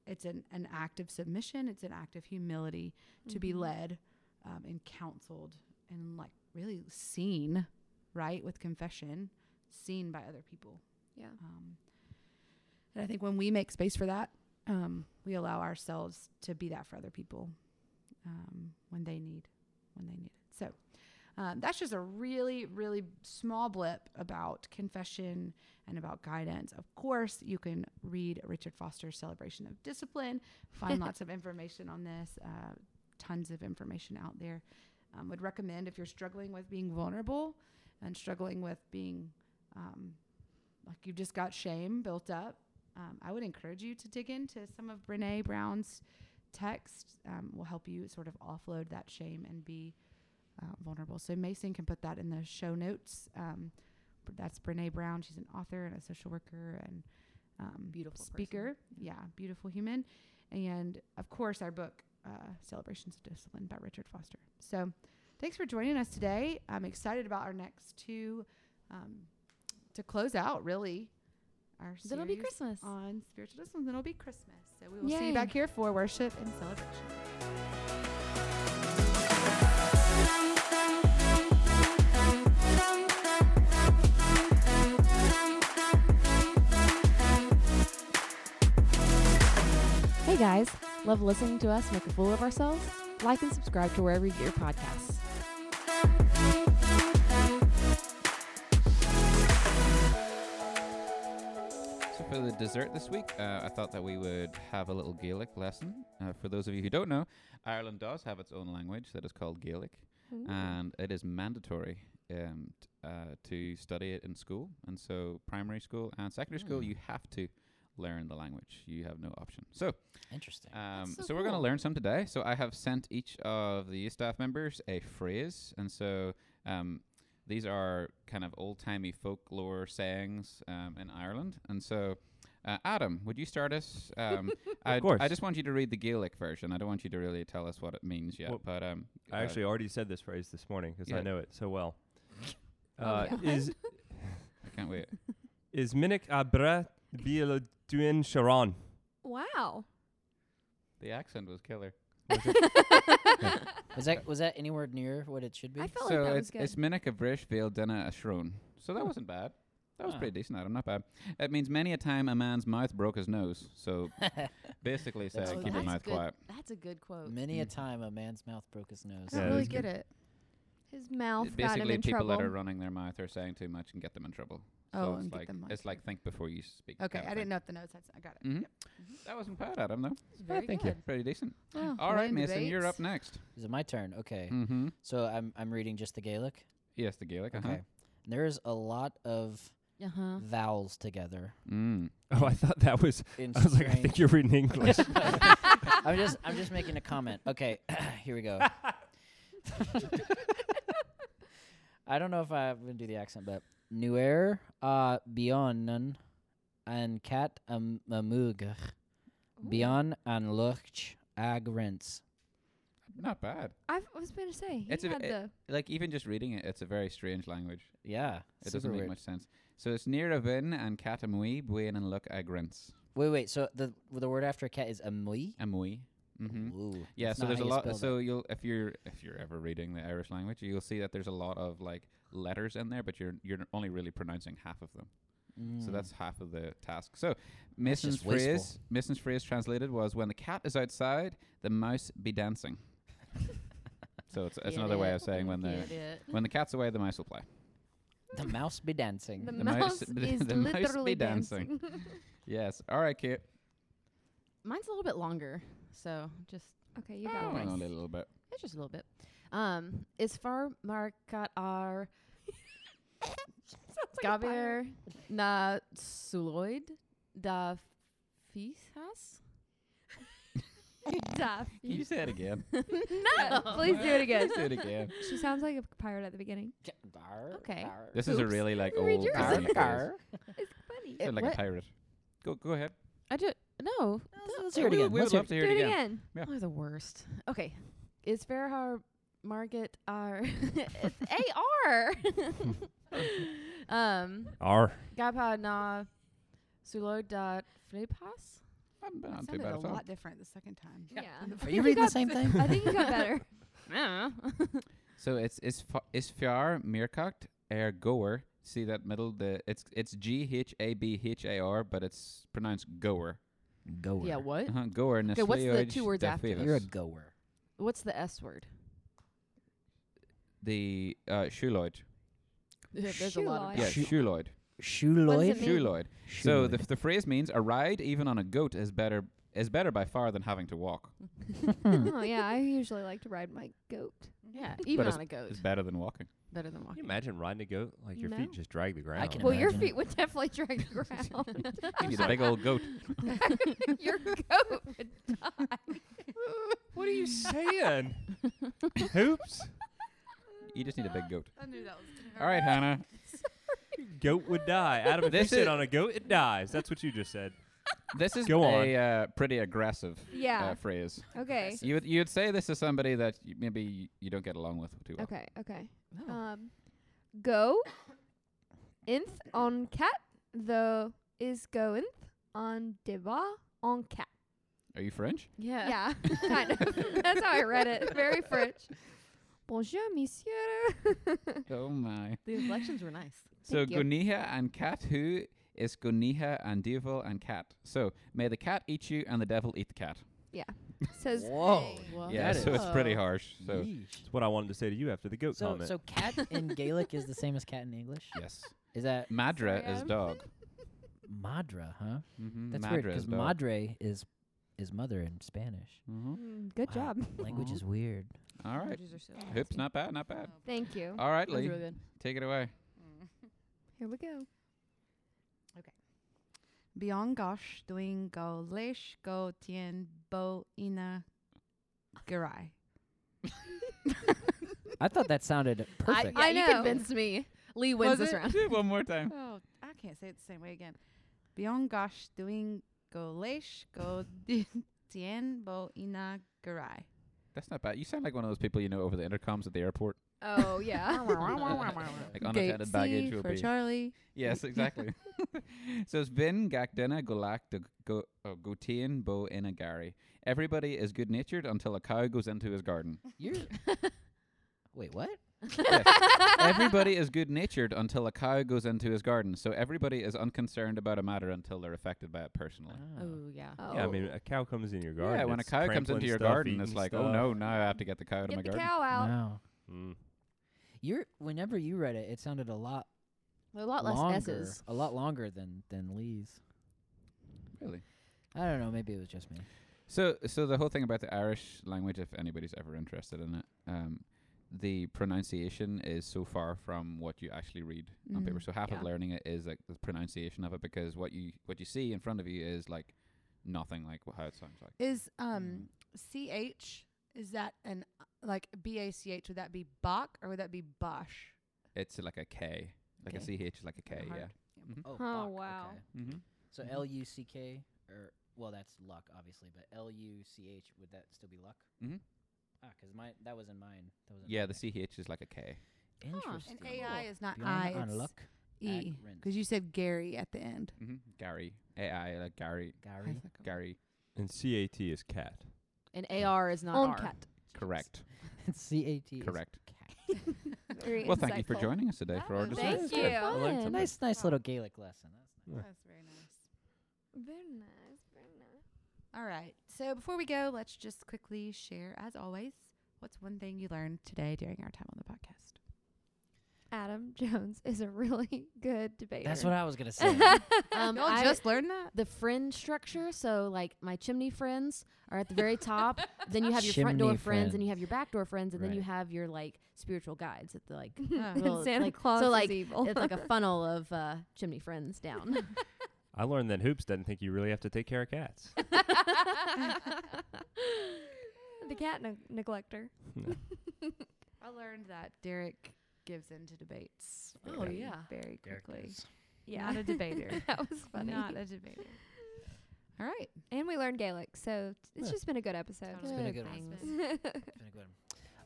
[SPEAKER 5] it's an an act of submission. It's an act of humility
[SPEAKER 1] Mm-hmm.
[SPEAKER 5] to be led um, and counseled and like really seen, right, with confession, seen by other people.
[SPEAKER 1] Yeah.
[SPEAKER 5] Um, and I think when we make space for that, um, we allow ourselves to be that for other people um, when they need when they need it. So um, that's just a really really small blip about confession and about guidance. Of course, you can read Richard Foster's Celebration of Discipline. Find lots of information on this. Uh, tons of information out there. Um, would recommend if you're struggling with being vulnerable and struggling with being um, like you've just got shame built up, um, I would encourage you to dig into some of Brene Brown's text. Um, will help you sort of offload that shame and be uh, vulnerable. So Mason can put that in the show notes. Um, br- that's Brene Brown. She's an author and a social worker and um,
[SPEAKER 3] Beautiful person.
[SPEAKER 5] speaker. Yeah, beautiful human. And of course, our book, uh, Celebrations of Discipline by Richard Foster. So thanks for joining us today. I'm excited about our next two um, to close out, really. Our
[SPEAKER 3] Then it'll be
[SPEAKER 5] series
[SPEAKER 3] Christmas.
[SPEAKER 5] on spiritual disciplines. Then it'll be Christmas. So we will see
[SPEAKER 1] Yay.
[SPEAKER 5] you back here for worship and celebration.
[SPEAKER 3] Hey guys, love listening to us make a fool of ourselves? Like and subscribe to wherever you get your podcasts.
[SPEAKER 6] So for the dessert this week, uh, I thought that we would have a little Gaelic lesson. Uh, for those of you who don't know, Ireland does have its own language that is called Gaelic, and it is mandatory um, t- uh, to study it in school. And so, primary school and secondary school,
[SPEAKER 2] Hmm.
[SPEAKER 6] you have to learn the language. You have no option. So,
[SPEAKER 2] Interesting.
[SPEAKER 6] um,
[SPEAKER 3] so
[SPEAKER 6] so, we're going to
[SPEAKER 3] cool.
[SPEAKER 6] learn some today. So I have sent each of the staff members a phrase, and so um, these are kind of old timey folklore sayings um, in Ireland. And so, uh, Adam, would you start us? Um, I,
[SPEAKER 4] course.
[SPEAKER 6] I just want you to read the Gaelic version. I don't want you to really tell us what it means yet,
[SPEAKER 4] Well,
[SPEAKER 6] but um,
[SPEAKER 4] I
[SPEAKER 6] uh,
[SPEAKER 4] actually already said this phrase this morning because
[SPEAKER 6] Yeah.
[SPEAKER 4] I know it so well.
[SPEAKER 3] Oh,
[SPEAKER 4] Uh,
[SPEAKER 3] yeah.
[SPEAKER 4] Is
[SPEAKER 6] I can't wait.
[SPEAKER 4] is Minnick Abra Biel Duin Sharon?
[SPEAKER 1] Wow.
[SPEAKER 6] The accent was killer.
[SPEAKER 2] Was that was that anywhere near what it should be?
[SPEAKER 1] I felt
[SPEAKER 6] so
[SPEAKER 1] like that
[SPEAKER 6] it's
[SPEAKER 1] was good.
[SPEAKER 6] it's Minnick a Brish Veil Dena a Shroon. So that wasn't bad. That was
[SPEAKER 2] Huh.
[SPEAKER 6] pretty decent, Adam. Not bad. It means many a time a man's mouth broke his nose. So basically
[SPEAKER 2] That's
[SPEAKER 6] saying
[SPEAKER 2] funny.
[SPEAKER 6] keep your
[SPEAKER 2] That's
[SPEAKER 6] mouth
[SPEAKER 3] good.
[SPEAKER 6] quiet.
[SPEAKER 3] That's a good quote.
[SPEAKER 2] Many a
[SPEAKER 6] Mm.
[SPEAKER 2] time a man's mouth broke his nose.
[SPEAKER 10] I don't
[SPEAKER 4] Yeah,
[SPEAKER 10] really get
[SPEAKER 4] that's
[SPEAKER 10] it.
[SPEAKER 1] His mouth got him
[SPEAKER 6] Basically,
[SPEAKER 1] in
[SPEAKER 6] people
[SPEAKER 1] trouble.
[SPEAKER 6] that are running their mouth are saying too much and get them in trouble.
[SPEAKER 5] Oh,
[SPEAKER 6] so it's
[SPEAKER 5] and get
[SPEAKER 6] like
[SPEAKER 5] them on
[SPEAKER 6] it's like think before you speak.
[SPEAKER 5] Okay,
[SPEAKER 6] kind of
[SPEAKER 5] I didn't
[SPEAKER 6] thing.
[SPEAKER 5] know if the notes had. I got it.
[SPEAKER 6] Mhm. That wasn't bad, Adam. Though.
[SPEAKER 5] Very
[SPEAKER 6] thank you.
[SPEAKER 5] good.
[SPEAKER 6] Pretty decent.
[SPEAKER 5] Wow,
[SPEAKER 6] All right,
[SPEAKER 5] William
[SPEAKER 6] Mason, you're
[SPEAKER 5] debates.
[SPEAKER 6] up next.
[SPEAKER 2] Is it my turn? Okay.
[SPEAKER 6] Mm-hmm.
[SPEAKER 2] So I'm I'm reading just the Gaelic.
[SPEAKER 6] Yes, the Gaelic. Uh-huh.
[SPEAKER 2] Okay. There's a lot of
[SPEAKER 3] Uh huh.
[SPEAKER 2] vowels together.
[SPEAKER 6] Mm.
[SPEAKER 4] Oh, I thought that was.
[SPEAKER 2] In
[SPEAKER 4] I was like, I
[SPEAKER 2] strange-
[SPEAKER 4] think you're reading English.
[SPEAKER 2] I'm just I'm just making a comment. Okay, here we go. I don't know if I'm gonna do the accent, but Nuer a Bionan and Cat um, Amug Bion and Luch Agrins.
[SPEAKER 6] Not bad.
[SPEAKER 1] I was going to say he
[SPEAKER 6] It's a-
[SPEAKER 1] had
[SPEAKER 6] it-
[SPEAKER 1] the
[SPEAKER 6] Like even just reading it, it's a very strange language.
[SPEAKER 2] Yeah,
[SPEAKER 6] It doesn't
[SPEAKER 2] super
[SPEAKER 6] make
[SPEAKER 2] weird.
[SPEAKER 6] much sense. So it's near Avin and Katamui, Buin and Luk Agrants.
[SPEAKER 2] Wait, wait. So the the word after cat is Amui.
[SPEAKER 6] Amui. Mm-hmm.
[SPEAKER 2] Ooh,
[SPEAKER 6] Yeah,
[SPEAKER 2] that's
[SPEAKER 6] so
[SPEAKER 2] not
[SPEAKER 6] there's
[SPEAKER 2] how
[SPEAKER 6] a
[SPEAKER 2] you
[SPEAKER 6] lot.
[SPEAKER 2] spell
[SPEAKER 6] So you'll if you're if you're ever reading the Irish language, you'll see that there's a lot of like letters in there, but you're you're only really pronouncing half of them.
[SPEAKER 2] that.
[SPEAKER 6] So
[SPEAKER 2] Mm.
[SPEAKER 6] that's half of the task. So Mason's
[SPEAKER 2] just wasteful.
[SPEAKER 6] phrase, Mason's phrase translated was, "When the cat is outside, the mouse be dancing." so it's, it's
[SPEAKER 3] Get
[SPEAKER 6] another way
[SPEAKER 3] it.
[SPEAKER 6] of saying when the
[SPEAKER 3] Get it.
[SPEAKER 6] when the cat's away, the mouse will play.
[SPEAKER 2] the mouse be dancing.
[SPEAKER 1] the,
[SPEAKER 6] the
[SPEAKER 1] mouse
[SPEAKER 6] mouse-
[SPEAKER 1] is
[SPEAKER 6] the mouse be
[SPEAKER 1] literally
[SPEAKER 6] dancing.
[SPEAKER 1] dancing.
[SPEAKER 6] Yes. All right, Kate.
[SPEAKER 3] Mine's a little bit longer, so just
[SPEAKER 1] okay, you
[SPEAKER 6] Oh,
[SPEAKER 1] got it.
[SPEAKER 6] a little bit.
[SPEAKER 3] it's just a little bit. Um, is far markat ar gaber na suloid da fishas?
[SPEAKER 1] Duff.
[SPEAKER 6] Can you say it again?
[SPEAKER 1] Yeah, Please do it again.
[SPEAKER 6] say it again.
[SPEAKER 1] She sounds like a pirate at the beginning. Okay.
[SPEAKER 6] This is a
[SPEAKER 1] Oops.
[SPEAKER 6] really like
[SPEAKER 1] Read
[SPEAKER 6] old.
[SPEAKER 1] yours.
[SPEAKER 6] Disney phrase.
[SPEAKER 1] It's funny.
[SPEAKER 3] It-
[SPEAKER 6] Sound like
[SPEAKER 3] what?
[SPEAKER 6] a pirate. Go go ahead.
[SPEAKER 3] I do no.
[SPEAKER 2] Let's hear it again.
[SPEAKER 6] We'd
[SPEAKER 2] Let's hear
[SPEAKER 6] love
[SPEAKER 2] it.
[SPEAKER 6] to
[SPEAKER 1] do
[SPEAKER 6] hear
[SPEAKER 1] it
[SPEAKER 6] it
[SPEAKER 1] again.
[SPEAKER 6] again. Yeah.
[SPEAKER 3] They're the worst. Okay. Is Farhar Margaret R It's A R Um
[SPEAKER 4] R.
[SPEAKER 3] Gapa na Sulo da Flipas?
[SPEAKER 6] Not,
[SPEAKER 11] It
[SPEAKER 6] not too
[SPEAKER 11] sounded
[SPEAKER 6] bad
[SPEAKER 11] a
[SPEAKER 6] at all.
[SPEAKER 11] lot different the second time.
[SPEAKER 1] Yeah.
[SPEAKER 2] Are you reading the
[SPEAKER 1] got
[SPEAKER 2] same thing?
[SPEAKER 1] I think you got better.
[SPEAKER 3] I don't know.
[SPEAKER 6] So it's is is fiar mirkakt er goer. See that middle the it's it's G H A B H A R, but it's pronounced goer.
[SPEAKER 2] Goer.
[SPEAKER 3] yeah, what?
[SPEAKER 6] Uh-huh, goer.
[SPEAKER 3] Okay, what's the two words after?
[SPEAKER 2] You're a goer.
[SPEAKER 3] What's the S word?
[SPEAKER 6] The uh, shuloid.
[SPEAKER 3] There's a lot
[SPEAKER 1] Shuloid.
[SPEAKER 3] of
[SPEAKER 6] Yeah,
[SPEAKER 1] Yeah.
[SPEAKER 6] shuloid.
[SPEAKER 1] Lloyd?
[SPEAKER 2] Shuloid.
[SPEAKER 1] mean?
[SPEAKER 6] Shuloid. So the the phrase means a ride even on a goat is better is better by far than having to walk.
[SPEAKER 1] oh yeah, I usually like to ride my goat.
[SPEAKER 3] Yeah, even
[SPEAKER 6] it's-
[SPEAKER 3] on a goat.
[SPEAKER 6] It's better than walking.
[SPEAKER 3] Better than walking.
[SPEAKER 4] imagine riding a goat? Like
[SPEAKER 1] your feet No.
[SPEAKER 4] just drag the ground.
[SPEAKER 2] I can
[SPEAKER 1] Well, your
[SPEAKER 2] imagine.
[SPEAKER 1] feet would definitely drag the ground.
[SPEAKER 6] You need a big old goat.
[SPEAKER 1] your goat would die.
[SPEAKER 4] What are you saying? Hoops.
[SPEAKER 6] You just need a big goat.
[SPEAKER 11] I knew that was gonna
[SPEAKER 6] All right, Hannah.
[SPEAKER 4] Goat would die. Adam, if
[SPEAKER 6] This
[SPEAKER 4] you sit
[SPEAKER 6] is-
[SPEAKER 4] on a goat, it dies. That's what you just said.
[SPEAKER 6] This is
[SPEAKER 4] Go on.
[SPEAKER 6] a uh, pretty aggressive
[SPEAKER 1] Yeah.
[SPEAKER 6] uh, phrase.
[SPEAKER 1] okay.
[SPEAKER 6] You would you'd say this is somebody that y maybe y- you don't get along with too well.
[SPEAKER 1] Okay. Okay.
[SPEAKER 3] Oh.
[SPEAKER 1] Um, go. Inth on cat though is go inth on diva on cat.
[SPEAKER 6] Are you French?
[SPEAKER 3] Yeah.
[SPEAKER 1] Yeah, kind of. That's how I read it. Very French. Bonjour, monsieur.
[SPEAKER 6] Oh my.
[SPEAKER 3] The inflections were nice.
[SPEAKER 6] So
[SPEAKER 1] Thank you.
[SPEAKER 6] Goniha and Cat, who is Goniha and Devil and Cat? So may the cat eat you and the devil eat the cat.
[SPEAKER 1] Says Oh.
[SPEAKER 2] Whoa.
[SPEAKER 3] Whoa.
[SPEAKER 6] yeah,
[SPEAKER 2] that
[SPEAKER 6] so it's pretty
[SPEAKER 3] Whoa.
[SPEAKER 6] harsh. So
[SPEAKER 2] Yeesh.
[SPEAKER 4] That's what I wanted to say to you after the goat
[SPEAKER 2] So,
[SPEAKER 4] comment.
[SPEAKER 2] so cat in Gaelic is the same as cat in English.
[SPEAKER 6] yes,
[SPEAKER 2] Is that
[SPEAKER 6] Madra
[SPEAKER 1] Sorry,
[SPEAKER 6] is
[SPEAKER 1] I'm-
[SPEAKER 6] dog.
[SPEAKER 2] madra? Huh?
[SPEAKER 6] Mm-hmm.
[SPEAKER 2] That's
[SPEAKER 6] Madra
[SPEAKER 2] weird
[SPEAKER 6] is
[SPEAKER 2] because
[SPEAKER 6] dog.
[SPEAKER 2] madre is is mother in Spanish.
[SPEAKER 6] Mhm.
[SPEAKER 1] Mm, Good
[SPEAKER 2] Wow,
[SPEAKER 1] job.
[SPEAKER 2] Language is weird.
[SPEAKER 6] All right. Hoops, not bad, not bad.
[SPEAKER 1] Thank you.
[SPEAKER 6] All right,
[SPEAKER 3] That was
[SPEAKER 6] Lee,
[SPEAKER 3] really good.
[SPEAKER 6] take it away.
[SPEAKER 11] Mm.
[SPEAKER 1] Here we go.
[SPEAKER 11] Beyond gosh, doing go leish go tien bo ina garai.
[SPEAKER 2] I thought that sounded perfect.
[SPEAKER 1] I
[SPEAKER 3] You
[SPEAKER 1] know.
[SPEAKER 3] convinced me. Lee wins
[SPEAKER 11] Was
[SPEAKER 3] this
[SPEAKER 11] it?
[SPEAKER 3] round.
[SPEAKER 6] One more time.
[SPEAKER 11] Oh, I can't say it the same way again. Beyond gosh, doing go leish go di- tien bo ina garai.
[SPEAKER 6] That's not bad. You sound like one of those people you know over the intercoms at the airport,
[SPEAKER 1] Oh yeah.
[SPEAKER 6] like unattended baggage will
[SPEAKER 11] for
[SPEAKER 6] be.
[SPEAKER 11] Charlie.
[SPEAKER 6] Yes, exactly. so it's Vin Gakdena Golak de Go oh, Gotian Bo Inagari. Everybody is good natured until a cow goes into his garden.
[SPEAKER 2] You're wait, what?
[SPEAKER 6] Yes. everybody is good natured until a cow goes into his garden. So everybody is unconcerned about a matter until they're affected by it personally.
[SPEAKER 2] Oh.
[SPEAKER 3] Oh yeah.
[SPEAKER 1] oh.
[SPEAKER 4] yeah, I mean, a cow comes in your garden.
[SPEAKER 6] yeah, when a
[SPEAKER 4] it's
[SPEAKER 6] cow comes
[SPEAKER 4] trampling
[SPEAKER 6] into your
[SPEAKER 4] stuff,
[SPEAKER 6] garden,
[SPEAKER 4] eating
[SPEAKER 6] it's like,
[SPEAKER 4] stuff.
[SPEAKER 6] oh no, now I have to get the cow out of my
[SPEAKER 1] get the
[SPEAKER 6] garden.
[SPEAKER 1] cow out.
[SPEAKER 2] Wow.
[SPEAKER 4] Mm.
[SPEAKER 2] You're whenever you read it, it sounded a lot
[SPEAKER 3] a lot less
[SPEAKER 2] longer,
[SPEAKER 3] S's.
[SPEAKER 2] a lot longer than than Lee's.
[SPEAKER 6] Really?
[SPEAKER 2] I don't know. Maybe it was just me.
[SPEAKER 6] So, so the whole thing about the Irish language, if anybody's ever interested in it, um, the pronunciation is so far from what you actually read on
[SPEAKER 12] Mm,
[SPEAKER 6] paper. So half
[SPEAKER 12] yeah.
[SPEAKER 6] of learning it is like the pronunciation of it, because what you what you see in front of you is like nothing like wh- how it sounds like.
[SPEAKER 5] Is um ch is that an like b a c h? Would that be Bach or would that be Bosh?
[SPEAKER 6] It's like a K, like
[SPEAKER 5] Okay.
[SPEAKER 6] a CH is like a K. Yeah.
[SPEAKER 5] hard.
[SPEAKER 1] Oh,
[SPEAKER 2] Oh, fuck,
[SPEAKER 1] wow.
[SPEAKER 2] okay.
[SPEAKER 6] Mm-hmm.
[SPEAKER 2] So L U C K or well, that's luck, obviously, but L U C H would that still be luck?
[SPEAKER 6] Mm-hmm.
[SPEAKER 2] Ah, 'cause my that was in mine. That was in
[SPEAKER 6] Yeah,
[SPEAKER 2] mine.
[SPEAKER 6] the CH is like a K.
[SPEAKER 2] Interesting.
[SPEAKER 5] And AI is not
[SPEAKER 2] Beyond
[SPEAKER 5] I,
[SPEAKER 2] on
[SPEAKER 5] it's
[SPEAKER 2] luck,
[SPEAKER 5] E.
[SPEAKER 2] Agarent.
[SPEAKER 5] Because you said Gary at the end.
[SPEAKER 6] Mm-hmm. Gary AI like Gary
[SPEAKER 5] I
[SPEAKER 2] Gary.
[SPEAKER 5] was like,
[SPEAKER 6] Gary.
[SPEAKER 4] And CAT is cat.
[SPEAKER 3] And AR is not
[SPEAKER 1] On
[SPEAKER 3] R.
[SPEAKER 1] cat.
[SPEAKER 6] Correct.
[SPEAKER 2] C A T.
[SPEAKER 6] Correct.
[SPEAKER 1] Very
[SPEAKER 6] Well, thank you for
[SPEAKER 1] insightful.
[SPEAKER 6] joining us today for our
[SPEAKER 5] Thank
[SPEAKER 6] discussion.
[SPEAKER 1] Thank you.
[SPEAKER 6] I learned
[SPEAKER 3] Fun.
[SPEAKER 6] something.
[SPEAKER 2] Nice, nice little Gaelic lesson. That's nice.
[SPEAKER 5] "Oh, That's very nice.
[SPEAKER 1] Very nice. Very nice.
[SPEAKER 5] All right. So before we go, let's just quickly share, as always, what's one thing you learned today during our time on the podcast?
[SPEAKER 1] Adam Jones is a really good debater.
[SPEAKER 2] That's what I was gonna say.
[SPEAKER 3] Um,
[SPEAKER 5] Y'all
[SPEAKER 3] I-
[SPEAKER 5] just learned that?
[SPEAKER 3] the friend structure. So like my chimney friends are at the very top. then you have your front door
[SPEAKER 2] Chimney
[SPEAKER 3] friends, and you have your back door friends, and then you
[SPEAKER 2] Right.
[SPEAKER 3] have your like spiritual guides at the like.
[SPEAKER 5] Oh.
[SPEAKER 3] Well,
[SPEAKER 1] and Santa
[SPEAKER 3] like-
[SPEAKER 1] Claus
[SPEAKER 3] so,
[SPEAKER 1] is
[SPEAKER 3] like,
[SPEAKER 1] evil.
[SPEAKER 3] it's like a funnel of uh, chimney friends down.
[SPEAKER 4] I learned that Hoops doesn't think you really have to take care of cats.
[SPEAKER 1] the cat neg- neglector.
[SPEAKER 5] I learned that Derek gives in to debates.
[SPEAKER 3] Oh,
[SPEAKER 5] very,
[SPEAKER 3] yeah.
[SPEAKER 5] very quickly.
[SPEAKER 1] Yeah.
[SPEAKER 5] Not a debater.
[SPEAKER 1] that was funny.
[SPEAKER 5] Not a debater. All right.
[SPEAKER 1] and we learned Gaelic, so t- it's
[SPEAKER 2] Yeah.
[SPEAKER 1] just been a good episode.
[SPEAKER 2] It's been a good one.
[SPEAKER 3] Thanks.
[SPEAKER 2] It's been a good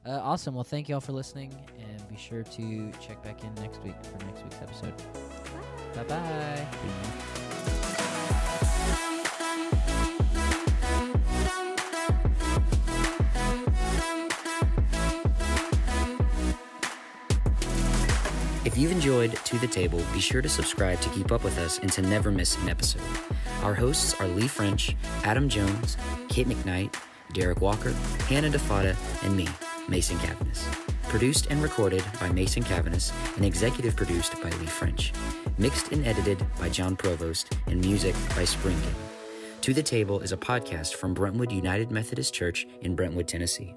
[SPEAKER 2] one. Uh, awesome. Well, thank you all for listening, and be sure to check back in next week for next week's episode. Bye bye.
[SPEAKER 13] If you've enjoyed To the Table, be sure to subscribe to keep up with us and to never miss an episode. Our hosts are Lee French, Adam Jones, Kit McKnight, Derek Walker, Hannah DeFada, and me, Mason Cavanis. Produced and recorded by Mason Cavanis and executive produced by Lee French. Mixed and edited by John Provost and music by Springate. To the Table is a podcast from Brentwood United Methodist Church in Brentwood, Tennessee.